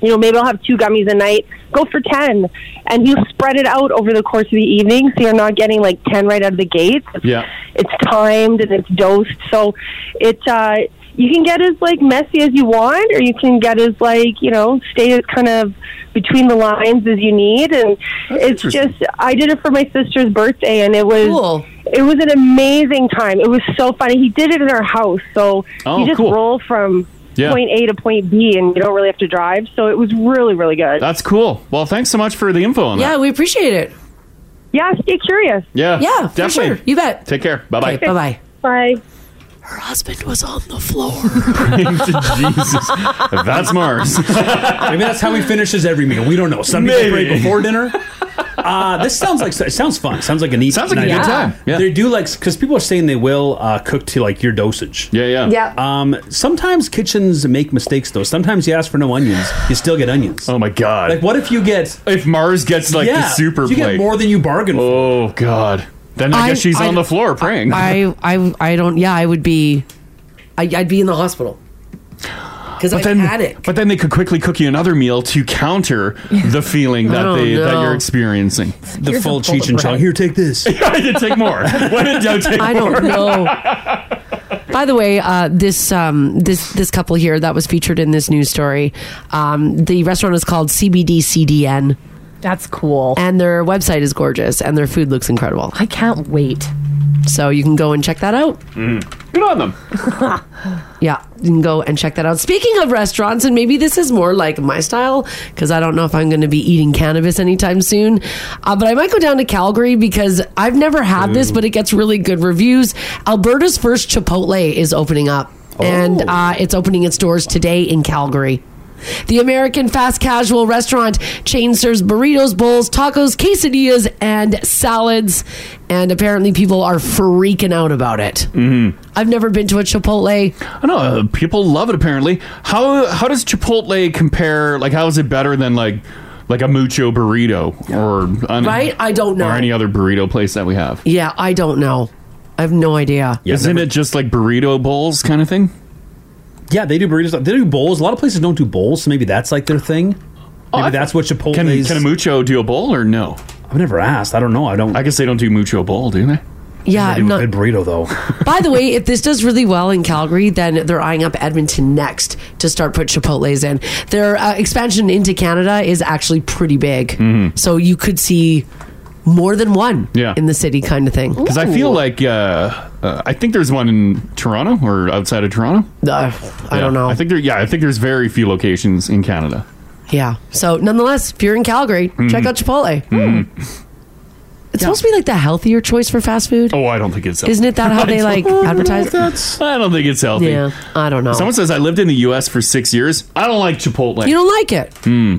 you know maybe I'll have two gummies a night. Go for 10, and you spread it out over the course of the evening, so you're not getting like 10 right out of the gate Yeah. it's timed and it's dosed. So it's uh, you can get as like messy as you want, or you can get as like you know stay as kind of between the lines as you need. And it's just I did it for my sister's birthday, and it was it was an amazing time. It was so funny. He did it in our house, so Oh, you just cool. roll from. Yeah. Point A to point B, and you don't really have to drive. So it was really, really good. That's cool. Well, thanks so much for the info on that. we appreciate it. Yeah, stay curious. Yeah. Yeah, for Definitely. sure. You bet. Take care. Bye bye. Bye bye. Bye. Her husband was on the [laughs] floor. Jesus. That's Mars. Maybe that's how he finishes every meal. We don't know. Some people Maybe. pray before dinner. Uh, this sounds like it sounds fun. Sounds like a neat. Sounds like a good night out. time. Yeah. They do like because people are saying they will uh, cook to like your dosage. Yeah, yeah. Yeah. Um, sometimes kitchens make mistakes though. Sometimes you ask for no onions, you still get onions. Oh my god! Like what if you get if Mars gets like the super You plate. get more than you bargained. Oh God. Then I, I- guess she's I- on the floor praying. I, I, I don't. Yeah, I would be. I, I'd be in the hospital because I but then, had it. but then they could quickly cook you another meal to counter [laughs] the feeling I that don't they that know. you're experiencing. The Here's full a fold Cheech of and Chong. bread. Here, [laughs] take this. you [laughs] take more. Why did you take I don't more? know. By the way, uh, this um, this this couple here that was featured in this news story, um, the restaurant is called CBD CDN. That's cool. And their website is gorgeous, and their food looks incredible. I can't wait. So you can go and check that out. mm. Good on them. [laughs] Yeah, you can go and check that out. Speaking of restaurants, and maybe this is more like my style because I don't know if I'm going to be eating cannabis anytime soon, uh, but I might go down to Calgary because I've never had this, but it gets really good reviews. Alberta's first Chipotle is opening up, and uh, it's opening its doors today in Calgary. The American fast casual restaurant chain serves burritos, bowls, tacos, quesadillas, and salads. And apparently, people are freaking out about it. Mm-hmm. I've never been to a Chipotle. I know uh, people love it. Apparently, how how does Chipotle compare? Like, how is it better than like like a mucho burrito or an, Right? I don't know. or any other burrito place that we have? Yeah, I don't know. I have no idea. Isn't it just like burrito bowls kind of thing? Yeah, they do burritos. They do bowls. A lot of places don't do bowls, so maybe that's like their thing. Maybe Oh, that's what Chipotle. Can can a mucho do a bowl or no? I've never asked. I don't know. I don't. I guess they don't do mucho bowl, do they? Yeah, They I'm do a not- good burrito though. By the way, if this does really well in Calgary, then they're eyeing up Edmonton next to start put Chipotle's in. Their uh, expansion into Canada is actually pretty big, so you could see more than one Mm-hmm. Yeah. in the city, kind of thing. Because I feel like uh, uh, I think there's one in Toronto or outside of Toronto. Uh, I don't know. I think there. Yeah, I think there's very few locations in Canada. yeah. So, nonetheless, if you're in Calgary, check Mhm. out Chipotle. Mm. It's supposed to be like the healthier choice for fast food. Oh, I don't think it's. Healthy. Isn't it that how [laughs] I they don't like know if advertise? That's. I don't think it's healthy. Yeah, I don't know. Someone says I lived in the U.S. for six years. I don't like Chipotle. You don't like it. Hmm.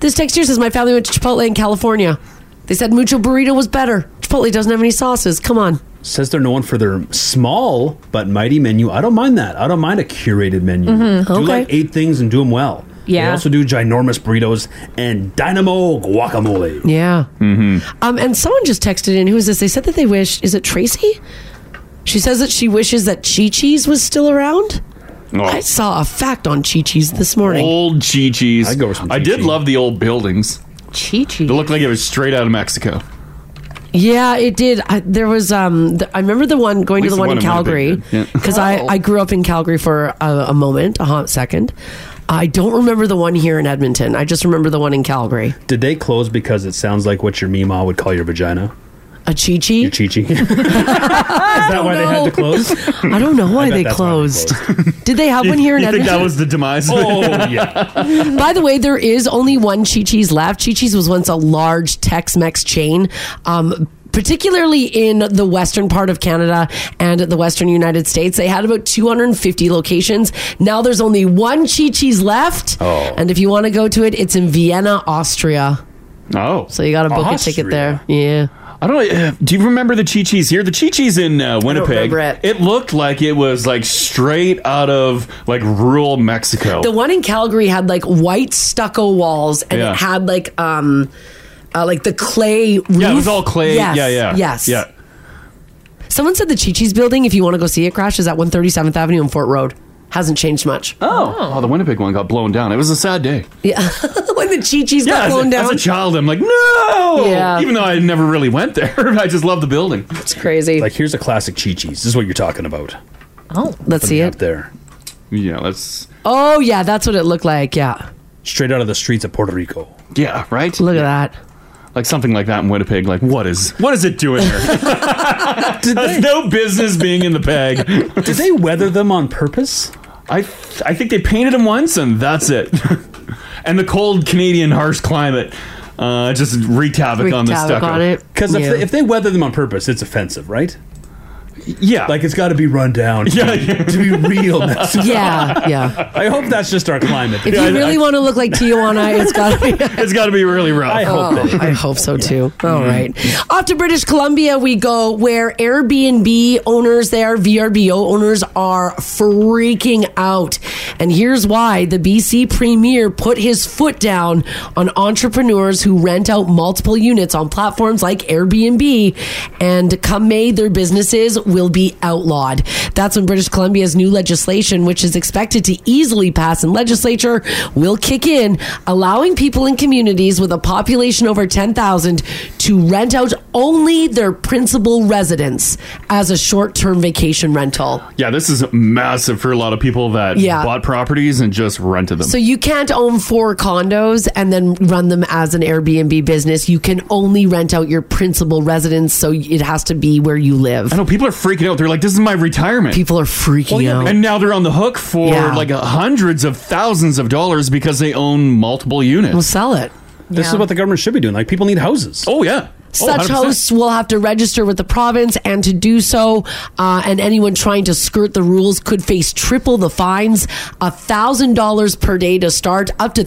This text here says my family went to Chipotle in California. They said mucho burrito was better. Chipotle doesn't have any sauces. Come on. Says they're known for their small but mighty menu. I don't mind that. I don't mind a curated menu. Mhm, Do like eight things and do them well. They Yeah. also do ginormous burritos and dynamo guacamole. Yeah. Mm-hmm. Um, and someone just texted in. Who is this? They said that they wish. Is it Tracy? She says that she wishes that Chi Chi's was still around. I saw a fact on Chi Chi's this morning. Old Chi Chi's. I go with some. I did love the old buildings. Chi They Chi. looked like it was straight out of Mexico. Yeah, it did. I, there was. Um, th- I remember the one going At to least the the one in one in Winnipeg Calgary did, [laughs] yeah. because I I grew up in Calgary for a, a moment, a hot second. I don't remember the one here in Edmonton. I just remember the one in Calgary. Did they close because it sounds like what your mima would call your vagina? A Chi Chi? Your Chi [laughs] Chi. Is that why they had to close? [laughs] I don't know why, they closed. Did they have one here in you think that Edmonton? was the demise? Oh, [laughs] yeah. By the way, there is only one Chi Chi's left. Chi Chi's was once a large Tex Mex chain. Um, Particularly in the western part of Canada and the western United States, they had about 250 locations. Now there's only one Chi Chi's left. Oh. And if you want to go to it, it's in Vienna, Austria. Oh. So you got to book a ticket there. Yeah. I don't. Uh, do you remember the Chi Chi's here? The Chi Chi's in uh, Winnipeg. remember it. looked like it was like straight out of like rural Mexico. The one in Calgary had like white stucco walls, and Yeah. it had like um, uh, like the clay roof. yeah, it was all clay. Yes, yeah, yeah, yes. yeah. Someone said the Chi Chi's building. If you want to go see it, crash is at One Thirty Seventh Avenue and Fort Road. Hasn't changed much. Oh, oh, the Winnipeg one got blown down. It was a sad day. Yeah, [laughs] when the Chi Chi's Yeah, got as, blown a, down. as a child, I'm like, no. Yeah. Even though I never really went there, [laughs] I just love the building. It's crazy. Like here's a classic Chi Chi's. This is what you're talking about. Oh, let's see it. there. Yeah, let's Oh yeah, that's what it looked like. Yeah, straight out of the streets of Puerto Rico. Yeah, right. Look at that. Like something like that in Winnipeg. Like what is what is it doing [laughs] here? That's no business being in the peg. Did they weather them on purpose? I I think they painted them once and that's it. [laughs] and the cold Canadian harsh climate uh, just wreaked havoc on the stucco. Because if, they- if they weather them on purpose, it's offensive, right? Yeah, like it's got to be run down. To, yeah, to be [laughs] real. Mexico. Yeah, yeah. [laughs] I hope that's just our climate. If you really want to look like Tijuana, it's got to [laughs] be. it's got to be really rough. I hope. Oh, I hope so too. All Mm-hmm. right. Off to British Columbia we go, where Airbnb owners there, VRBO owners are freaking out. And here's why the BC Premier put his foot down on entrepreneurs who rent out multiple units on platforms like Airbnb. And come May, their businesses will be outlawed. That's when British Columbia's new legislation, which is expected to easily pass in legislature, will kick in, allowing people in communities with a population over 10,000 to rent out only their principal residence as a short term vacation rental. [laughs] Yeah, this is massive for a lot of people that Yeah. bought properties and just rented them. So you can't own four condos and then run them as an Airbnb business. You can only rent out your principal residence, so it has to be where you live. I know people are freaking out. They're like, "This is my retirement." People are freaking out. and now they're on the hook for Yeah. like hundreds of thousands of dollars because they own multiple units. We'll sell it. This is what the government should be doing. Like people need houses. Oh yeah. Such hosts will have to register with the province, and to do so, uh, and anyone trying to skirt the rules could face triple the fines a $1,000 per day to start, up to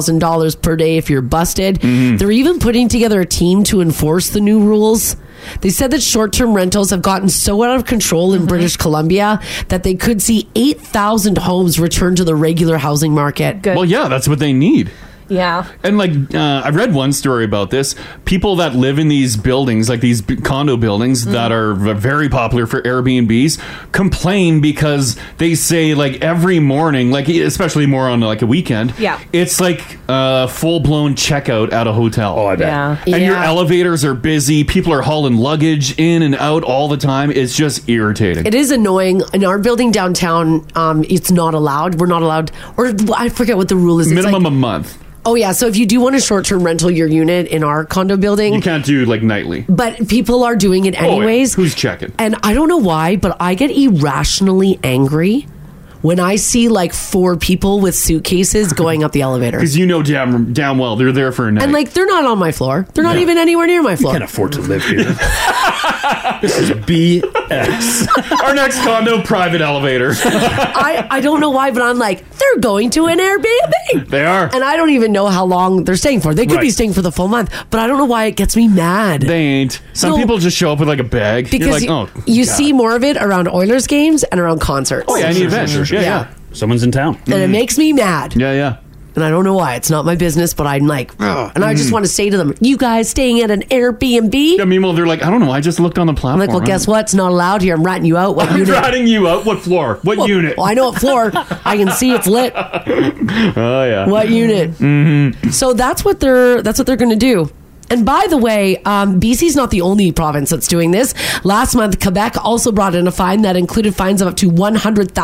$3,000 per day if you're busted. They're even putting together a team to enforce the new rules. They said that short term rentals have gotten so out of control in British Columbia that they could see 8,000 homes return to the regular housing market. Well, yeah, that's what they need. Yeah. And like uh, I read one story about this, people that live in these buildings, like these b- condo buildings Mm. that are v- very popular for Airbnbs, complain because they say like every morning, like e, especially more on like a weekend, Yeah. it's like uh, full blown checkout at a hotel. Oh, I bet. Yeah. And your Yeah. elevators are busy. People are hauling luggage in and out all the time. It's just irritating. It is annoying. In our building downtown, um, it's not allowed. We're not allowed, or I forget what the rule is. It's minimum like- a month. oh yeah, so if you do want to short-term rental your unit in our condo building, You can't do like nightly. but people are doing it Oh, yeah. anyways. who's checking? And I don't know why, but I get irrationally angry when I see like four people with suitcases going up the [laughs] elevator. Because you know damn damn well they're there for a night. And like they're not on my floor. They're not No. even anywhere near my floor. can't afford to live here. [laughs] this is BS. Our next condo private elevator. [laughs] I, I don't know why, but I'm like, they're going to an Airbnb. They are. And I don't even know how long they're staying for. They could be Right. staying for the full month, but I don't know why it gets me mad. They ain't. Some No. people just show up with like a bag. Because You're like, you, oh, you God. see more of it around Oilers games and around concerts. Oh yeah, any event. Yeah, yeah. Mm. Someone's in town. And it makes me mad. Yeah, yeah. And I don't know why. It's not my business, but I'm like, Oh. Ah, and I just mm. Mhm. want to say to them, you guys staying at an Airbnb? Yeah, meanwhile, they're like, I don't know. I just looked on the platform. I'm like, well, [laughs] guess what? It's not allowed here. I'm ratting you out. What I'm unit? ratting you out. What floor? What Well, unit? well, I know what floor. I can see it's lit. [laughs] oh yeah. What unit? Mm-hmm. So that's what they're that's what they're going to do. And by the way, um, BC's not the only province that's doing this. Last month, Quebec also brought in a fine that included fines of up to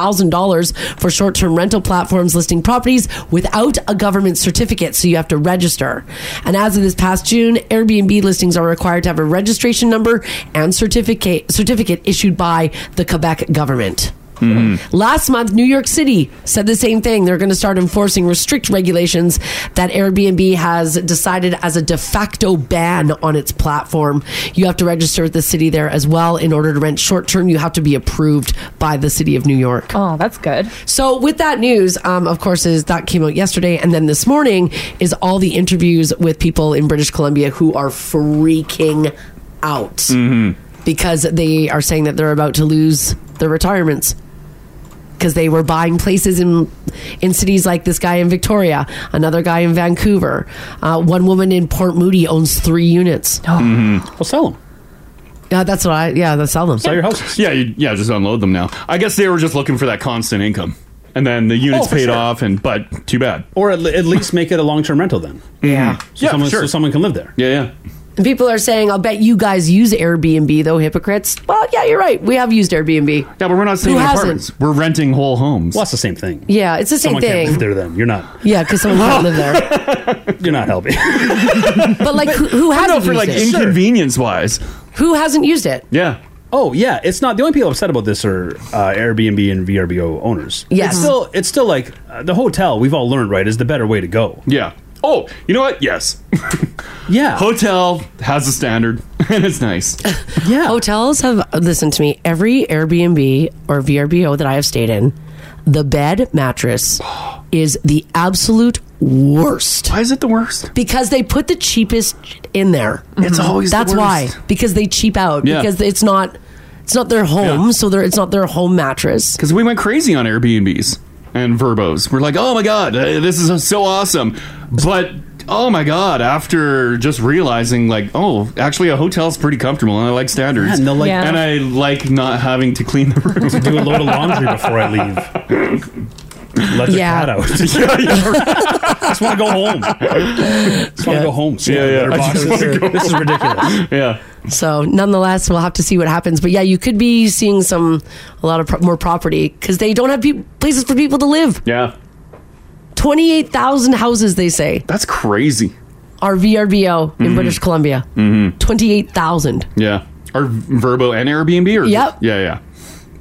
$100,000 for short term rental platforms listing properties without a government certificate. So you have to register. And as of this past June, Airbnb listings are required to have a registration number and certificate, certificate issued by the Quebec government. Mm-hmm. Last month, New York City said the same thing. They're going to start enforcing restrict regulations that Airbnb has decided as a de facto ban on its platform. You have to register with the city there as well. In order to rent short term, you have to be approved by the city of New York. Oh, that's good. So, with that news, um, of course, is that came out yesterday. And then this morning is all the interviews with people in British Columbia who are freaking out Mm-hmm. because they are saying that they're about to lose their retirements because they were buying places in in cities like this guy in Victoria, another guy in Vancouver. Uh, one woman in Port Moody owns three [gasps] units. Mm-hmm. Well, sell them. Yeah, that's what I. Yeah, that's sell them. Sell your houses. Yeah, you, yeah, just unload them now. I guess they were just looking for that constant income, and then the units for paid sure. off. And but too bad. Hmm. Or at, le- at least make it a long term rental then. Yeah, So yeah, someone, sure. so someone can live there. Yeah, yeah. And people are saying, "I'll bet you guys use Airbnb, though hypocrites." Well, yeah, you're right. We have used Airbnb. Yeah, but we're not staying Who in hasn't? apartments. We're renting whole homes. Well, that's the same thing. Yeah, it's the same someone thing. Can't live there then. You're not. Yeah, because someone [laughs] can't live there. [laughs] You're not helping. [laughs] But like, who, who I know hasn't for used like it? inconvenience wise. Who hasn't used it? Yeah. Oh yeah, it's not the only people upset about this are uh, Airbnb and VRBO owners. Yes. it's still it's still like uh, the hotel. We've all learned, right, is the better way to go. Yeah. Oh, you know what? Yes. [laughs] yeah. Hotel has a standard, [laughs] and it's nice. Yeah. Hotels have listened to me. Every Airbnb or VRBO that I have stayed in, the bed [gasps] mattress is the absolute worst. Why is it the worst? Because they put the cheapest in there. Mm-hmm. It's always the that's why. worst. Because they cheap out. Yeah. Because it's not it's not their home, so they're, it's not their home mattress. Because we went crazy on Airbnbs and Verbos. We're like, oh my God, uh, this is so awesome. But oh my God, after just realizing, like, oh, actually, a hotel's pretty comfortable and I like standards. Yeah, and they'll, like- Yeah. and I like not having to clean the room. Do a load of laundry before I leave. Let [laughs] the Yeah. cat out. [laughs] Yeah, just want to go home. Just want to go home. See Yeah, the yeah. [laughs] litter I [laughs] just boxes. wanna go This is home. [laughs] ridiculous. yeah. [laughs] So, nonetheless, we'll have to see what happens. But yeah, you could be seeing some a lot of pro- more property because they don't have peop places for people to live. Yeah. Twenty eight thousand houses, they say. That's crazy. Our VRBO in Mhm. British Columbia, hmm twenty eight thousand. Yeah. Or Verbo and Airbnb? Or Yep. Yeah, yeah.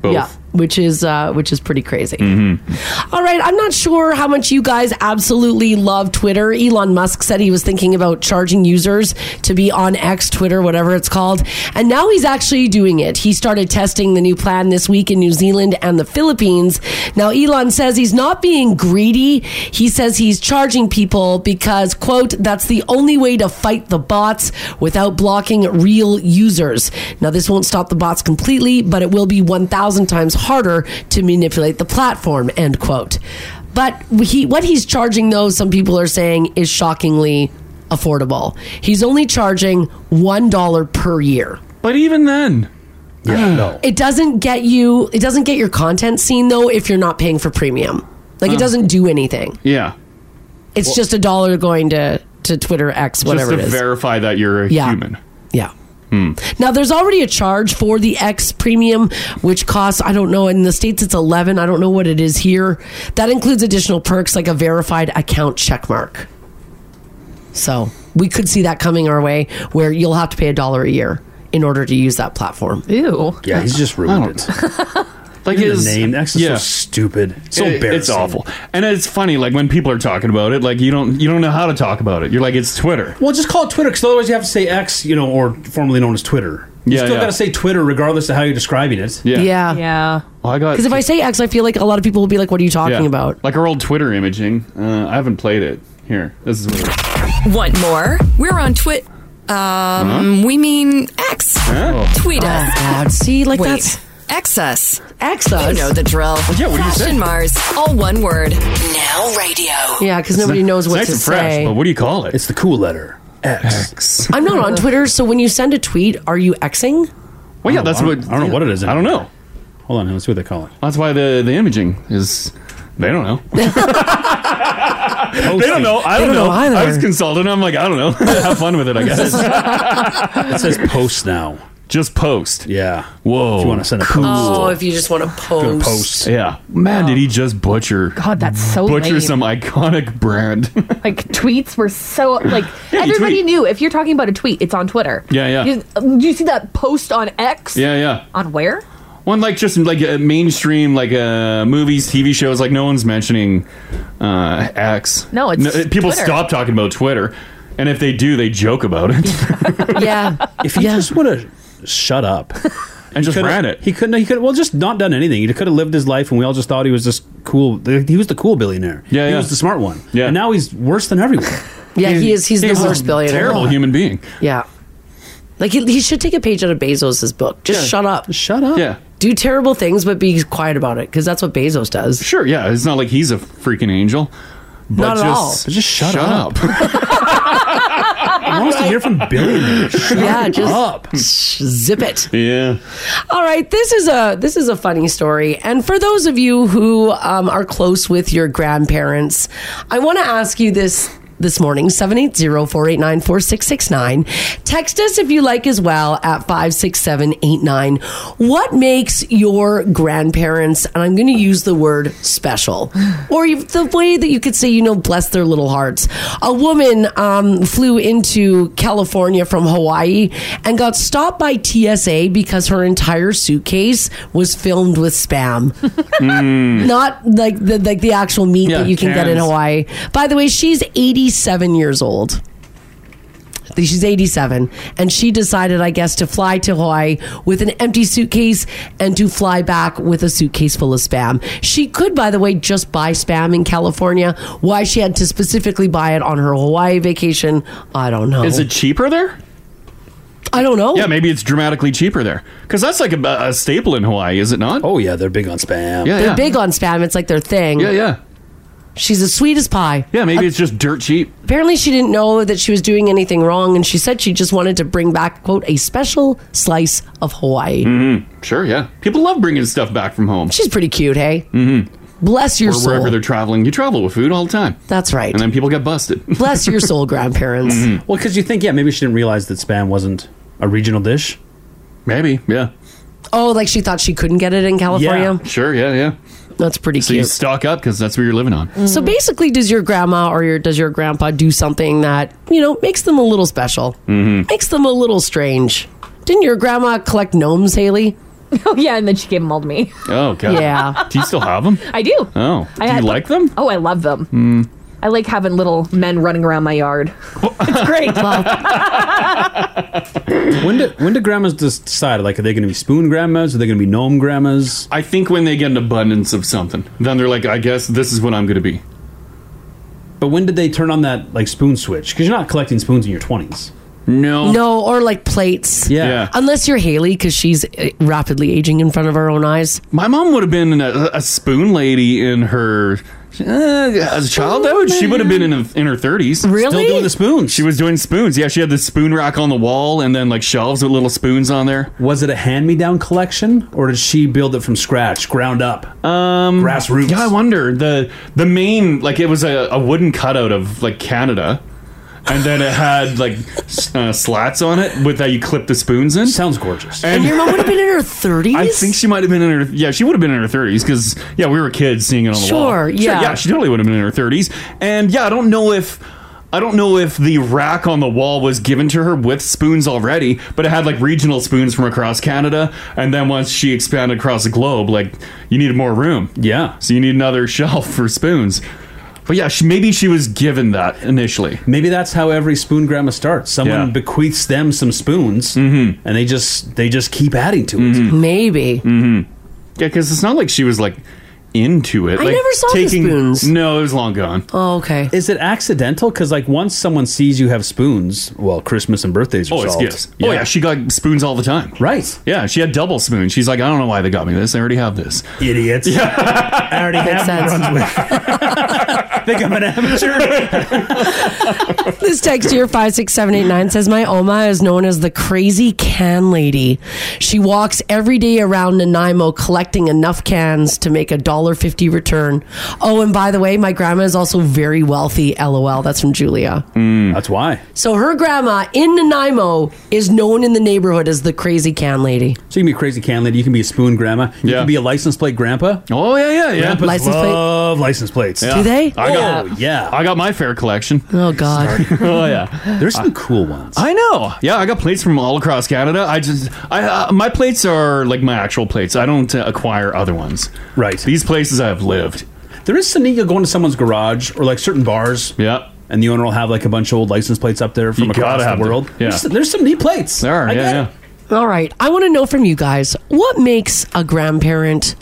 Both. Yeah, which is uh, which is pretty crazy. Mhm. All right, I'm not sure how much you guys absolutely love Twitter. Elon Musk said he was thinking about charging users to be on X, Twitter, whatever it's called. And now he's actually doing it. He started testing the new plan this week in New Zealand and the Philippines. Now, Elon says he's not being greedy. He says he's charging people because, quote, that's the only way to fight the bots without blocking real users. Now, this won't stop the bots completely, but it will be 1,000 times harder to manipulate the platform, end quote. But he, what he's charging, though, some people are saying is shockingly affordable. He's only charging $1 per year. But even then, [sighs] yeah, no. It doesn't get you, it doesn't get your content seen, though, if you're not paying for premium. Like, Oh. it doesn't do anything. Yeah. It's Well- just a dollar going to, to Twitter X, whatever just to it is. verify that you're a Yeah. human. Yeah. Hmm. Now, there's already a charge for the X Premium, which costs, I don't know, in the States it's 11. I don't know what it is here. That includes additional perks like a verified account checkmark. So we could see that coming our way where you'll have to pay a dollar a year in order to use that platform. Ew. Yeah, he's just ruined it. [laughs] Like Even his the name X is so stupid, so It- embarrassing. It's awful, and it's funny. Like when people are talking about it, like you don't you don't know how to talk about it. You're like it's Twitter. Well, just call it Twitter because otherwise you have to say X, you know, or formerly known as Twitter. You Yeah, still yeah. got to say Twitter regardless of how you're describing it. Yeah. Yeah. Well, I got Because if I say X, I feel like a lot of people will be like, what are you talking yeah. about? like our old Twitter imaging. Uh, I haven't played it. Here, this is what it is. Want more? We're on Twit. Um, we mean X. Huh? Oh. Tweet us. See, like Wait. that's- X us. X us. You know the drill. yeah, what do you say? Mars, all one word. Now radio. Yeah, because nobody It's knows what nice to and fresh, say. But what do you call it? It's the cool letter X. I'm not on Twitter, so when you send a tweet, are you Xing? Well, yeah, that's I what don't- I don't know what it is I don't know. Hold on, let's see what they call it. [laughs] That's why the the imaging is. They don't know. They don't know. I They don't, don't know. know either. I was consulted. I'm like, I don't know. Have fun with it, I guess. [laughs] it says post now. Just post. Yeah. Whoa. If you want to send a cool. Oh, if you just want to post. Yeah. Man, did he just butcher? God, that's so butcher lame. some iconic brand. [laughs] Like tweets were so like you everybody tweet. knew if you're talking about a tweet, it's on Twitter. Yeah, yeah. You, um, do you see that post on X? yeah, yeah. On where? One like just like uh, mainstream like uh, movies, TV shows. Like no one's mentioning uh, X. uh, No, it's people Twitter. stop talking about Twitter, and if they do, they joke about it. Uh, [laughs] yeah. [laughs] If he just would have [laughs] shut up and just ran it, he couldn't. He could well just not done anything. He could have lived his life, and we all just thought he was just cool. He was the cool billionaire. Yeah, he yeah. was the smart one. Yeah. and now he's worse than everyone. Yeah, he is. He's, the a worst billionaire. Terrible human being. Yeah. Like he, he should take a page out of Bezos's book. Just shut up. Shut up. Yeah. Do terrible things, but be quiet about it because that's what Bezos does. Sure. Yeah. It's not like he's a freaking angel. But Not at just, all. But just shut, up. [laughs] I want us to hear from billionaires. Shut [laughs] Yeah, just up. Zip it. Yeah. All right, this is a this is a funny story, and for those of you who um, are close with your grandparents, I want to ask you this this morning 780-489-4669 text us if you like as well at 56789 what makes your grandparents and i'm going to use the word special or you- the way that you could say you know bless their little hearts a woman um, flew into california from hawaii and got stopped by tsa because her entire suitcase was filled with spam Mm. not like the like the actual meat Yeah, that you can get in cans. hawaii by the way she's 87 years old She's 87, and she decided, I guess, to fly to Hawaii with an empty suitcase and to fly back with a suitcase full of spam. She could, by the way, just buy spam in California. Why she had to specifically buy it on her Hawaii vacation, I don't know. [laughs] Is it cheaper there? I don't know. Yeah, maybe it's dramatically cheaper there because that's like a, a staple in Hawaii, is it not? Oh yeah, they're big on spam. Yeah, They're yeah. big on spam. It's like their thing. Yeah, yeah. She's as sweet as pie. Yeah, maybe it's just dirt cheap. Apparently, she didn't know that she was doing anything wrong, and she said she just wanted to bring back, quote, a special slice of Hawaii. Mm-hmm. Sure. Yeah. People love bringing stuff back from home. She's pretty cute, hey? Mm-hmm. Bless your or wherever soul. they're traveling. You travel with food all the time. That's right. And then people get busted. [laughs] Mm-hmm. Bless your soul, grandparents. Well, because you think, yeah, maybe she didn't realize that spam wasn't a regional dish. Maybe, yeah. Oh, like she thought she couldn't get it in California? Sure. Yeah. Yeah. That's pretty so you cute. stock up because that's what you're living on. Mm-hmm. So basically, does your grandma or your does your grandpa do something that you know makes them a little special, Mm-hmm. makes them a little strange? Didn't your grandma collect gnomes, Haley? [laughs] Oh yeah, and then she gave them all to me. Oh god. Yeah. Do you still have them? I do. Oh. Do I you had like them? Oh, I love them. Mm. I like having little men running around my yard. [laughs] It's great. when do when do grandmas just decide? Like, are they going to be spoon grandmas? Are they going to be gnome grandmas? I think when they get an abundance of something, then they're like, I guess this is what I'm going to be. But when did they turn on that like spoon switch? Because you're not collecting spoons in your twenties. No. No, or like plates. Oh. Yeah. Yeah. Unless you're Haley, because she's eh, rapidly aging in front of our own eyes. My mom would have been a, a spoon lady in her. uh, as a child, that would, she would have been in, in her 30s. Really? Still doing the spoons. She was doing spoons. Yeah, she had the spoon rack on the wall and then like shelves with little spoons on there. Was it a hand me down collection, or did she build it from scratch, ground up, um, grassroots? Yeah, I wonder the the main like it was a, a wooden cutout of like Canada, and then it had like s- uh, slats on it with that you clip the spoons in. Sounds gorgeous. And, your mom would have been in her 30s? I think she might have been in her yeah she would have been in her thirties because yeah we were kids seeing it on the wall. Sure, yeah. yeah she totally would have been in her thirties and yeah I don't know if. I don't know if the rack on the wall was given to her with spoons already, but it had like regional spoons from across Canada. And then once she expanded across the globe, like you needed more room. Yeah. So you need another [laughs] shelf for spoons. But yeah, she, maybe she was given that initially. Maybe that's how every spoon grandma starts. Someone Yeah. bequeaths them some spoons, and they just they just keep adding to it. Maybe. Mm-hmm. Yeah, because it's not like she was like into it. I like, never saw the spoons. No, it was long gone. Oh, okay. Is it accidental? Because like once someone sees you have spoons, well, Christmas and birthdays are Oh, it's solved. gifts. Oh yeah, she got spoons all the time. Right. Yeah, she had double spoons. She's like, I don't know why they got me this. I already have this. [laughs] Idiots. I already Makes have sense. Brunswick. [laughs] Think I'm an amateur. This text here, 56789, says My Oma is known as the crazy can lady. She walks every day around Nanaimo collecting enough cans to make a $1.50 $1.50 return. Oh, and by the way, my grandma is also very wealthy. LOL. That's from Julia. Mm. That's why. So her grandma in Nanaimo is known in the neighborhood as the crazy can lady. So you can be a crazy can lady. You can be a spoon grandma. You can be a license plate grandpa. Oh yeah, yeah, yeah. Grandpas License plate- love license plates. Yeah. I got, oh, yeah. I got my fair collection. [laughs] Oh God. [laughs] oh yeah. There's some cool ones. I know. Yeah, I got plates from all across Canada. I just, I uh, my plates are like my actual plates. I don't uh, acquire other ones. Right. These places I've lived. There is something you go into someone's garage or like certain bars. Yeah. And the owner will have like a bunch of old license plates up there from You across gotta the have them. world. Yeah. There's, there's some neat plates. There are. yeah, yeah. All right. I want to know from you guys what makes a grandparent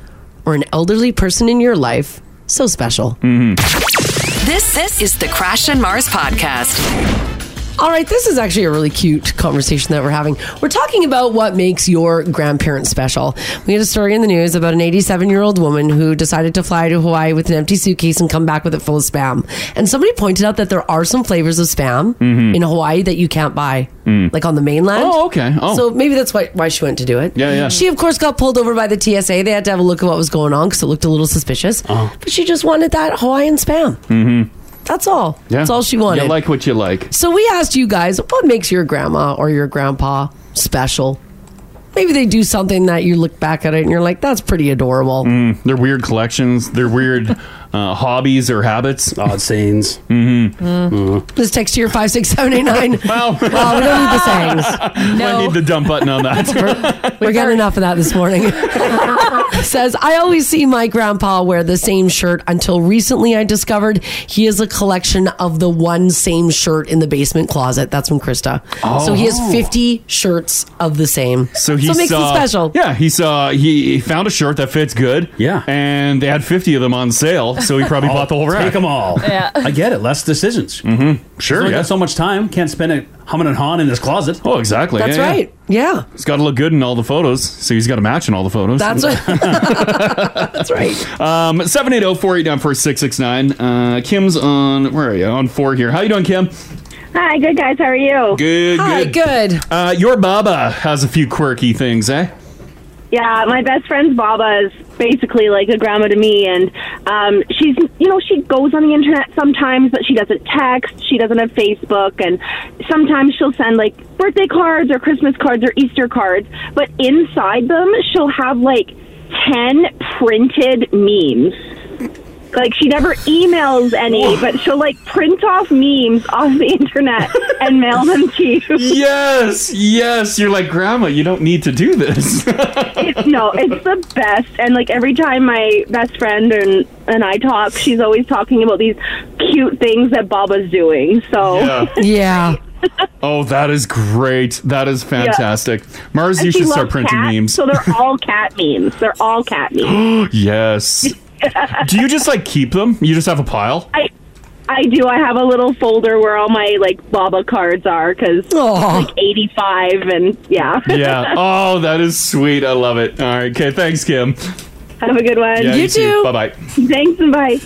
or an elderly person in your life so special? This this is the Crash and Mars podcast. All right, this is actually a really cute conversation that we're having. We're talking about what makes your grandparents special. We had a story in the news about an 87 year old woman who decided to fly to Hawaii with an empty suitcase and come back with it full of spam. And somebody pointed out that there are some flavors of spam Mhm. in Hawaii that you can't buy, Mm. like on the mainland. Oh, okay. Oh. So maybe that's why, why she went to do it. Yeah, yeah. She, of course, got pulled over by the TSA. They had to have a look at what was going on because it looked a little suspicious. Oh. But she just wanted that Hawaiian spam. Mm-hmm. That's all. That's all she wanted. You like what you like. So we asked you guys what makes your grandma or your grandpa special. Maybe they do something that you look back at it and you're like, that's pretty adorable. Mm, they're weird collections. They're weird uh, hobbies or habits. Odd sayings. Mm-hmm. Mm. This text to your [laughs] 56789. well, we don't need the sayings. I need the dump button [laughs] on that. We're getting enough of that this morning. [laughs] Says, I always see my grandpa wear the same shirt until recently I discovered he has a collection of the one same shirt in the basement closet. That's from Krista. So he has Oh. 50 shirts of the same. So he so it makes saw, it special. Yeah, he saw he found a shirt that fits good. Yeah, and they had fifty of them on sale, so he probably [laughs] I'll bought the whole rack. Oh, Take [laughs] [laughs] them all. Yeah. I get it. Less decisions. Mm-hmm. Sure, He's yeah. got so much time. Can't spend it humming and hawing in his closet. Oh, exactly. That's Yeah, yeah. right. Yeah. It's got to look good in all the photos, so he's got to match in all the photos. That's right. That's right. [laughs] Um, seven eight zero four eight nine four six six nine. Uh, Kim's on. Where are you? On four here. How you doing, Kim? Hi, good guys. How are you? Good. Hi, good. Uh, your Baba has a few quirky [laughs] things, eh? Yeah, my best friend's Baba is basically like a grandma to me, and um, she's you know she goes on the internet sometimes, but she doesn't text, she doesn't have Facebook, and sometimes she'll send like birthday cards or Christmas cards or Easter cards, but inside them she'll have like ten printed memes. Like she never emails any, but she'll like print off memes off the internet and mail them to you. yes, yes. You're like grandma. You don't need to [laughs] do this. it's no, it's the best. And like every time my best friend and and I talk, she's always talking about these cute things that Baba's doing. So Yeah. yeah. oh, that is great. That is fantastic. Mars, you should start printing memes. So [laughs] they're all cat memes. They're all cat memes. [gasps] yes. Do you just like keep them? You just have a pile? I I do. I have a little folder where all my like Baba cards are because like eighty five and yeah. Yeah. [laughs] Oh, that is sweet. I love it. All right. Okay. Thanks, Kim. have a good one. Yeah, Bye bye. Thanks and bye.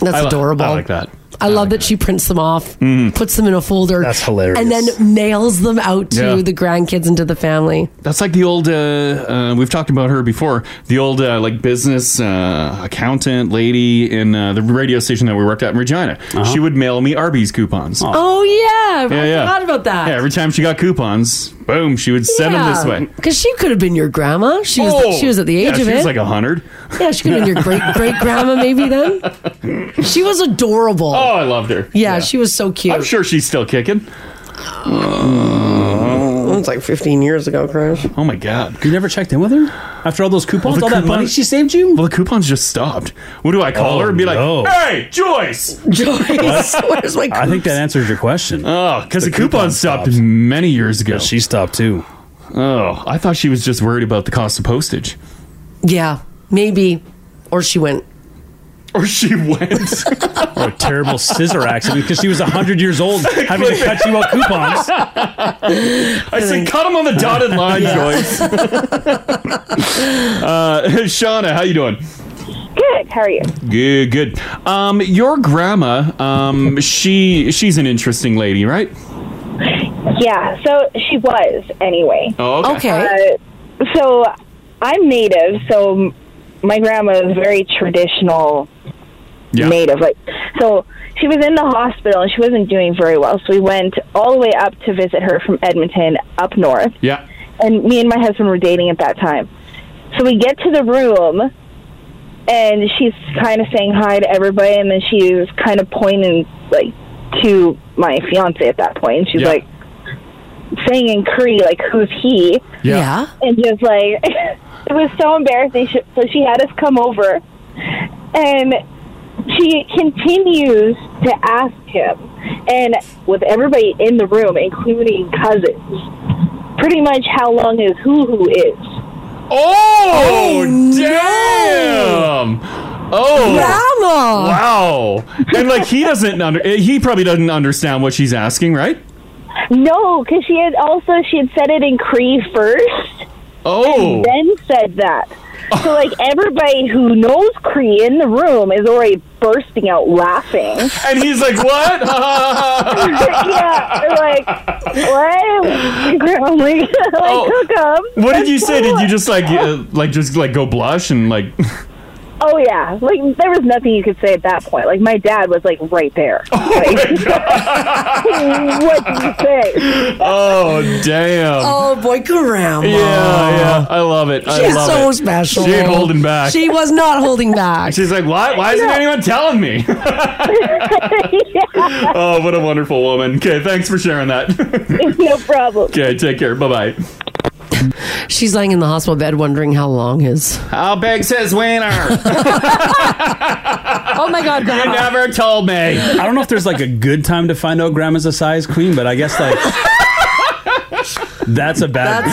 That's adorable. I like Mm, that. I love that she prints them off, puts them in a folder. That's hilarious. And then mails them out to Yeah. the grandkids and to the family. That's like the old. Uh, uh, we've talked about her before. The old uh, like business uh, accountant lady in uh, the radio station that we worked at in Regina. She would mail me Arby's coupons. Oh, yeah. Yeah, I yeah. forgot about that. Yeah, every time she got coupons, boom, she would send them this way. Because she could have been your grandma. She was, Oh! she was at the age yeah, of She it. was like hundred. yeah, she could have been your [laughs] great great grandma, maybe then. She was adorable. Oh, I loved her. Yeah, she was so cute. I'm sure she's still kicking. It's like 15 years ago, Chris. Oh my god! You never checked in with her after all those coupons, all that money she saved you. Well, the coupons just stopped. What do I call Oh, her and be like, "Ah!" no. [laughs] "Hey, Joyce, Joyce, [laughs] where's my?" I think that answers your question. Oh, because the, coupon, stopped many years ago. she stopped too. Oh, I thought she was just worried about the cost of postage. Yeah, maybe. Or she went. Or she went. or a terrible scissor accident because she was hundred [laughs] years old having to cut you out coupons. I said, cut him on the dotted line, Joyce. [laughs] uh, [laughs] Shauna, how you doing? Good. How are you? Good, good. Um, your grandma, um, she she's an interesting lady, right? Yeah. So she was anyway. Oh, okay. Okay. Uh, so I'm native, so my grandma is very traditional native. Like, so she was in the hospital and she wasn't doing very well. So we went all the way up to visit her from Edmonton up north. Yeah. And me and my husband were dating at that time. So we get to the room and she's kind of saying hi to everybody and then she's kind of pointing like to my fiance at that point and she's Yeah. like saying in Cree like who's he Yeah. Yeah. and just like [laughs] it was so embarrassing She- so she had us come over and she continues to ask him and with everybody in the room including cousins pretty much how long is who who is Oh, damn! Oh, wow! And like he doesn't under, he probably doesn't understand what she's asking, right? No, because she had also she had said it in Cree first. Oh. and then said that. So like everybody who knows Cree in the room is already bursting out laughing. And he's like, "What?" yeah, they're like uh, [laughs] what? [laughs] Grandma, like, oh, What did you say? Did you just like uh, like just like go blush and like? Oh yeah, like there was nothing you could say at that point. Like my dad was like right there. Oh, [laughs] Like, [laughs] what did you say? Oh damn! Oh boy, grandma. Yeah, yeah, I love it. I She's love so it. special. She ain't holding back. She was not holding back. She's like, why? Why isn't No. anyone [laughs] telling me? [laughs] oh, what a wonderful woman. Okay, thanks for sharing that. [laughs] no problem. Okay, take care. Bye bye. She's lying in the hospital bed wondering how long his. How big's his wiener? oh my god, You never told me. I don't know if there's like a good time to find out grandma's a size queen, but I guess like that's a bad.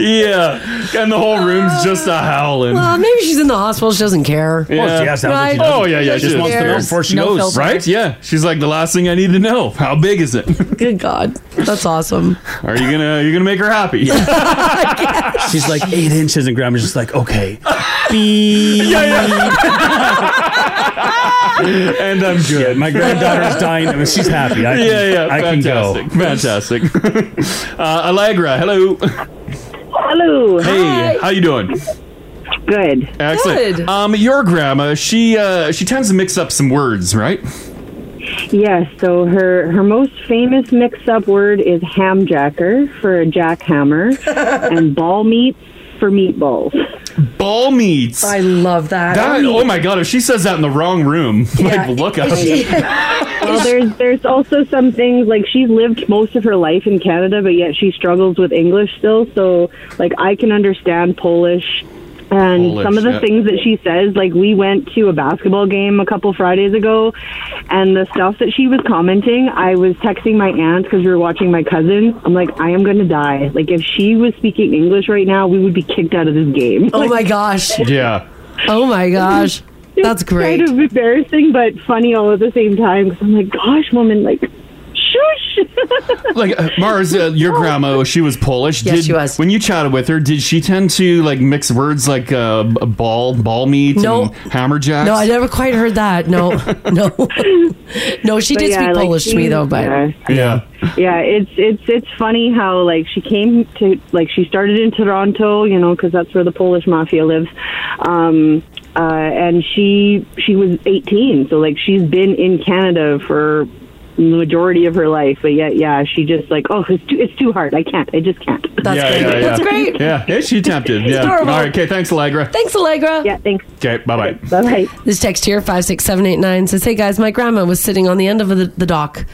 yeah, and the whole room's just a howling. [laughs] Uh, Well, maybe she's in the hospital. She doesn't care. Right? oh yeah, yeah. Who cares? No filter. right? Yeah, she's like the last thing I need to know. How big is it? Good God, [laughs] that's awesome. Are [laughs] you gonna Uh, you're gonna make her happy? [laughs] She's like eight inches, and grandma's just like, okay, and I'm good. [laughs] my granddaughter's dying, and she's happy. I can- yeah, yeah. I can go. fantastic, Fantastic. [laughs] uh, Allegra, hello. Hello. Hey, how you doing? Good. Excellent. Good. Um, your grandma, she uh, she tends to mix up some words, right? Yes. So her her most famous mix up word is hamjacker for a jackhammer, and ball meat for meatballs. Ball meats. I love that. That, oh my god, if she says that in the wrong room, [laughs] like look [laughs] out. well, there's there's also some things like she's lived most of her life in Canada, but yet she struggles with English still. So like I can understand Polish. And Polish, some of the yeah. things that she says, like we went to a basketball game a couple Fridays ago, and the stuff that she was commenting, I was texting my aunt because we were watching my cousin. I'm like, I am going to die. Like if she was speaking English right now, we would be kicked out of this game. Oh my gosh. Yeah. Oh my [laughs] gosh. That's great. Kind of embarrassing, but funny all at the same time. Because I'm like, gosh, woman, like, shush. like uh, Mars, uh, your grandma, she was Polish. Yes, did, she was. When you chatted with her, did she tend to like mix words like uh, b- ball, ball meat, No. and hammerjacks? No, I never quite heard that. No, [laughs] no, no. She But did yeah, speak like, Polish to me she- though, but yeah. Yeah. yeah, it's it's it's funny how like she came to like she started in Toronto, you know, because that's where the Polish mafia lives. Um, uh, and she she was 18, so like she's been in Canada for the majority of her life, but yet yeah, she just like oh it's too it's too hard. I can't. I just can't. yeah, yeah, yeah. Yeah, yeah, she attempted. Yeah. adorable. All right, okay, thanks, Allegra. Thanks, Allegra. Yeah, thanks. Okay, bye bye. Bye. This text here, 56789, says, Hey guys, my grandma was sitting on the end of the, the dock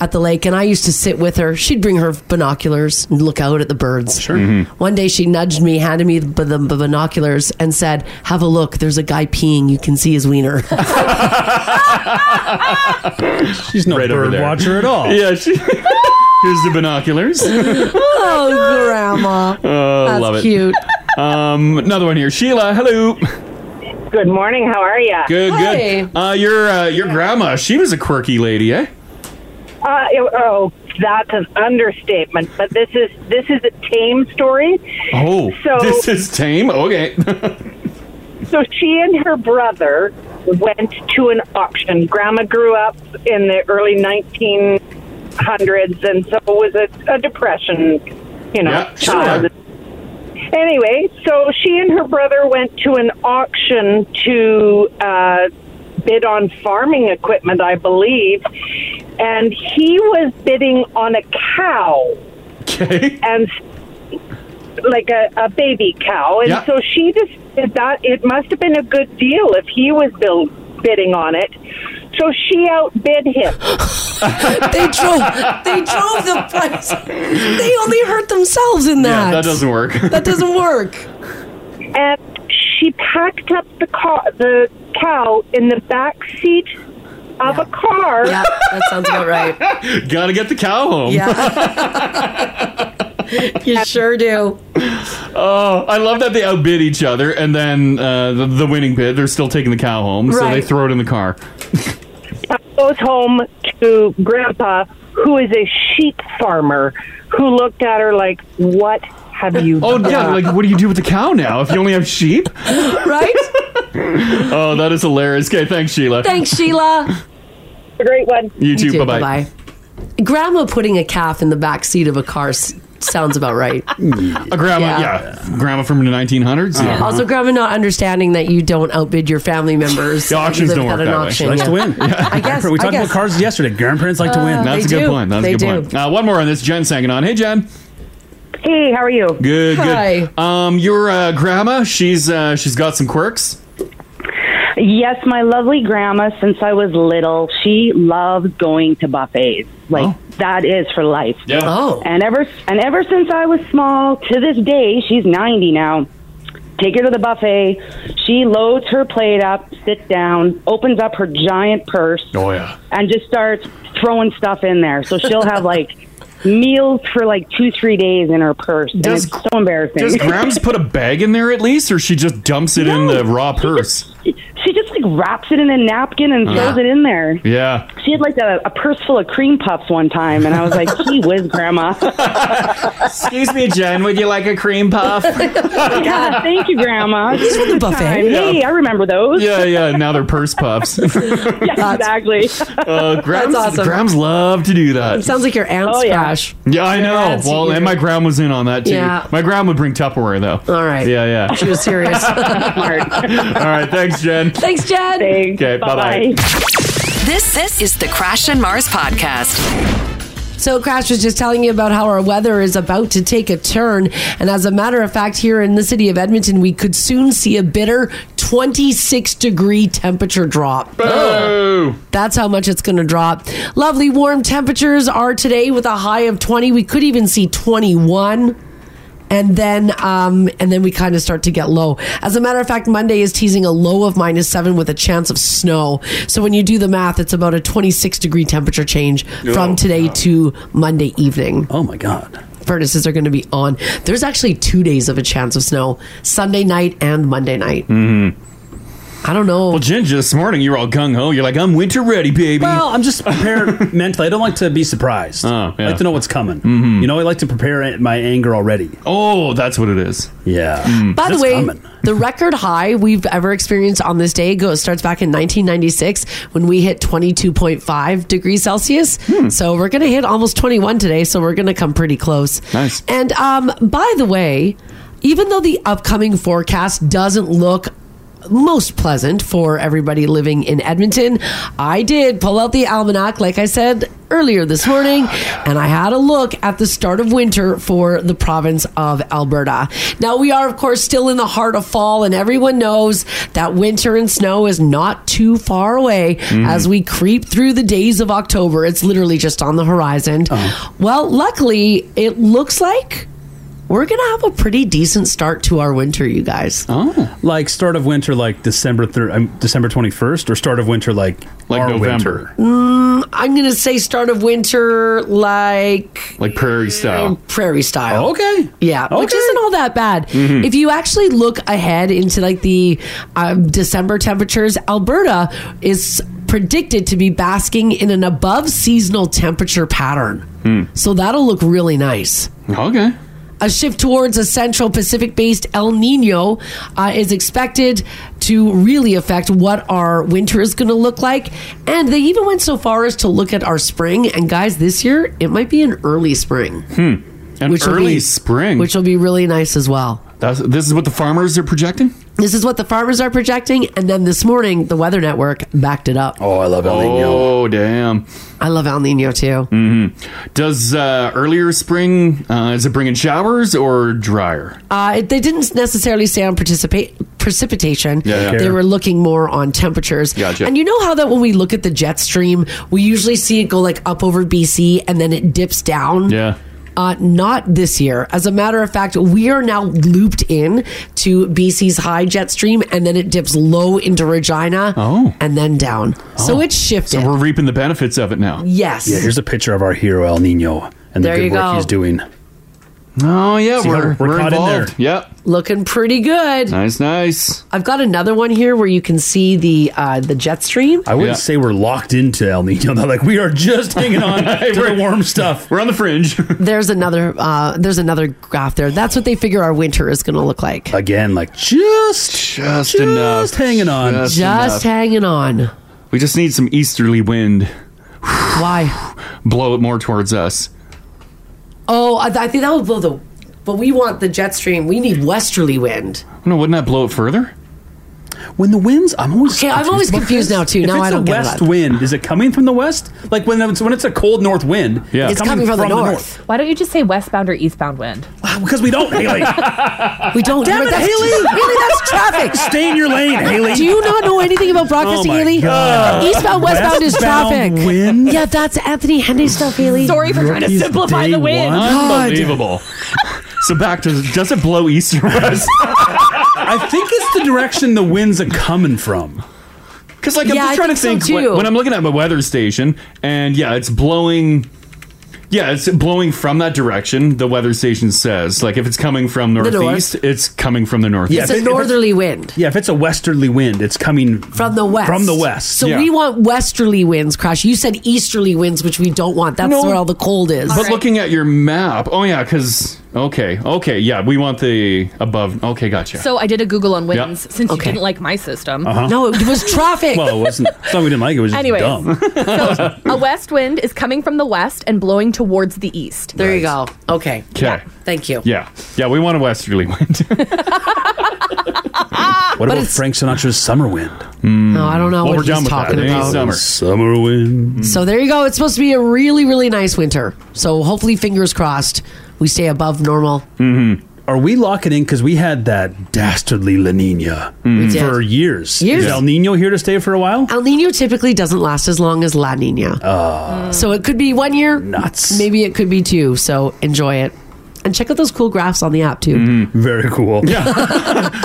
at the lake, and I used to sit with her. She'd bring her binoculars and look out at the Oh, birds. Sure. Mm-hmm. One day she nudged me, handed me the, the, the binoculars, and said, Have a look. There's a guy peeing. You can see his [laughs] wiener. Oh, She's no right over bird there. watcher at all. Yeah, she, [laughs] here's the [laughs] binoculars. [laughs] oh, grandma. Oh, That's love it. cute. Um, another one here, Sheila. Hello. Good morning. How are you? Good, good. Uh, your uh, your grandma, she was a quirky lady, eh? Uh, oh, that's an understatement. But this is this is a tame story. Oh, So- [laughs] this is tame. Okay. So she and her brother went to an auction. Grandma grew up in the early 1900s, and so it was a, a depression, you know, Yeah, sure. child. Anyway, so she and her brother went to an auction to uh, bid on farming equipment, I believe, and he was bidding on a cow. Okay. And like a, a baby cow. And Yeah. so she decided that it must have been a good deal if he was bill- bidding on it. So she outbid him. [laughs] they drove. They drove the price. They only hurt themselves in that. that doesn't work. That doesn't work. and Um, she packed up the car, the cow, in the back seat of a car. Yeah, that sounds about right. [laughs] Gotta get the cow home. [laughs] you sure do. Oh, I love that they outbid each other, and then uh, the, the winning bid, they're still taking the cow home, so they Right. throw it in the car. Goes home to Grandpa, who is a sheep farmer, who looked at her like, "What have you?" Oh yeah, done?" like what do you do with the cow now if you only have sheep? right? [laughs] Oh, that is hilarious. Okay, thanks, Sheila. Thanks, Sheila. A great one. You too. Bye-bye. Grandma putting a calf in the back seat of a car s- sounds about right. [laughs] A grandma, yeah. grandma from the Uh-huh. 1900s. Yeah. Also, grandma not understanding that you don't outbid your family members. The auctions You live don't work at an that way. auction. Likes to Yeah. win. [laughs] [laughs] I guess. We I talked about guess. cars yesterday. Grandparents like to win. Uh, That's a They good do. point. That's They a good point. Uh, one more on this. Jen hanging on. Hey, Jen. Hey, how are you? Good. Hi. Good. Um, your uh, grandma, she's uh, she's got some quirks. Yes, my lovely grandma, since I was little, she loved going to buffets. Like that is her life. Oh. Yeah. Oh. And ever and ever since I was small to this day, she's 90 now. Take her to the buffet. She loads her plate up, sits down, opens up her giant purse. Oh yeah. And just starts throwing stuff in there. So she'll have like [laughs] meals for like 2-3 days in her purse. And Does- it's so embarrassing. [laughs] Does Grams put a bag in there at least, or she just dumps it in the raw purse? she just like wraps it in a napkin and Yeah. throws it in there. Yeah. She had like a, a purse full of cream puffs one time, and I was like, [laughs] "Gee whiz, [laughs] Grandma!" [laughs] Excuse me, Jen. Would you like a [laughs] cream puff? yeah, thank you, Grandma. These were the Good buffet. time. Hey, I remember those. Yeah, yeah. Now they're purse puffs. yeah exactly. Uh, Grams, awesome. Grams love to do that. It sounds like your aunt's crash. Yeah, I Your know. aunt's Well, and my gram was in on that too. Yeah. My gram would bring Tupperware though. All right. Yeah, yeah. [laughs] She was serious. [laughs] [laughs] All right. Thanks, Jen. Thanks, Jed. Okay. Bye bye. This this is the Crash and Mars podcast. So Crash was just telling you about how our weather is about to take a turn, and as a matter of fact, here in the city of Edmonton, we could soon see a bitter 26 degree temperature drop. That's how much it's going to drop. Lovely warm temperatures are today with a high of 20. We could even see 21 and then um, and then we kind of start to get low. As a matter of fact, Monday is teasing a low of minus seven with a chance of snow. So when you do the math, it's about a 26 degree temperature change Oh, from today to Monday evening. Oh my god. Furnaces are going to be on. There's actually two days of a chance of snow Sunday night and Monday night. hmm Mm-hmm. I don't know. Well, Jen, just this morning you were all gung ho. You're like, I'm winter ready, baby. Oh, Well, I'm [laughs] just prepared mentally. I don't like to be surprised. I like to know what's coming. You know, I like to prepare my anger already. Mm-hmm. Oh, that's what it is. Mm. Yeah. By the It's way, [laughs] coming. the record high we've ever experienced on this day goes starts back in 1996 when we hit 22.5 degrees Celsius. So we're going to hit almost 21 today. So we're going to come pretty close. Nice. And um, by the way, even though the upcoming forecast doesn't look most pleasant for everybody living in Edmonton. I did pull out the almanac, like I said earlier this morning, and I had a look at the start of winter for the province of Alberta. Now, we are, of course, still in the heart of fall, and everyone knows that winter and snow is not too far away Mhm. as we creep through the days of October. It's literally just on the horizon. Well, luckily, it looks like we're going to have a pretty decent start to our winter, you guys. Oh, like start of winter, like December third, um, December twenty first, or start of winter, like like November. Mm, I'm gonna say start of winter, like Like prairie style. Mm, prairie style. okay. Yeah, which Oh, Okay. isn't all that bad. Mhm. If you actually look ahead into like the um, December temperatures, Alberta is predicted to be basking in an above seasonal temperature pattern. So that'll look really nice. Hmm. Okay. A shift towards a central Pacific based El Nino uh, is expected to really affect what our winter is going to look like. And they even went so far as to look at our spring. And guys, this year it might be an early spring. Hmm. An Which will early be- spring. Which will be really nice as well. That's, this is what the farmers are projecting. This is what the farmers are projecting, and then this morning the Weather Network backed it up. Oh, I love El Nino. Oh, damn. I love El Nino too. hmm Does uh, earlier spring uh, is it bringing showers or drier? Uh, it, they didn't necessarily say on participate precipitation. Yeah, yeah. They were looking more on temperatures. Gotcha. And you know how that when we look at the jet stream, we usually see it go like up over BC and then it dips down. Yeah. Uh, not this year. As a matter of fact, we are now looped in to BC's high jet stream, and then it dips low into Regina, oh. and then down. So Oh. it's shifted. So we're reaping the benefits of it now. Yes. Yeah, here's a picture of our hero El Nino and the There you good work go. he's doing. Oh yeah, See, we're, we're- we're we're caught in there. involved. Yep. Looking pretty good. Nice, nice. I've got another one here where you can see the uh, the jet stream. I wouldn't say we're locked into El Nino. Not like we are [laughs] just hanging on to the warm stuff. We're on the fringe. [laughs] There's another uh, there's another graph there. That's what they figure our winter is going to look like. Again, like just just, enough. hanging on. Just, Just enough. hanging on. we just need some easterly wind. Why? [sighs] Blow it more towards us. Oh, I, I think that would blow the. But we want the jet stream. We need westerly wind. Oh, No, wouldn't that blow it further? When the winds, I'm always okay. I'm always confused now too. If Now it's I a don't get west it. wind, is it coming from the west? Like when it's when it's a cold north wind, Yeah. It's coming from the Why don't you just say westbound or eastbound wind? Because we [laughs] don't, Haley. [laughs] we don't. Damn but it, that's- Haley! Haley, [laughs] that's traffic. Stay in your lane, Haley. Do you not know anything about broadcasting, Oh my Haley? God. Eastbound, westbound is Westbound traffic. wind? Yeah, that's Anthony Henry stuff, Haley. Sorry for trying to Rookies simplify the day wind. one. God. Unbelievable. so back to does it blow east or west? I think it's the direction the winds are coming from. Because like I'm Yeah, just I trying think to think so, too. when, when I'm looking at my weather station, and yeah, it's blowing. Yeah, it's blowing from that direction. The weather station says, like, if it's coming from north. northeast, it's coming from the northeast. it's a northerly wind Yeah, if it's a westerly wind, it's coming from the west. From the west. So we want westerly winds, Crash. You said easterly winds, which we don't want. That's No. where all the cold is. But looking at your map, oh yeah, because okay, okay, yeah, we want the above. Okay, gotcha. So I did a Google on winds Yeah. Uh-huh. since you Okay. didn't like my system. it [laughs] was traffic. Uh-huh. well, it wasn't. It's not we didn't like it. It was just Anyways. dumb. a west wind is coming from the west and blowing towards the east. There you go. Okay. Okay. Thank you. Yeah, yeah, we want a [laughs] westerly wind. What about Frank Sinatra's summer wind? Hmm. No, I don't know Well, what we're he's done with that. talking It ain't about. summer. Summer wind. So there you go. It's supposed to be a really, really nice winter. So hopefully, fingers crossed, we stay above normal. Mm-hmm. Are we locking in because we had that dastardly La Nina We did. for years? Mm. Years. Is El Nino here to stay for a while? El Nino typically doesn't last as long as La Nina. Ah. so it could be one year. Nuts. Maybe it could be two. So enjoy it. And check out those cool graphs on the app, too. Mm-hmm. Very cool. Yeah.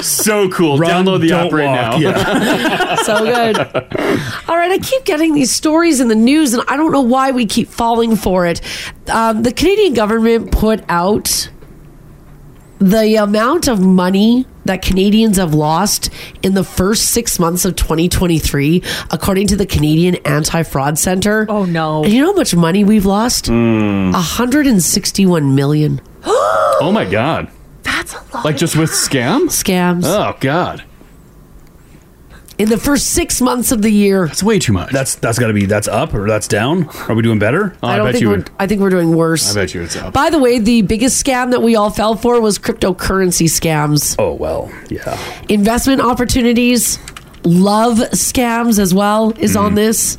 so cool. Download the app right now. [laughs] so good. All right, I keep getting these stories in the news, and I don't know why we keep falling for it. Um, the Canadian government put out the amount of money that Canadians have lost in the first six months of 2023, according to the Canadian Anti Fraud Center. Oh, no. you know how much money we've lost? Hmm. Ah. 161 million. Hmm. oh my god. That's a lot. Like just with scam? Scams. Oh god. In the first six months of the year. That's way too much. That's that's got to be that's up or that's down. Are we doing better? I don't think we're, I think we're doing worse. I bet you it's up. By the way, the biggest scam that we all fell for was cryptocurrency scams. Oh, well, yeah. Investment opportunities, love scams as well is on this.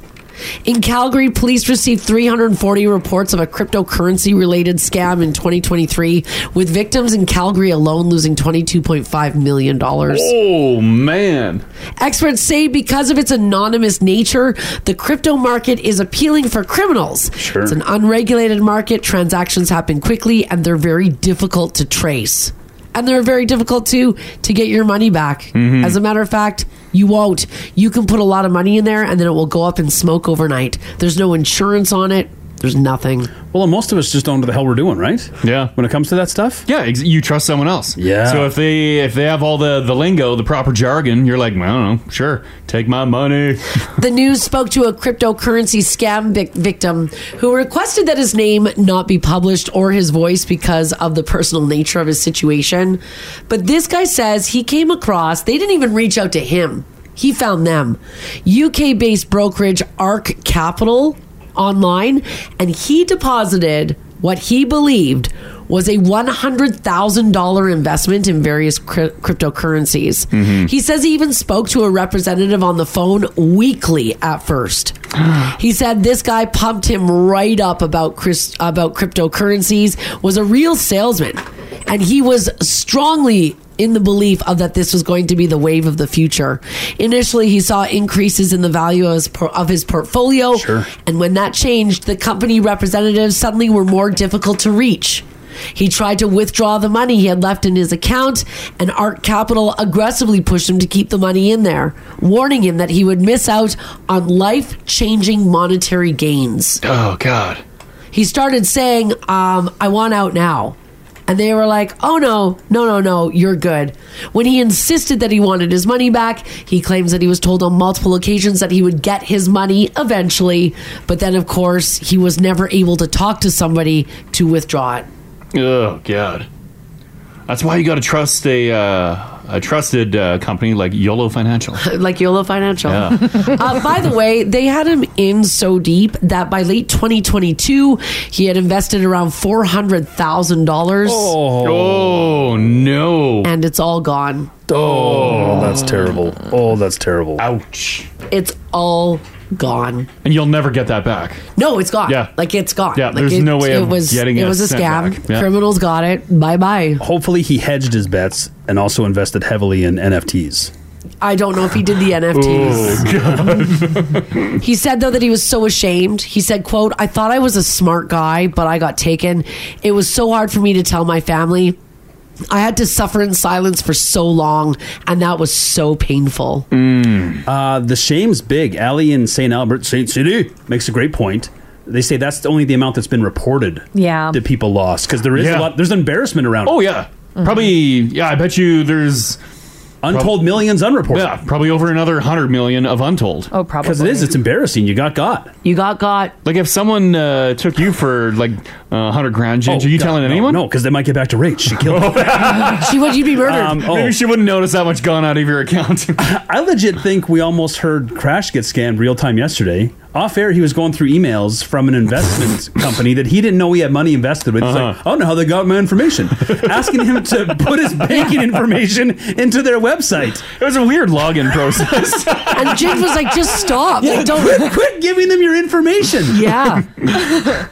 In Calgary, police received 340 reports of a cryptocurrency related scam in 2023, with victims in Calgary alone losing $22.5 million. Oh man. Experts say because of its anonymous nature, the crypto market is appealing for criminals. Sure. It's an unregulated market, transactions happen quickly, and they're very difficult to trace. And they're very difficult to to get your money back. Mhm. As a matter of fact, you won't. You can put a lot of money in there and then it will go up in smoke overnight. There's no insurance on it. There's nothing. Well, most of us just don't know what the hell we're doing, right? Yeah. When it comes to that stuff? Yeah, ex- you trust someone else. Yeah. So if they if they have all the the lingo, the proper jargon, you're like, I don't know, sure, take my [laughs] money. The news spoke to a cryptocurrency scam vic- victim who requested that his name not be published or his voice because of the personal nature of his situation. But this guy says he came across, they didn't even reach out to him. He found them. UK based brokerage Arc Capital online, and he deposited what he believed was a $100,000 investment in various cri- cryptocurrencies. He says he even spoke to a representative on the phone weekly at first. he said this guy pumped him right up about Chris, about cryptocurrencies, was a real salesman, and he was strongly in the belief of that this was going to be the wave of the future. Initially, he saw increases in the value of his, por- of his portfolio. And when that changed, the company representatives suddenly were more difficult to reach. He tried to withdraw the money he had left in his account, and Art Capital aggressively pushed him to keep the money in there, warning him that he would miss out on life changing monetary gains. Oh, God. He started saying, um, I want out now. And they were like, oh no, no, no, no, you're good. When he insisted that he wanted his money back, he claims that he was told on multiple occasions that he would get his money eventually. But then, of course, he was never able to talk to somebody to withdraw it. Oh God, that's why you got to trust a uh, a trusted uh, company like YOLO Financial. [laughs] like YOLO Financial. Yeah. [laughs] uh, by the way, they had him in so deep that by late 2022, he had invested around $400,000. Oh no! And it's all gone. Oh, that's terrible. Oh, that's terrible. Ouch. It's all gone. And you'll never get that back. No, it's gone. Yeah. Like it's gone. Yeah, Like, there's it, no way it of was, getting it it was a sent scam. back. Yeah. Criminals got it. Bye bye. Hopefully, he hedged his bets and also invested heavily in NFTs. I don't know if he did the Oh, NFTs. [laughs] he said though that he was so ashamed. He said, "quote I thought I was a smart guy, but I got taken. It was so hard for me to tell my family. I had to suffer in silence for so long, and that was so [laughs] painful." Mm. Uh, the shame's big. Alley in St. Albert, St. City, makes a great point. They say that's only the amount that's been reported Yeah. that people lost because there is Yeah. a lot. There's embarrassment around. Oh yeah, probably. Yeah, I bet you there's untold millions unreported. Yeah, probably over another hundred million of untold. Oh, probably. Because it is. It's embarrassing. You got got. You got got. Like if someone uh, took you for like a hundred grand, Ginger, Oh, you God, telling no, anyone? No, because they might get back to Rach. She [laughs] killed. she would. You'd be murdered. Maybe she wouldn't notice that much gone out of your account. Um, oh. [laughs] I legit think we almost heard Crash get scammed real time yesterday. Off air, he was going through emails from an investment [laughs] company that he didn't know he had money invested with. He's Uh-huh. like, I don't know how they got [laughs] my information. Asking him to put his banking information into their website. It was a weird login process. And Jim was like, "Just stop! Yeah, Like, don't quit, quit giving them your information." Yeah.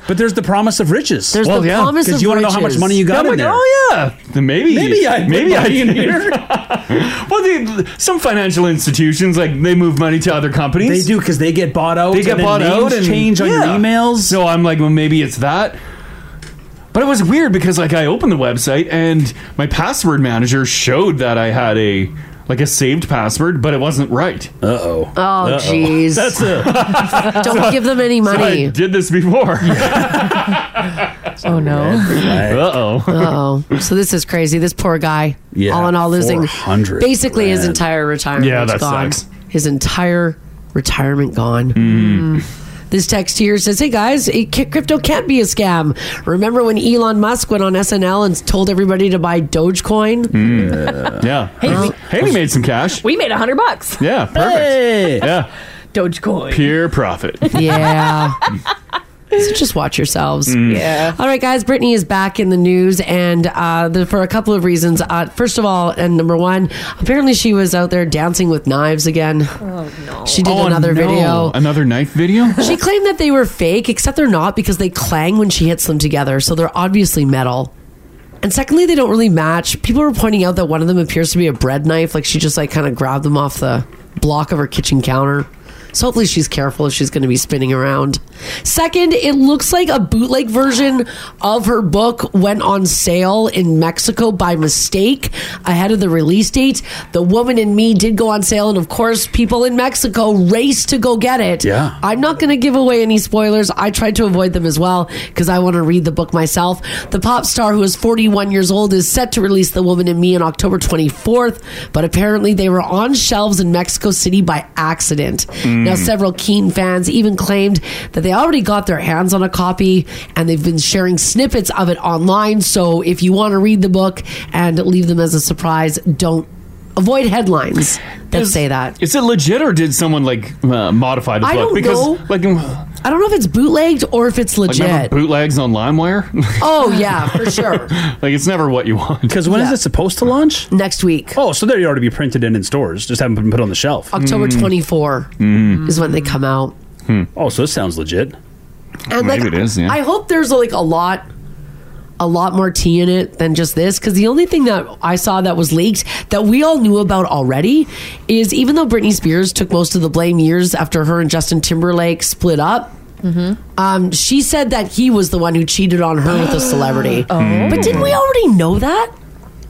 but there's the promise of riches. There's Well, the yeah. promise because of you want to know how much riches. money you got Yeah, but- in there. Oh yeah, Then maybe Maybe I put maybe I money in can hear. well, they, some financial institutions like they move money to other companies. They do because they get bought out. They get and then bought names out and change on your emails. So I'm like, well, maybe it's that. But it was weird because like I opened the website and my password manager showed that I had a like a saved password, but it wasn't right. Uh oh. Oh, [laughs] jeez. That's a don't give them any So I money." did this [laughs] before. oh no. Uh oh. Oh, so this is crazy. This poor guy, Yeah, all in all, losing 400 basically his grand. entire retirement. Yeah, is that gone. sucks. His entire retirement gone. Hmm. Mm. This text here says, "Hey guys, it ca- crypto can't be a scam. Remember when Elon Musk went on SNL and told everybody to buy Dogecoin? Mm. Yeah. Hey, we- Hey, we made some cash. We made a hundred bucks. Yeah, perfect. Yeah. Dogecoin. Pure profit. Yeah." [laughs] So just watch yourselves. Mm. Yeah. All right, guys. Brittany is back in the news, and uh, the, for a couple of reasons. Uh, first of all, and number one, apparently she was out there dancing with knives again. Oh no! She did Oh, another no. video. Another knife video? [laughs] She claimed that they were fake, except they're not because they clang when she hits them together, so they're obviously metal. And secondly, they don't really match. People were pointing out that one of them appears to be a bread knife, like she just like kind of grabbed them off the block of her kitchen counter. So hopefully she's careful if she's going to be spinning around. Second, it looks like a bootleg version of her book went on sale in Mexico by mistake ahead of the release date. The Woman in Me did go on sale, and of course, people in Mexico raced to go get it. Yeah. I'm not going to give away any spoilers. I tried to avoid them as well because I want to read the book myself. The pop star, who is 41 years old, is set to release The Woman in Me on October 24th, but apparently they were on shelves in Mexico City by accident. Mm. Now, several keen fans even claimed that they already got their hands on a copy and they've been sharing snippets of it online. So if you want to read the book and leave them as a surprise, don't avoid headlines that say that. Is it legit or did someone like uh, modify the I book? don't because know. like um, I don't know if it's bootlegged or if it's like remember legit. bootlegs on LimeWire, [laughs] oh yeah, for sure. [laughs] like it's never what you want. [laughs] Because when is it supposed to launch? Next week. Oh, so they already be printed in in stores. Just haven't been put on the shelf. October Hmm. twenty four is when they come out. Oh, so this sounds legit. And like, I hope there's like a lot, a lot more tea in it than just this. Because the only thing that I saw that was leaked that we all knew about already is even though Britney Spears took most of the blame years after her and Justin Timberlake split up. Um, she said that he was the one who cheated on her with a celebrity. Oh. But didn't we already know that?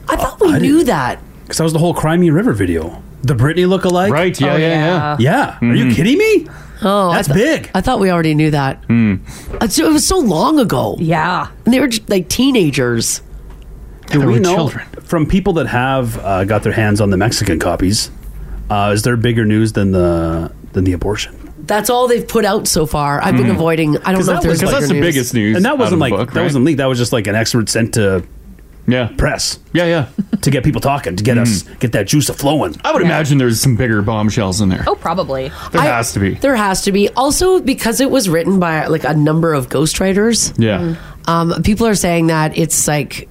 I thought we knew that. Because that was the whole Crimey River video. The Britney look-alike. Right, yeah, Oh, yeah, yeah. yeah. Yeah. Are Hmm. you Mhm. kidding me? Oh, that's big. I thought we already knew that. Uh, so It was so long ago. Yeah, and they were just, like teenagers. Do There we were know children. from people that have uh, got their hands on the Mexican copies? Uh, is there bigger news than the than the abortion? That's all they've put out so far. I've been Mm. avoiding. I don't know if there's like- bigger and that wasn't like that right? wasn't leaked. That was just like an expert sent to yeah press. Yeah, yeah, Mm. to get people talking, to get us get that juice a flowing. I would imagine there's some bigger bombshells in there. Oh, probably. There has to be. There has to be. Also, because it was written by like a number of ghostwriters. Yeah. Mm. Um, people are saying that it's like,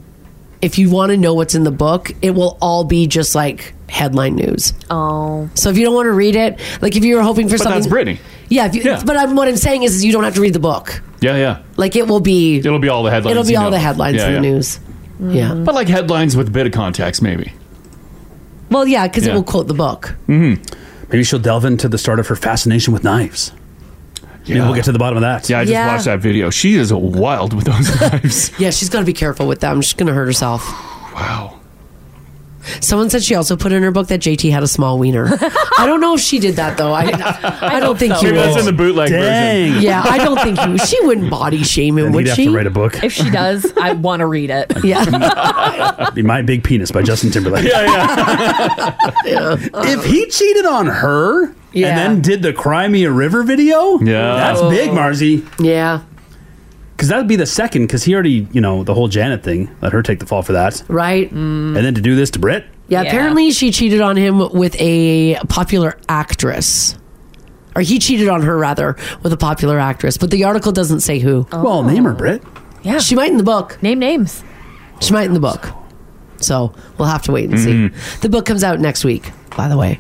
if you want to know what's in the book, it will all be just like headline news. Oh. So if you don't want to read it, like if you were hoping for But something. that's Britney. Yeah. If you, But I'm, what I'm saying is, is you don't have to read the book. Yeah, yeah. Like it will be. It'll be all the headlines. It'll be you all know. the headlines Yeah, in the yeah. news. Mm-hmm. Yeah. But like headlines with a bit of context, maybe. Well, yeah, because Yeah. it will quote the book. Mm-hmm. Maybe she'll delve into the start of her fascination with knives. Maybe Yeah. we'll get to the bottom of that. Yeah, I just Yeah. watched that video. She is wild with those knives. [laughs] Yeah, she's got to be careful with them. She's going to hurt herself. Wow. Someone said she also put in her book that JT had a small wiener. [laughs] I don't know if she did that though. I, I, don't think he Maybe would. that's in the bootleg version. Yeah, I don't think [laughs] you. She wouldn't body shame him, Then would he'd have she? to write a book. If she does, I want to read it. Yeah. Be my big penis by Justin Timberlake. [laughs] [laughs] If he cheated on her Yeah. and then did the Crimea River video, Yeah. that's Oh. big, Marzi. Yeah. Because that would be the second, because he already, you know, the whole Janet thing, let her take the fall for that. Right. And then to do this to Britt? Mm. Yeah, apparently she cheated on him with a popular actress. Or he cheated on her rather with a popular actress, but the article doesn't say who. Well, name her Brit. Oh. Yeah. She might in the book. Name names. She might in the book. So we'll have to wait and Mm-hmm. see. The book comes out next week, by the way.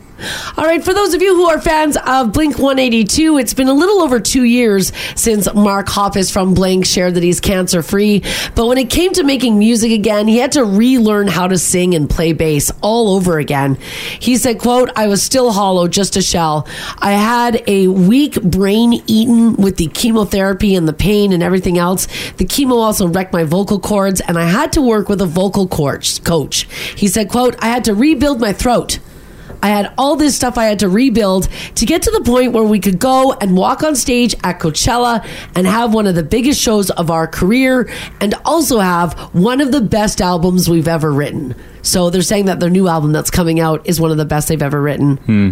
All right, for those of you who are fans of Blink 182, it's been a little over two years since Mark Hoppus from Blink shared that he's cancer free. But when it came to making music again, he had to relearn how to sing and play bass all over again. He said, quote, I was still hollow, just a shell. I had a weak brain eaten with the chemotherapy and the pain and everything else. The chemo also wrecked my vocal cords and I had to work with a vocal coach coach. He said, quote, I had to rebuild my throat. I had all this stuff I had to rebuild to get to the point where we could go and walk on stage at Coachella and have one of the biggest shows of our career and also have one of the best albums we've ever written. So they're saying that their new album that's coming out is one of the best they've ever written. Hmm.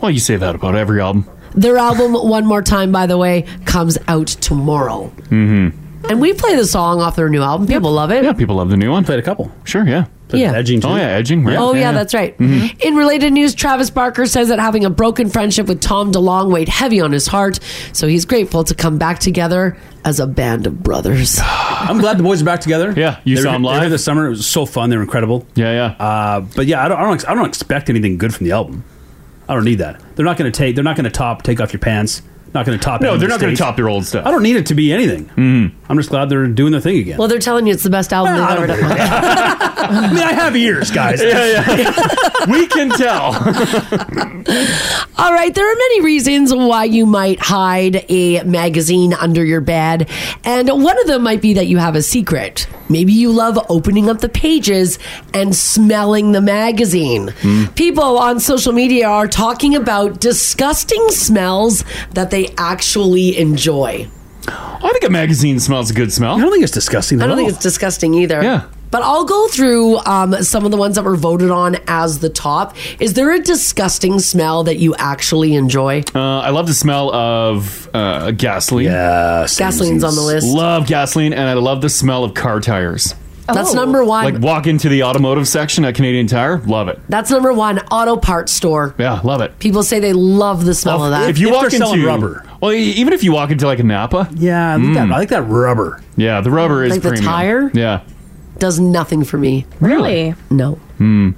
Well, you say that about every album. Their album, [laughs] One More Time, by the way, comes out tomorrow. Mm-hmm. And we play the song off their new album. People love it. Yeah, people love the new one. Played a couple. Sure, yeah. Yeah. Edging, Oh too. yeah, edging. Right? Oh, yeah, that's right. Mhm. In related news, Travis Barker says that having a broken friendship with Tom DeLong weighed heavy on his heart, so he's grateful to come back together as a band of brothers. I'm glad the boys are back together. Yeah, you they saw were, them they were live? here this summer. It was so fun. They were incredible. Yeah, yeah. Uh, but yeah, I don't, I don't, ex- I don't expect anything good from the album. I don't need that. They're not going to take. They're not going to top. Take off your pants. Not going to top. No, Enemy they're not gonna States. top your old stuff. I don't need it to be anything. Mm-hmm. I'm just glad they're doing their thing [laughs] again. Well, they're telling you it's the best album they've ever done. I mean, I have ears, guys. [laughs] we can tell. [laughs] All right, there are many reasons why you might hide a magazine under your bed, and one of them might be that you have a secret. Maybe you love opening up the pages and smelling the magazine. People on social media are talking about disgusting smells that they actually enjoy. I think a magazine smells a good smell. I don't think it's disgusting. Mm-hmm. I don't think it's disgusting either. Yeah. But I'll go through um, some of the ones that were voted on as the top. Is there a disgusting smell that you actually enjoy? Uh, I love the smell of uh, gasoline. Yeah, Gasoline's on the list. Love gasoline, and I love the smell of car tires. Oh. That's number one. Like walk into the automotive section at Canadian Tire, love it. That's number one. Auto parts store. Yeah, love it. People say they love the smell of that. if you walk into well, e- even if you walk into like a Napa, Mm. yeah, I like, that, I like that rubber. Yeah, the rubber is Like the premium. tire? Yeah. does nothing for me. Really? No. Hmm.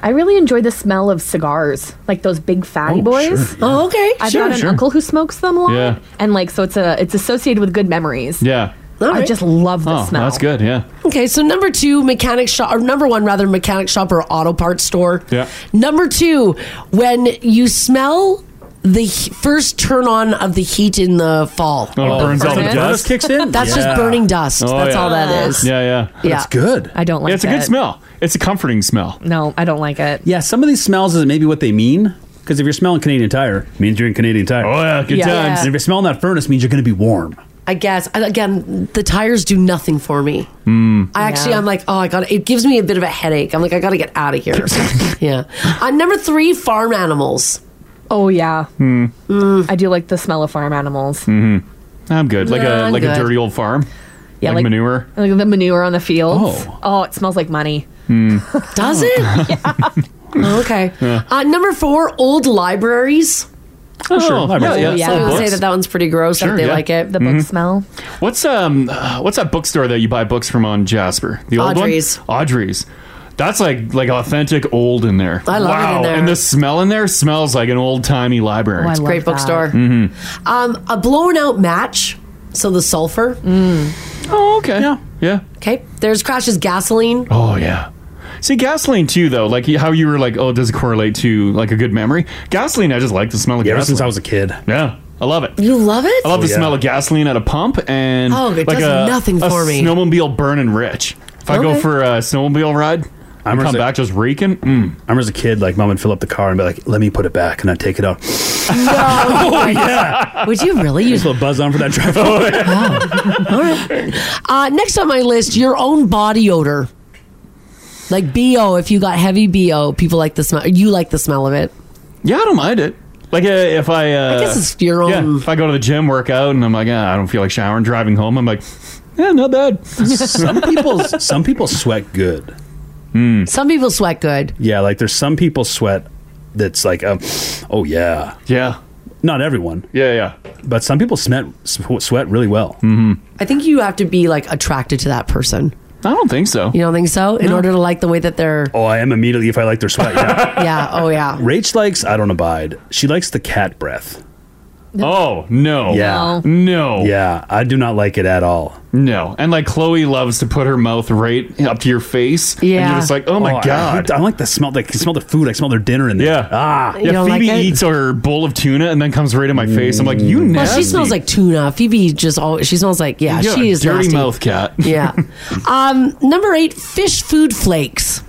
I really enjoy the smell of cigars, like those big fatty boys. Oh, okay. I've Sure, got an sure. uncle who smokes them a lot, Yeah. and like so it's a it's associated with good memories. Yeah. I just love the Oh, smell. that's good. Yeah. Okay, so number two, mechanic shop, or number one, rather, mechanic shop or auto parts store. Yeah. Number two, when you smell the he- first turn on of the heat in the fall, Oh, it burns all the Burn it? dust? Kicks in? That's [laughs] Yeah. just burning dust. Oh, That's yeah. all that is. Yeah, yeah. But it's Yeah. good. I don't Yeah, it's a good smell. It's a comforting smell. No, I don't like it. Yeah, some of these smells is maybe what they mean. Because if you're smelling Canadian Tire, it means you're in Canadian Tire. Oh yeah, good Yeah. times. And if you're smelling that furnace, it means you're going to be warm. I guess. And again, the tires do nothing for me. Mm. I actually, I'm like, oh, I got to It gives me a bit of a headache. I'm like, I got to get out of [laughs] here. yeah. Uh, number three, farm animals. Oh yeah, Hmm. Mm. I do like the smell of farm animals. hmm I'm good. Like Nah, a I'm like good. a dirty old farm. Yeah, like, like- manure. Like the manure on the fields. Oh, it smells like money. Hmm. Does [laughs] it? [laughs] Oh, okay. Yeah. Uh, number four, old libraries. Oh, sure. Libraries, yeah, yeah. Some Old people say books. that that one's pretty gross. Sure, that they yeah. like it. The book Mhm. smell. What's um uh, what's that bookstore that you buy books from on Jasper? The old Audrey's. one? Audrey's. That's like like authentic old in there. I love it wow. in there. And the smell in there smells like an old timey library. Oh, I It's a love great that. bookstore. Mm-hmm. Um, a blown out match. So the sulfur. Oh, okay. Yeah. Yeah. Okay. There's Crash's [laughs] gasoline. Oh yeah. See gasoline too though, like how you were like, oh, does it correlate to like a good memory? Gasoline, I just like the smell of Yeah, ever gasoline. since I was a kid. Oh, Yeah, I love it. You love it? I love the yeah. smell of gasoline at a pump and Oh, it like does a, nothing a for me. Snowmobile burning rich. If I go Okay. for a snowmobile ride, I come back just reeking. Mm. I remember as a kid, like mom would fill up the car and be like, "Let me put it back," and I'd take it out. [laughs] [laughs] No. oh yeah. Would you really use a little buzz on for that drive? oh, All right. Uh, next on my list, your own body odor. Like BO, if you got heavy BO, people like the smell. You like the smell of it. Yeah, I don't mind it. Like uh, if I, uh, guess it's your yeah, own- if I go to the gym, work out, and I'm like, ah, I don't feel like showering, driving home, I'm like, yeah, not bad. [laughs] [laughs] some people, some people sweat good. Hmm. Some people sweat good. Yeah, like there's some people sweat that's like, um, oh yeah, yeah. Not everyone. Yeah, yeah. But some people sweat sw- sweat really well. Mm-hmm. I think you have to be like attracted to that person. I don't think so. You don't think so? In order to like the way that they're. Oh, I am immediately if I like their [laughs] sweat. Yeah. Yeah. Oh, yeah. Rach likes. I don't abide. She likes the cat breath. Oh no! Yeah. No. Yeah, Uh, I do not like it at all. No, and like Chloe loves to put her mouth right up to your face. and you're just like, oh my I- god. I, like the smell. Like, I can smell their food. I smell their dinner in there. Yeah. Ah. Yeah, Phoebe eats her bowl of tuna and then comes right in my face. I'm like, you nasty. Well, she smells like tuna. Phoebe just always. She smells like yeah. You got she a is dirty nasty. mouth cat. [laughs] Yeah. um, number eight, fish food flakes.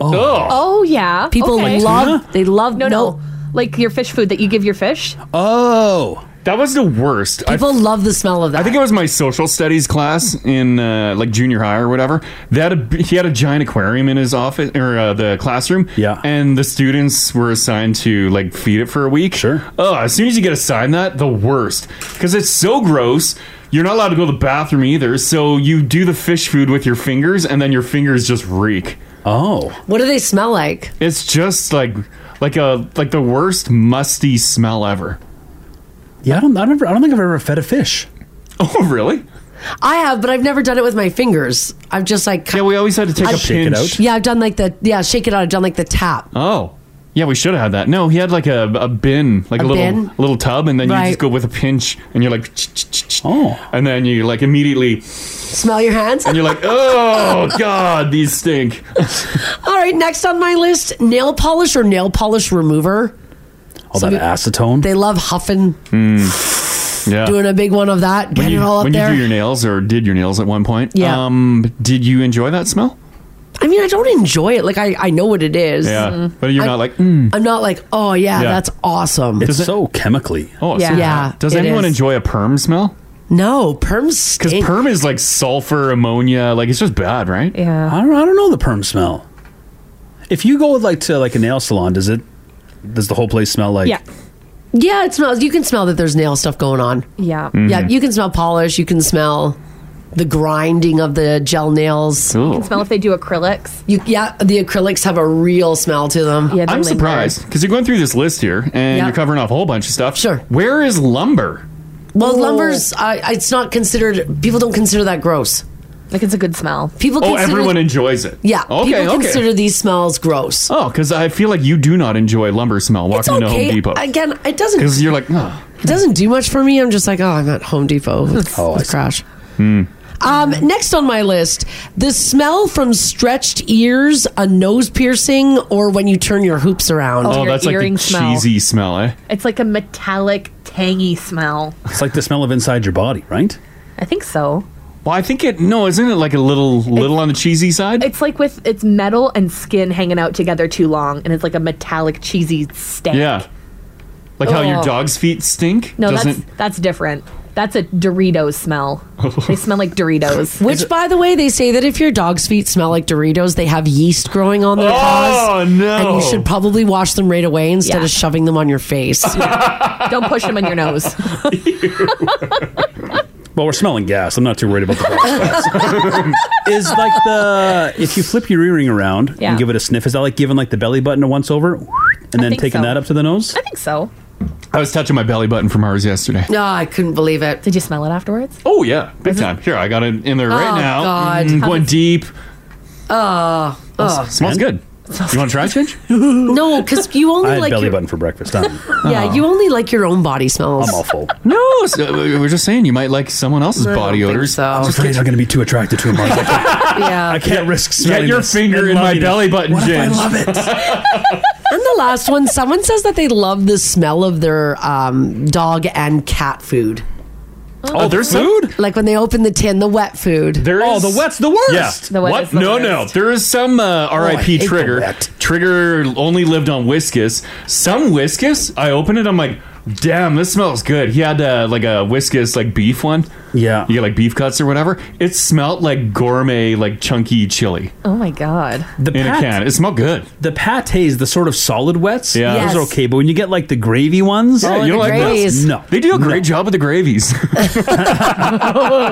Oh. Oh yeah. People Okay. love. They love No, no, Like your fish food that you give your fish. Oh, that was the worst. People love the smell of that. I think it was my social studies class in uh, like junior high or whatever. They had a, b- he had a giant aquarium in his office or uh, the classroom. Yeah, and the students were assigned to like feed it for a week. Sure. Oh, as soon as you get assigned that, the worst because it's so gross. You're not allowed to go to the bathroom either, so you do the fish food with your fingers, and then your fingers just reek. Oh, What do they smell like? it's just like like a like the worst musty smell ever. Yeah, I don't. I don't, I don't think I've ever fed a fish. Oh, really? I have, but I've never done it with my fingers. I've just like yeah. We always had to take a pinch. Yeah, I've done like the yeah. Shake it out. I've done like the tap. Oh. Yeah, we should have had that. No, he had like a, a bin, like a, A little bin? little tub, and then you Right. just go with a pinch, and you're like, oh, and then you like immediately, Smell your hands. and you're like, oh god, these [laughs] stink. All right, next on my list, nail polish or nail polish remover. All that acetone. They love huffing, Mm. Yeah. doing a big one of that, when getting you, it all up when there. you do your nails or did your nails at one point, Yeah. um, did you enjoy that smell? I mean, I don't enjoy it. Like I, I know what it is. Yeah, but Mm-hmm. you're I- not like, mm. I'm not like, oh yeah, that's awesome. It's so chemically. Oh, it's Yeah. so- Yeah, Does it anyone is. enjoy a perm smell? No, perms because perm is like sulfur, ammonia, like it's just bad, right? Yeah. I don't. I don't know the perm smell. If you go like to like a nail salon, does it? Does the whole place smell like? yeah. Yeah, Mm-hmm. it smells. You can smell that there's nail stuff going on. Yeah. Mhm. Yeah, you can smell polish. You can smell the grinding of the gel nails. You can smell if they do acrylics. You, yeah, the acrylics have a real smell to them. Yeah, I'm surprised because you're going through this list here and Yeah. you're covering off a whole bunch of stuff. Sure. Where is lumber? Well, lumber's uh, it's not considered. People don't consider that gross. Like it's a good smell. People. Oh, consider, everyone enjoys it. Yeah. Okay. People okay. consider these smells gross. oh, because I feel like you do not enjoy lumber smell walking into Home Depot. Again, it doesn't. Because you're like, oh. It doesn't do much for me. I'm just like, oh, I'm at Home Depot. [laughs] With, Oh, I with see. crash. Hmm. Um, next on my list, the smell from stretched ears, a nose piercing, or when you turn your hoops around. Oh, that's like the cheesy smell, eh? It's like a metallic, tangy smell. It's like the smell of inside your body, right? I think so. Well, I think it. No, isn't it like a little, little on the cheesy side? It's like with it's metal and skin hanging out together too long, and it's like a metallic, cheesy stank. Yeah. Like how Oh. your Ugh. dog's feet stink. No, doesn't. that's that's different. That's a Doritos smell. [laughs] they smell like Doritos. Which, by the way, they say that if your dog's feet smell like Doritos, they have yeast growing on their Oh, paws. no. And you should probably wash them right away instead Yeah. of shoving them on your [laughs] face. don't push them in your nose. Well, we're smelling gas. I'm not too worried about the [laughs] prospects. is like the if you flip your earring around Yeah. and give it a sniff, is that like giving like the belly button a once over and then think taking so. that up to the nose? I think so. I was touching my belly button from ours yesterday. No, I couldn't believe it. Did you smell it afterwards? Oh yeah, big Mm-hmm. time. Here, I got it in there right Oh, now. God. Mm, How going does- deep. Oh, oh. smells good. You want to try, Ginge? no, because you [laughs] only I had like belly your, button for [laughs] breakfast. I'm, Yeah, you only like your own body smells. I'm awful. No, so we we're just saying you might like someone else's I don't body think odors. so. I'm afraid I'm going to be too attracted to him. I [laughs] yeah. I can't risk smelling Get your this finger and in my loving it. belly button, What if I Ginge. love it? And the last one, someone says that they love the smell of their um, dog and cat food. Oh, there's food? Like when they open the tin, the wet food. There is, oh, the wet's the worst. Yeah. The wet what? is the no, no. There is some uh, I R.I.P. hate the Trigger. Trigger only lived on whiskas. Some whiskas. I open it. I'm like, damn, this smells good. He had uh, like a whiskas like beef one. Yeah. You get like beef cuts or whatever. It smelled like gourmet like chunky chili [laughs] Oh my god. The in a pat- can. It smelled good. The pates, the sort of solid wets, Yeah. those are Yes. okay. But when you get like the gravy ones, Oh, Yeah, you don't like those? No, They do a great job with the [laughs] gravies. [laughs]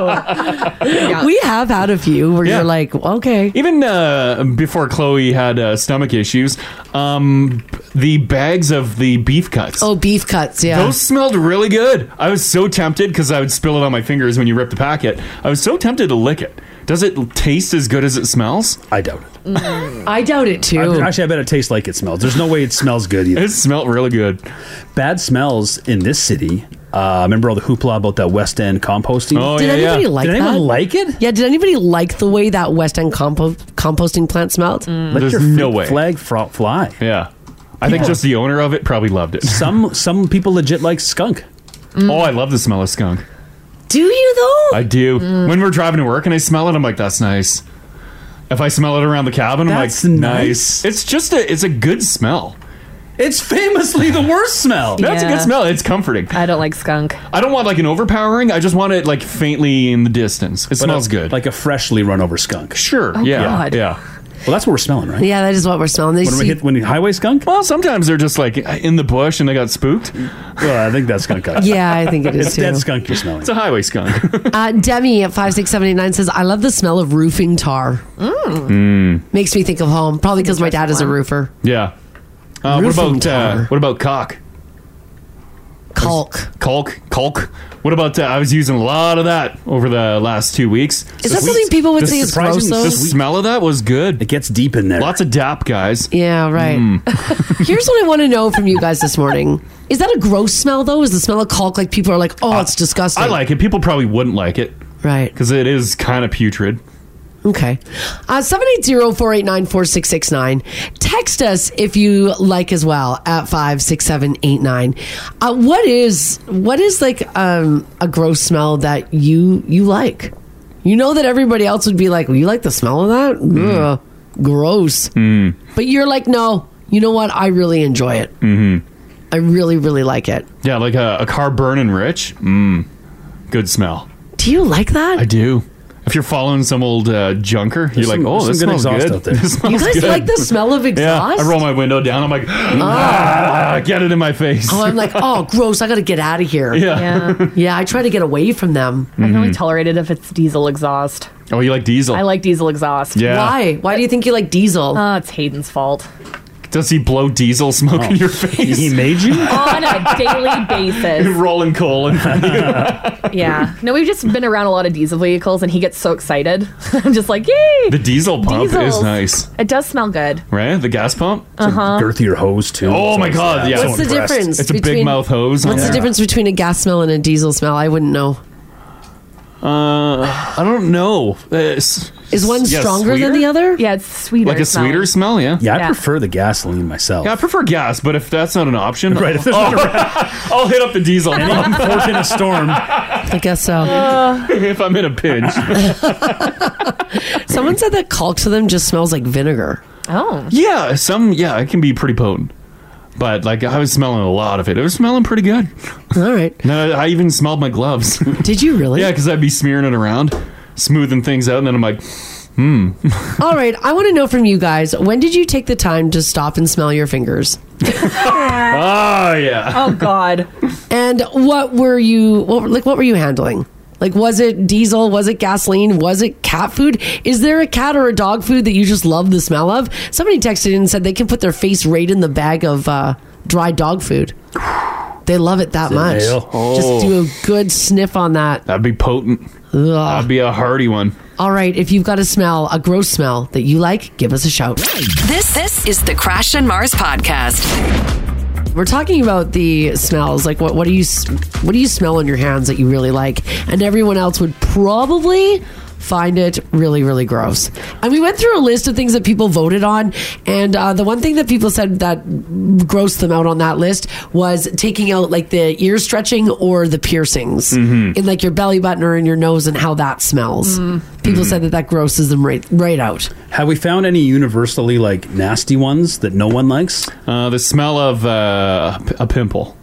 We have had a few where you're like, okay. Even uh, before Chloe had uh, stomach issues, um, the bags of the beef cuts. Oh, beef cuts, yeah. Those smelled really good. I was so tempted because I would spill it on my fingers when you rip the packet. I was so tempted to lick it. Does it taste as good as it smells? I doubt it. Mm. I doubt it too. I- actually, I bet it tastes like it smells. There's no way it smells good either. It smelled really good. Bad smells in this city. Uh, remember all the hoopla about that West End composting? Oh, did anybody like Did that? anyone like it? Yeah, did anybody like the way that West End compo- composting plant smelled? Let your no flag fro- fly. Yeah, I think People- just the owner of it probably loved it. [laughs] Some some people legit like skunk. Oh, I love the smell of skunk. Do you though? I do. Mm. When we're driving to work and I smell it, I'm like, that's nice. If I smell it around the cabin, That's I'm like, nice. nice. It's just a, it's a good smell. It's famously the worst smell. That's a Yeah. good smell. It's comforting. I don't like skunk. I don't want like an overpowering. I just want it like faintly in the distance. It smells good, like a freshly run over skunk. Sure. Oh, yeah. God. Yeah. Well, that's what we're smelling, right? Yeah, that is what we're smelling. They When we see- hit- when highway skunk. Well, sometimes they're just like in the bush and they got spooked. Well, I think that's skunk. Yeah, I [laughs] think it is, It's too. that skunk you're smelling. It's a highway skunk. [laughs] [laughs] uh, Demi at 56789 says, I love the smell of roofing tar. Hmm. Mm. Makes me think of home. Probably because my dad is a roofer. Yeah. Uh, what Roofing about uh, what about cock? Caulk. Caulk. Caulk. What about? Uh, I was using a lot of that over the last two weeks. Is that something people would The say is surprising- gross, though? The smell of that was good. It gets deep in there. Lots of dap, guys. Hmm. Yeah, right. [laughs] Here's what I want to know from you guys this morning. Is that a gross smell, though? Is the smell of caulk like people are like, oh, it's disgusting? I like it. People probably wouldn't like it, right? Because it is kind of putrid. Okay. Uh, 780-489-4669. Text us if you like as well at 56789. Uh, what is what is like um, a gross smell that you you like? You know that everybody else would be like, well, you like the smell of that? Mm. Ugh, gross. But you're like, no, you know what? I really enjoy it. Mm-hmm. I really, really like it. Yeah, like a, a car burning rich. Mmm, Mm. good smell. [laughs] Do you like that? I do. If you're following some old uh, junker, you're There's like, some- oh, this there's some good smells exhaust good. out there. [laughs] This You smells guys good. like the smell of exhaust? Yeah, I roll my window down. I'm like, ah, get it in my face. Oh, I'm like, [laughs] oh, gross! I got to get out of here. Yeah. yeah, I try to get away from them. I can only Mhm. tolerate it if it's diesel exhaust. [laughs] oh, you like diesel? I like diesel exhaust. Yeah. Why? Why do you think you like diesel? Uh, it's Hayden's fault. Does he blow diesel smoke in your face? He Oh. [laughs] made you? [laughs] On a [laughs] daily basis. Rolling coal in front of [laughs] you. Yeah. No, we've just been around a lot of diesel vehicles and he gets so excited. [laughs] I'm just like, yay! The diesel pump Diesels. is nice. It does smell good. Right? The gas pump? Uh huh. girthier hose too. Oh my god, yeah. Uh-huh. What's the difference? It's a big mouth hose. on What's the there. difference between a gas smell and a diesel smell? I wouldn't know. Uh, I [laughs] don't know. Is Is one stronger than the other? Yeah, it's sweeter. Like a sweeter smell, yeah. Yeah, I prefer the gasoline myself. Yeah, I prefer gas, but if that's not an option, [laughs] Right, if there's I'll, [laughs] not I'll hit up the [laughs] diesel. Any unfortunate storm. I guess so. [laughs] if I'm in a pinch. [laughs] Someone said that caulk to them just smells like vinegar. Oh. Yeah, some yeah, it can be pretty potent. But like I was smelling a lot of it. It was smelling pretty good. All right. No, I even smelled my gloves. [laughs] Did you really? Yeah, because I'd be smearing it around, smoothing things out, and then I'm like, hmm. All right, I want to know from you guys when did you take the time to stop and smell your fingers? Ah. oh yeah. Oh God. and what were you what, like? What were you handling? Like, was it diesel? Was it gasoline? Was it cat food? Is there a cat or a dog food that you just love the smell of? Somebody texted in and said they can put their face right in the bag of uh, dry dog food. They love it that much. Just do Oh. a good sniff on that. That'd be potent. That'd be a hearty one. All right, if you've got a smell, a gross smell that you like, give us a shout. This this is the Crash and Mars podcast. We're talking about the smells. Like, what, what do you s- what do you smell on your hands that you really like? And everyone else would probably find it really, really gross. And we went through a list of things that people voted on, and uh, the one thing that people said that grossed them out on that list was taking out like the ear stretching or the piercings in like your belly button or in your nose and how that smells. Mm. People Mhm. said that that grosses them right right out. Have we found any universally like nasty ones that no one likes? Uh, the smell of uh, a pimple,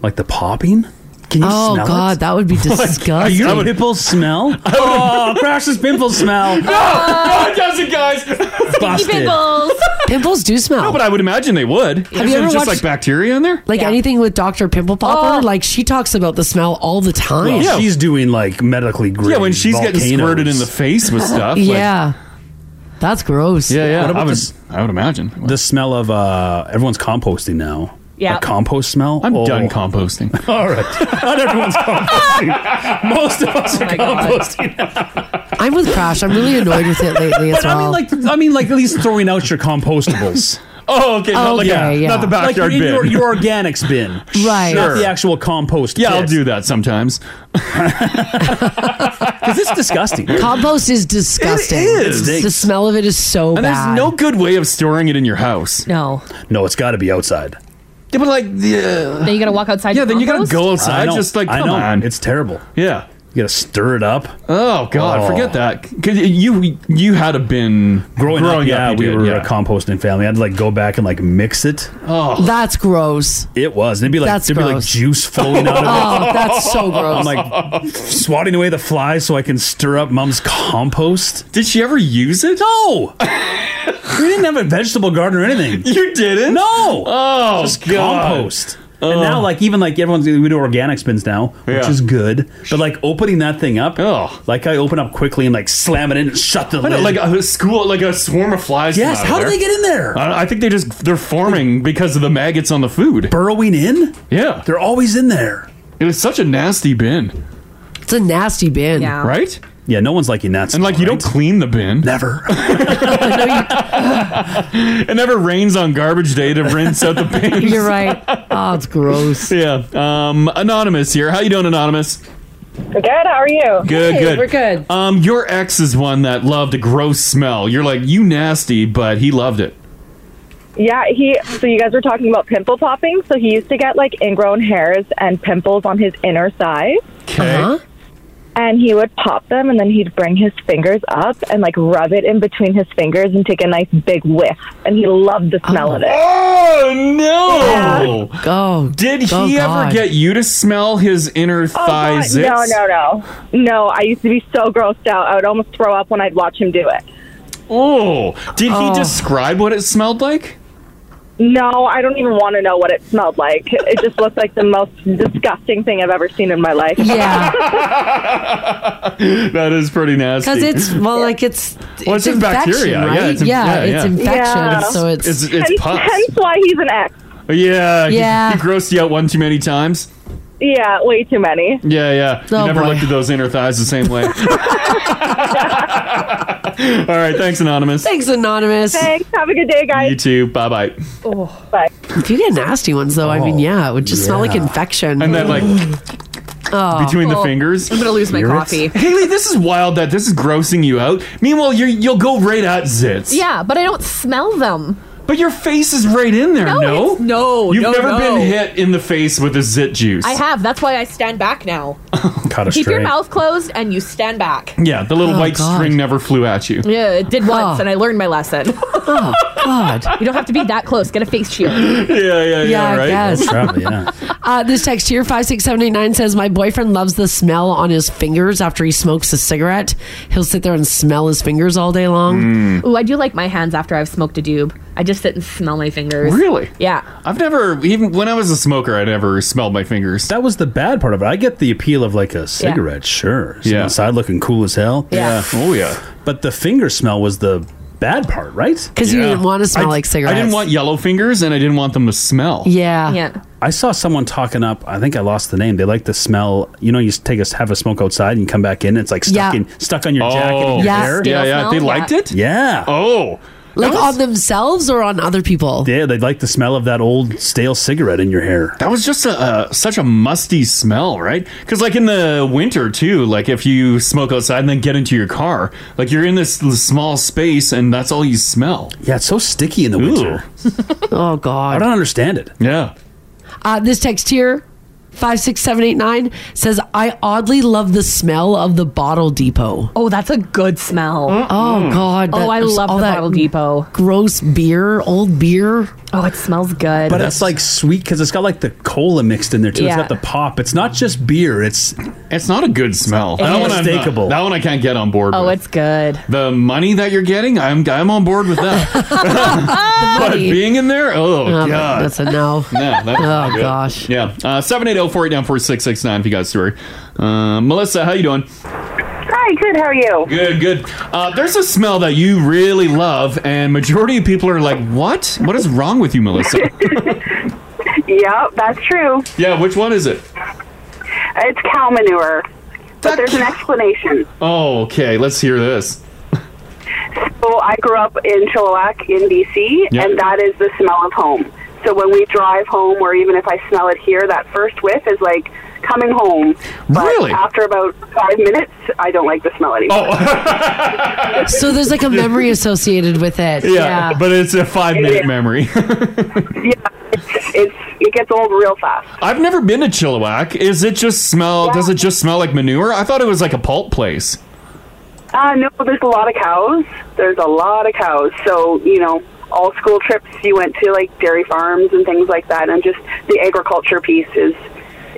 like the popping. Can you Oh, smell God, it? that [laughs] would be disgusting. Like, do your [laughs] pimples smell? oh, Crash's pimples smell. no, it doesn't, [laughs] guys. Busted. Pimples do smell. No, but I would imagine they would. Have you ever just watched- like bacteria in there? Like anything with Dr. Pimple Oh. Popper, like she talks about the smell all the time. Well, she's doing like medically grade. Yeah, when she's getting volcanoes. squirted in the face with stuff. like- yeah. That's gross. yeah, yeah. What about I would, this- I would imagine. The smell of uh, everyone's composting now. Yeah. A compost smell. Oh. I'm done composting. [laughs] All right. Not [laughs] everyone's composting. [laughs] Most Oh of us are composting. I'm with Crash. I'm really annoyed with it lately as But I mean, well. like, I mean, like at least throwing out your compostables. Oh, [laughs] okay. not like Okay, a- yeah. not the backyard like in Your, bin. [laughs] your organics bin, [laughs] Right. Not Sure. the actual compost. Yeah, I'll pit. do that sometimes. Because it's disgusting. [laughs] Compost is disgusting. It is. It stinks. The smell of it is so And bad. there's no good way of storing it in your house. No. No, it's got to be outside. Yeah, but like the. uh, Then you gotta walk outside. yeah, to then you gotta compost? go I outside. know, Just like I come know. on. It's terrible. Yeah. You got to stir it up. Oh God, Oh. forget that. 'Cause you you had a been Growing, up, yeah, you we did, were yeah. a composting family. I'd like go back and like mix it. Oh, that's gross. It was. And it'd be like That's there'd be like gross. juice flowing out of it. Oh, that's so gross. I'm like swatting away the flies so I can stir up mom's compost. Did she ever use it? No. we didn't have a vegetable garden or anything. You didn't? No. Oh, Just God. compost. Oh. And now, like even like everyone's we do organic bins now, which Yeah. is good. But like opening that thing up, like I open up quickly and like slam it in, and shut the I know, like lid. a school, like a swarm of flies. Yes, come out of how do there. they get in there? I, I think they just they're forming because of the maggots on the food. Burrowing in? Yeah, they're always in there. It was such a nasty bin, it's a nasty bin. right? Yeah, no one's liking that. And like you don't clean the [laughs] bin, never. it never rains on garbage day to [laughs] rinse out the bin. You're right. Oh, it's gross. [laughs] yeah. Um, anonymous here. How you doing, anonymous? Good. How are you? Good, good. Um, your ex is one that loved a gross smell. You're like, you nasty, but he loved it. Yeah, he. So you guys were talking about pimple popping. So he used to get like ingrown hairs and pimples on his inner thighs. Okay. Uh-huh. and he would pop them and then he'd bring his fingers up and like rub it in between his fingers and take a nice big whiff and he loved the smell of it oh no go Oh. did Go he God. ever get you to smell his inner thigh Oh, God, zits no no no no i used to be so grossed out i would almost throw up when i'd watch him do it oh did Oh. he describe what it smelled like no i don't even want to know what it smelled like it just looked like the most disgusting thing i've ever seen in my life yeah that is pretty nasty because it's well, like it's Well, [laughs] it's just bacteria. infection, right? Yeah, it's inf- yeah, yeah, it's yeah. infection. Yeah. So it's It's- it's Hence- pus. hence why he's an ex yeah he- Yeah. he grossed you out one too many times yeah way too many Yeah, yeah. Oh, you never boy. looked at those inner thighs the same way. [laughs] All right, thanks, Anonymous. Thanks, Anonymous. Thanks. Have a good day, guys. You too. Bye bye. Oh. Bye. If you get nasty ones, though, I mean, yeah, it would just smell like Oh, yeah. infection. And then, like, oh. Between the fingers. Spirits? [laughs] Haley, this is wild that this is grossing you out. Meanwhile, you're, you'll go right at zits. Yeah, but I don't smell them. But your face is right in there, no? it's- no, You've no, never no. been hit in the face with a zit juice. I have. That's why I stand back [laughs] now. Caught Keep your mouth closed and you stand back. Yeah, the little Oh, white God. string never flew at you. Yeah, it did once, and I learned my lesson. [laughs] oh God! You don't have to be that close. Get a [gasps] face shield. [laughs] Yeah, yeah, Yeah, I [laughs] guess. yeah. Uh, this text here, 56789, says, My boyfriend loves the smell on his fingers after he smokes a cigarette. He'll sit there and smell his fingers all day long. Hmm. Um, Ooh, I do like my hands after I've smoked a dube. I just sit and smell my fingers. Really? Yeah. I've never, even when I was a smoker, I never smelled my fingers. That was the bad part of it. I get the appeal of like a cigarette, sure. Sitting Yeah. Outside looking cool as hell. Yeah. Yeah. Oh, yeah. But the finger smell was the bad part, right? 'Cause you Yeah. didn't wanna smell I- like I didn't want yellow fingers and I didn't want them to smell. Yeah. Yeah. I saw someone talking up. I think I lost the name. They like the smell. You know, you s- take a have a smoke outside and you come back in. It's like Yeah. stuck in, stuck on your jacket. Oh. And your Yeah, hair. stale Yeah, yeah. smell, They yeah. liked it? Yeah. Oh, Like on themselves or on other people? yeah. They like the smell of that old stale cigarette in your hair. That was just a, uh, such a musty smell, right? Because like in the winter too, like if you smoke outside and then get into your car, like you're in this l- small space and that's all you smell. Yeah, it's so sticky in the winter. [laughs] oh God, I don't understand it. Yeah, Uh, this text here, 56789, says, I oddly love the smell of the bottle depot. Oh, that's a good smell. Mm. Oh, God. Oh, that- I love all the that Bottle Depot. [laughs] Gross beer, old beer. Oh, it smells good. But it's like sweet because it's got like the cola mixed in there too. Yeah. It's got the pop. It's not just beer. It's it's not a good smell. That one I'm not- unmistakable. that one I can't get on board. Oh, with. it's good. the money that you're getting, I'm I'm on board [laughs] with that. [laughs] Ah! but being in there, oh Um, god, that's a no. No, that's not Oh, good. gosh. Yeah, Uh, seven eight zero four eight nine four six six nine. If you got a story, uh, Melissa, how you doing? Hi, good. How are you? Good, good. Uh, there's a smell that you really love, and majority of people are like, "What? What is wrong with [laughs] you, Melissa?" Yeah, that's true. yeah, which one is it? It's cow manure. But there's an explanation. Oh, okay. Let's hear this. So I grew up in Chilliwack in BC, Yeah. and that is the smell of home. So when we drive home, or even if I smell it here, that first whiff is like coming home. But Really? After about five minutes, I don't like the smell anymore. Oh. So there's like a memory associated with it. Yeah, but it's a five minute memory. it's it gets old real fast. I've never been to Chilliwack. Is it just smell? Does it just smell like manure? I thought it was like a pulp place. Uh, no, there's a lot of cows. There's a lot of cows. So you know, all school trips you went to like dairy farms and things like that, and just the agriculture piece is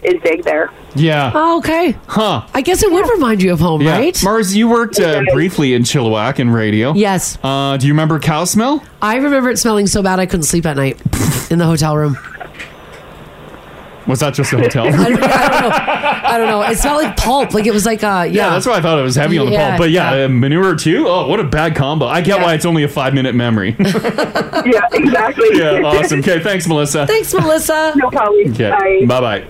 is big there. Yeah. Oh, okay. Huh. I guess it would remind you of home, Yeah. right? Mars, you worked uh, briefly in Chilliwack in radio. Yes. Uh, do you remember cow smell? I remember it smelling so bad I couldn't sleep at night in the hotel room. Was that just a [laughs] hotel? I don't, I don't know. I don't know. It smelled like pulp. Like it was like uh yeah. [laughs] Yeah, that's why I thought it was heavy on the Yeah, pulp. But yeah, uh, manure too. Oh, what a bad combo. I get why it's only a five [laughs] minute memory. [laughs] yeah, exactly. yeah, awesome. Okay, thanks, Melissa. Thanks, Melissa. No problem. Okay, bye [laughs] bye.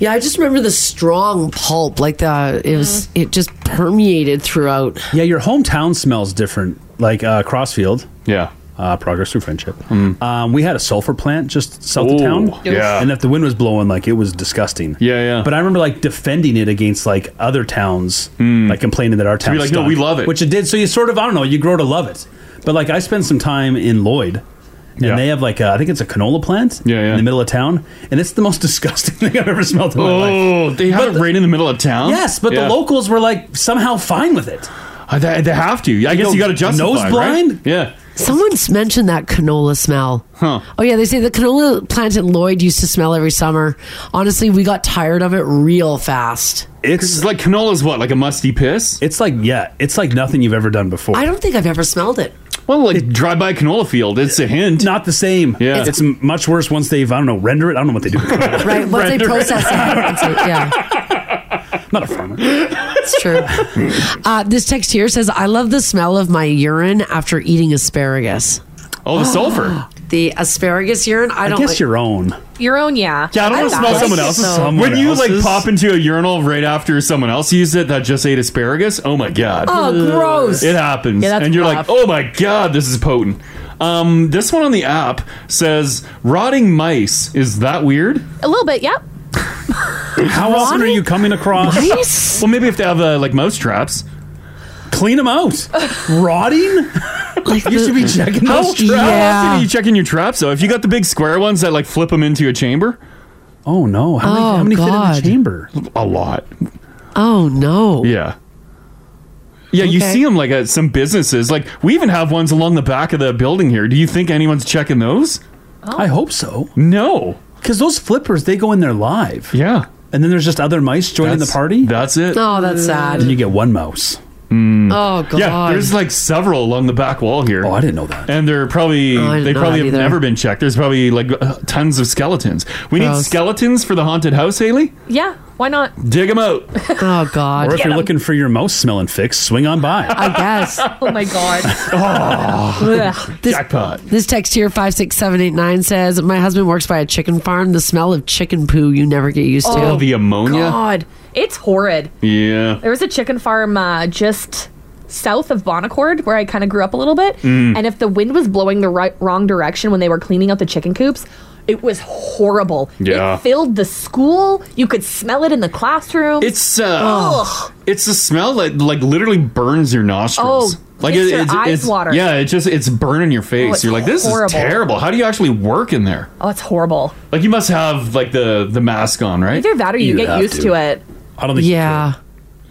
Yeah, I just remember the strong pulp. Like the it was it just permeated throughout. Yeah, your hometown smells different. Like uh, Crossfield. Yeah. Mm. Uh, progress through friendship. Um, we had a sulfur plant just south Ooh, of town. yeah. And if the wind was blowing, like it was disgusting. Yeah, yeah. But I remember like defending it against like other towns, like complaining that our Mm. To town. be like, no, stunk, we love it. which it did. So you sort of, I don't know, you grow to love it. But like, I spent some time in Lloyd, And they have like a, I think it's a canola plant in the middle of town, and it's the most [laughs] disgusting thing I've ever smelled in my life. Oh, they have it right in the middle of town. Yes, but the locals were like somehow fine with it. They, they have to. I guess you got to justify. nose right? blind. Yeah. Someone's mentioned that canola smell. Huh. Oh yeah, they say the canola plant in Lloyd used to smell every summer. Honestly, we got tired of it real fast. It's like canola's what, like a musty piss? It's like yeah, it's like nothing you've ever done before. I don't think I've ever smelled it. Well, like drive by canola field, it's a hint. Not the same. Yeah, It's, m much worse once they've I don't know render it. I don't know what [laughs] they do. Right, once they process it, it's like- yeah. It's true. Uh, this text here says, "I love the smell of my urine after eating asparagus." Oh, the sulfur. [gasps] the asparagus urine. I I, don't. guess like- your own. Your own, yeah. Yeah, I don't want to smell someone else's. when you like pop into a urinal right after someone else used it that just ate asparagus, oh my god. Oh, gross. It happens. Yeah, that's and you're like, rough. oh my god, this is potent. Um, this one on the app says rotting mice. Is that weird? A little bit, yep. How often are you coming across? well, maybe if they have uh, like mouse traps. Clean them out. Rotting? you should be checking How, those traps. how often are you checking your traps though? If you got the big square ones that like flip them into a chamber. Oh no! How many- how Oh, many fit in the God. chamber? A lot. Oh no. Yeah. Yeah, you Okay. see them like at some businesses. Like we even have ones along the back of the building here. Do you think anyone's checking those? I hope so. No, because those flippers they go in there live. Yeah, and then there's just other mice joining That's- the party. Mm. That's it. Mm. Oh, that's sad. And you get one mouse. Oh god. Yeah, there's like several along the back wall here. Oh, I didn't know that. And they're probably Oh, I didn't they know probably that have either. never been checked. There's probably like uh, tons of skeletons. We need Gross. skeletons for the haunted house, Haley. Yeah, why not? Dig them out. Oh god. Or if Get you're 'em. looking for your mouse smelling fix, swing on by. I [laughs] guess. [laughs] oh my god. Ugh. This- Jackpot. This text here, 56789, says, My husband works by a chicken farm. The smell of chicken poo you never get used to. Oh, the ammonia? God, it's horrid. Yeah. There was a chicken farm uh, just south of Bonacord where I kind of grew up a little bit. Mm. And if the wind was blowing the right, wrong direction when they were cleaning out the chicken coops, it was horrible. Yeah. It filled the school. You could smell it in the classroom. It's uh, Ugh. it's a smell that like literally burns your nostrils. Oh, like makes your eyes water. Oh, Yeah, it just it's burning your face. it's You're like, this horrible. is terrible. How do you actually work in there? Oh, it's horrible. Like you must have like the the mask on, right? Either that or you, get used to. it. I don't think. Yeah.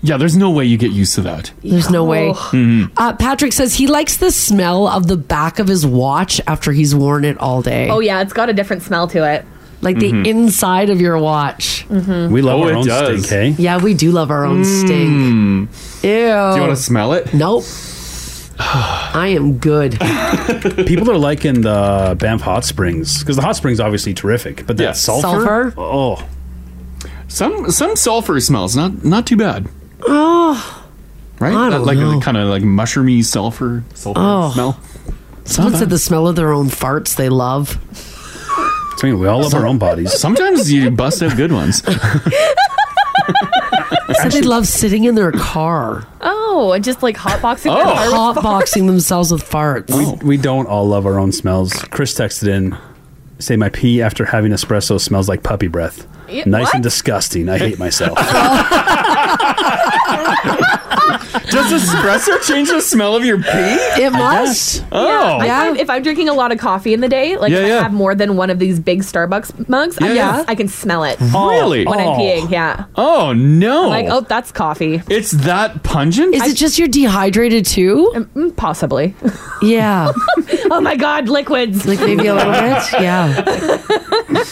Yeah, there's no way you get used to that. There's no way. Mhm. Uh, Patrick says he likes the smell of the back of his watch after he's worn it all day. Oh, yeah, it's got a different smell to it. Like the Mhm. inside of your watch. Mm-hmm. We love Oh, our it own does. stink, hey? Yeah, we do love our own Hmm. stink. Ew. Do you wanna smell it? Oh. Nope. I am good. [laughs] People are liking the Banff hot springs because the hot springs obviously terrific, but that Yeah. sulfur, Sulfur? Oh, Some some sulfur smells not not too bad, Oh. right? I Not don't like know. kind of like mushroomy sulfur sulfur Oh. smell. Someone Not said bad. the smell of their own farts they love. I mean, we all love our own bodies. Sometimes you bust out [laughs] good ones. said they love sitting in their [laughs] car. Oh, and just like hotboxing. Oh. Hotboxing themselves with farts. we, we don't all love our own smells. Chris texted in, say my pee after having espresso smells like puppy breath. Yeah, nice what? and disgusting. I [laughs] hate myself. Does espresso change the smell of your pee? It must. Oh, I find if I'm drinking a lot of coffee in the day, like Yeah, if I yeah. have more than one of these big Starbucks mugs, I, Yeah. can, I can smell it. Really? When Oh. I'm peeing, yeah. Oh no! I'm like, oh, that's coffee. It's that pungent. Is it just you're dehydrated too? Um, mm, possibly. [laughs] Yeah. oh my God, liquids. Like maybe a little bit. Yeah.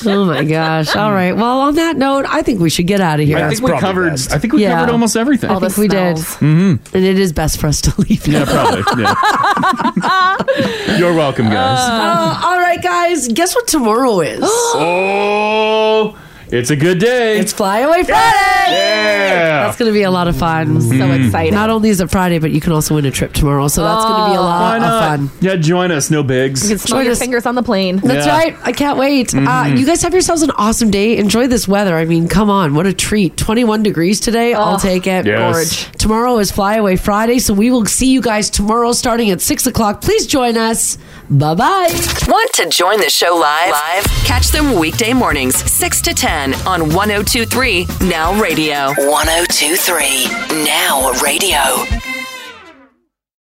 Oh my gosh. All right. Well, on that note, I think we should get out of here. I think we covered. I think we Yeah. covered almost everything. I think we did. And it is best for us to [laughs] leave. Mm-hmm. Hmm. Yeah, probably. [laughs] Yeah. You're welcome, guys. Uh, all right, guys. Guess what tomorrow is? [gasps] oh, it's a good day. It's Fly Away Friday. Yeah. That's going to be a lot of fun. So Mhm. excited. Not only is it Friday, but you can also win a trip tomorrow. So that's going to be a lot Why of not? fun. Yeah, join us. No bigs. [laughs] You can smell your fingers on the plane. That's right. I can't wait. Uh, Mhm. you guys have yourselves an awesome day. Enjoy this weather. I mean, come on. What a treat. 21 degrees today. I'll take it. Yes. Gorge. Tomorrow is Flyaway Friday. So we will see you guys tomorrow starting at 6 o'clock. Please join us. Bye bye. Want to join the show live? Live? Catch them weekday mornings, 6 to 10 on 1023 Now Radio. 1023 Now Radio.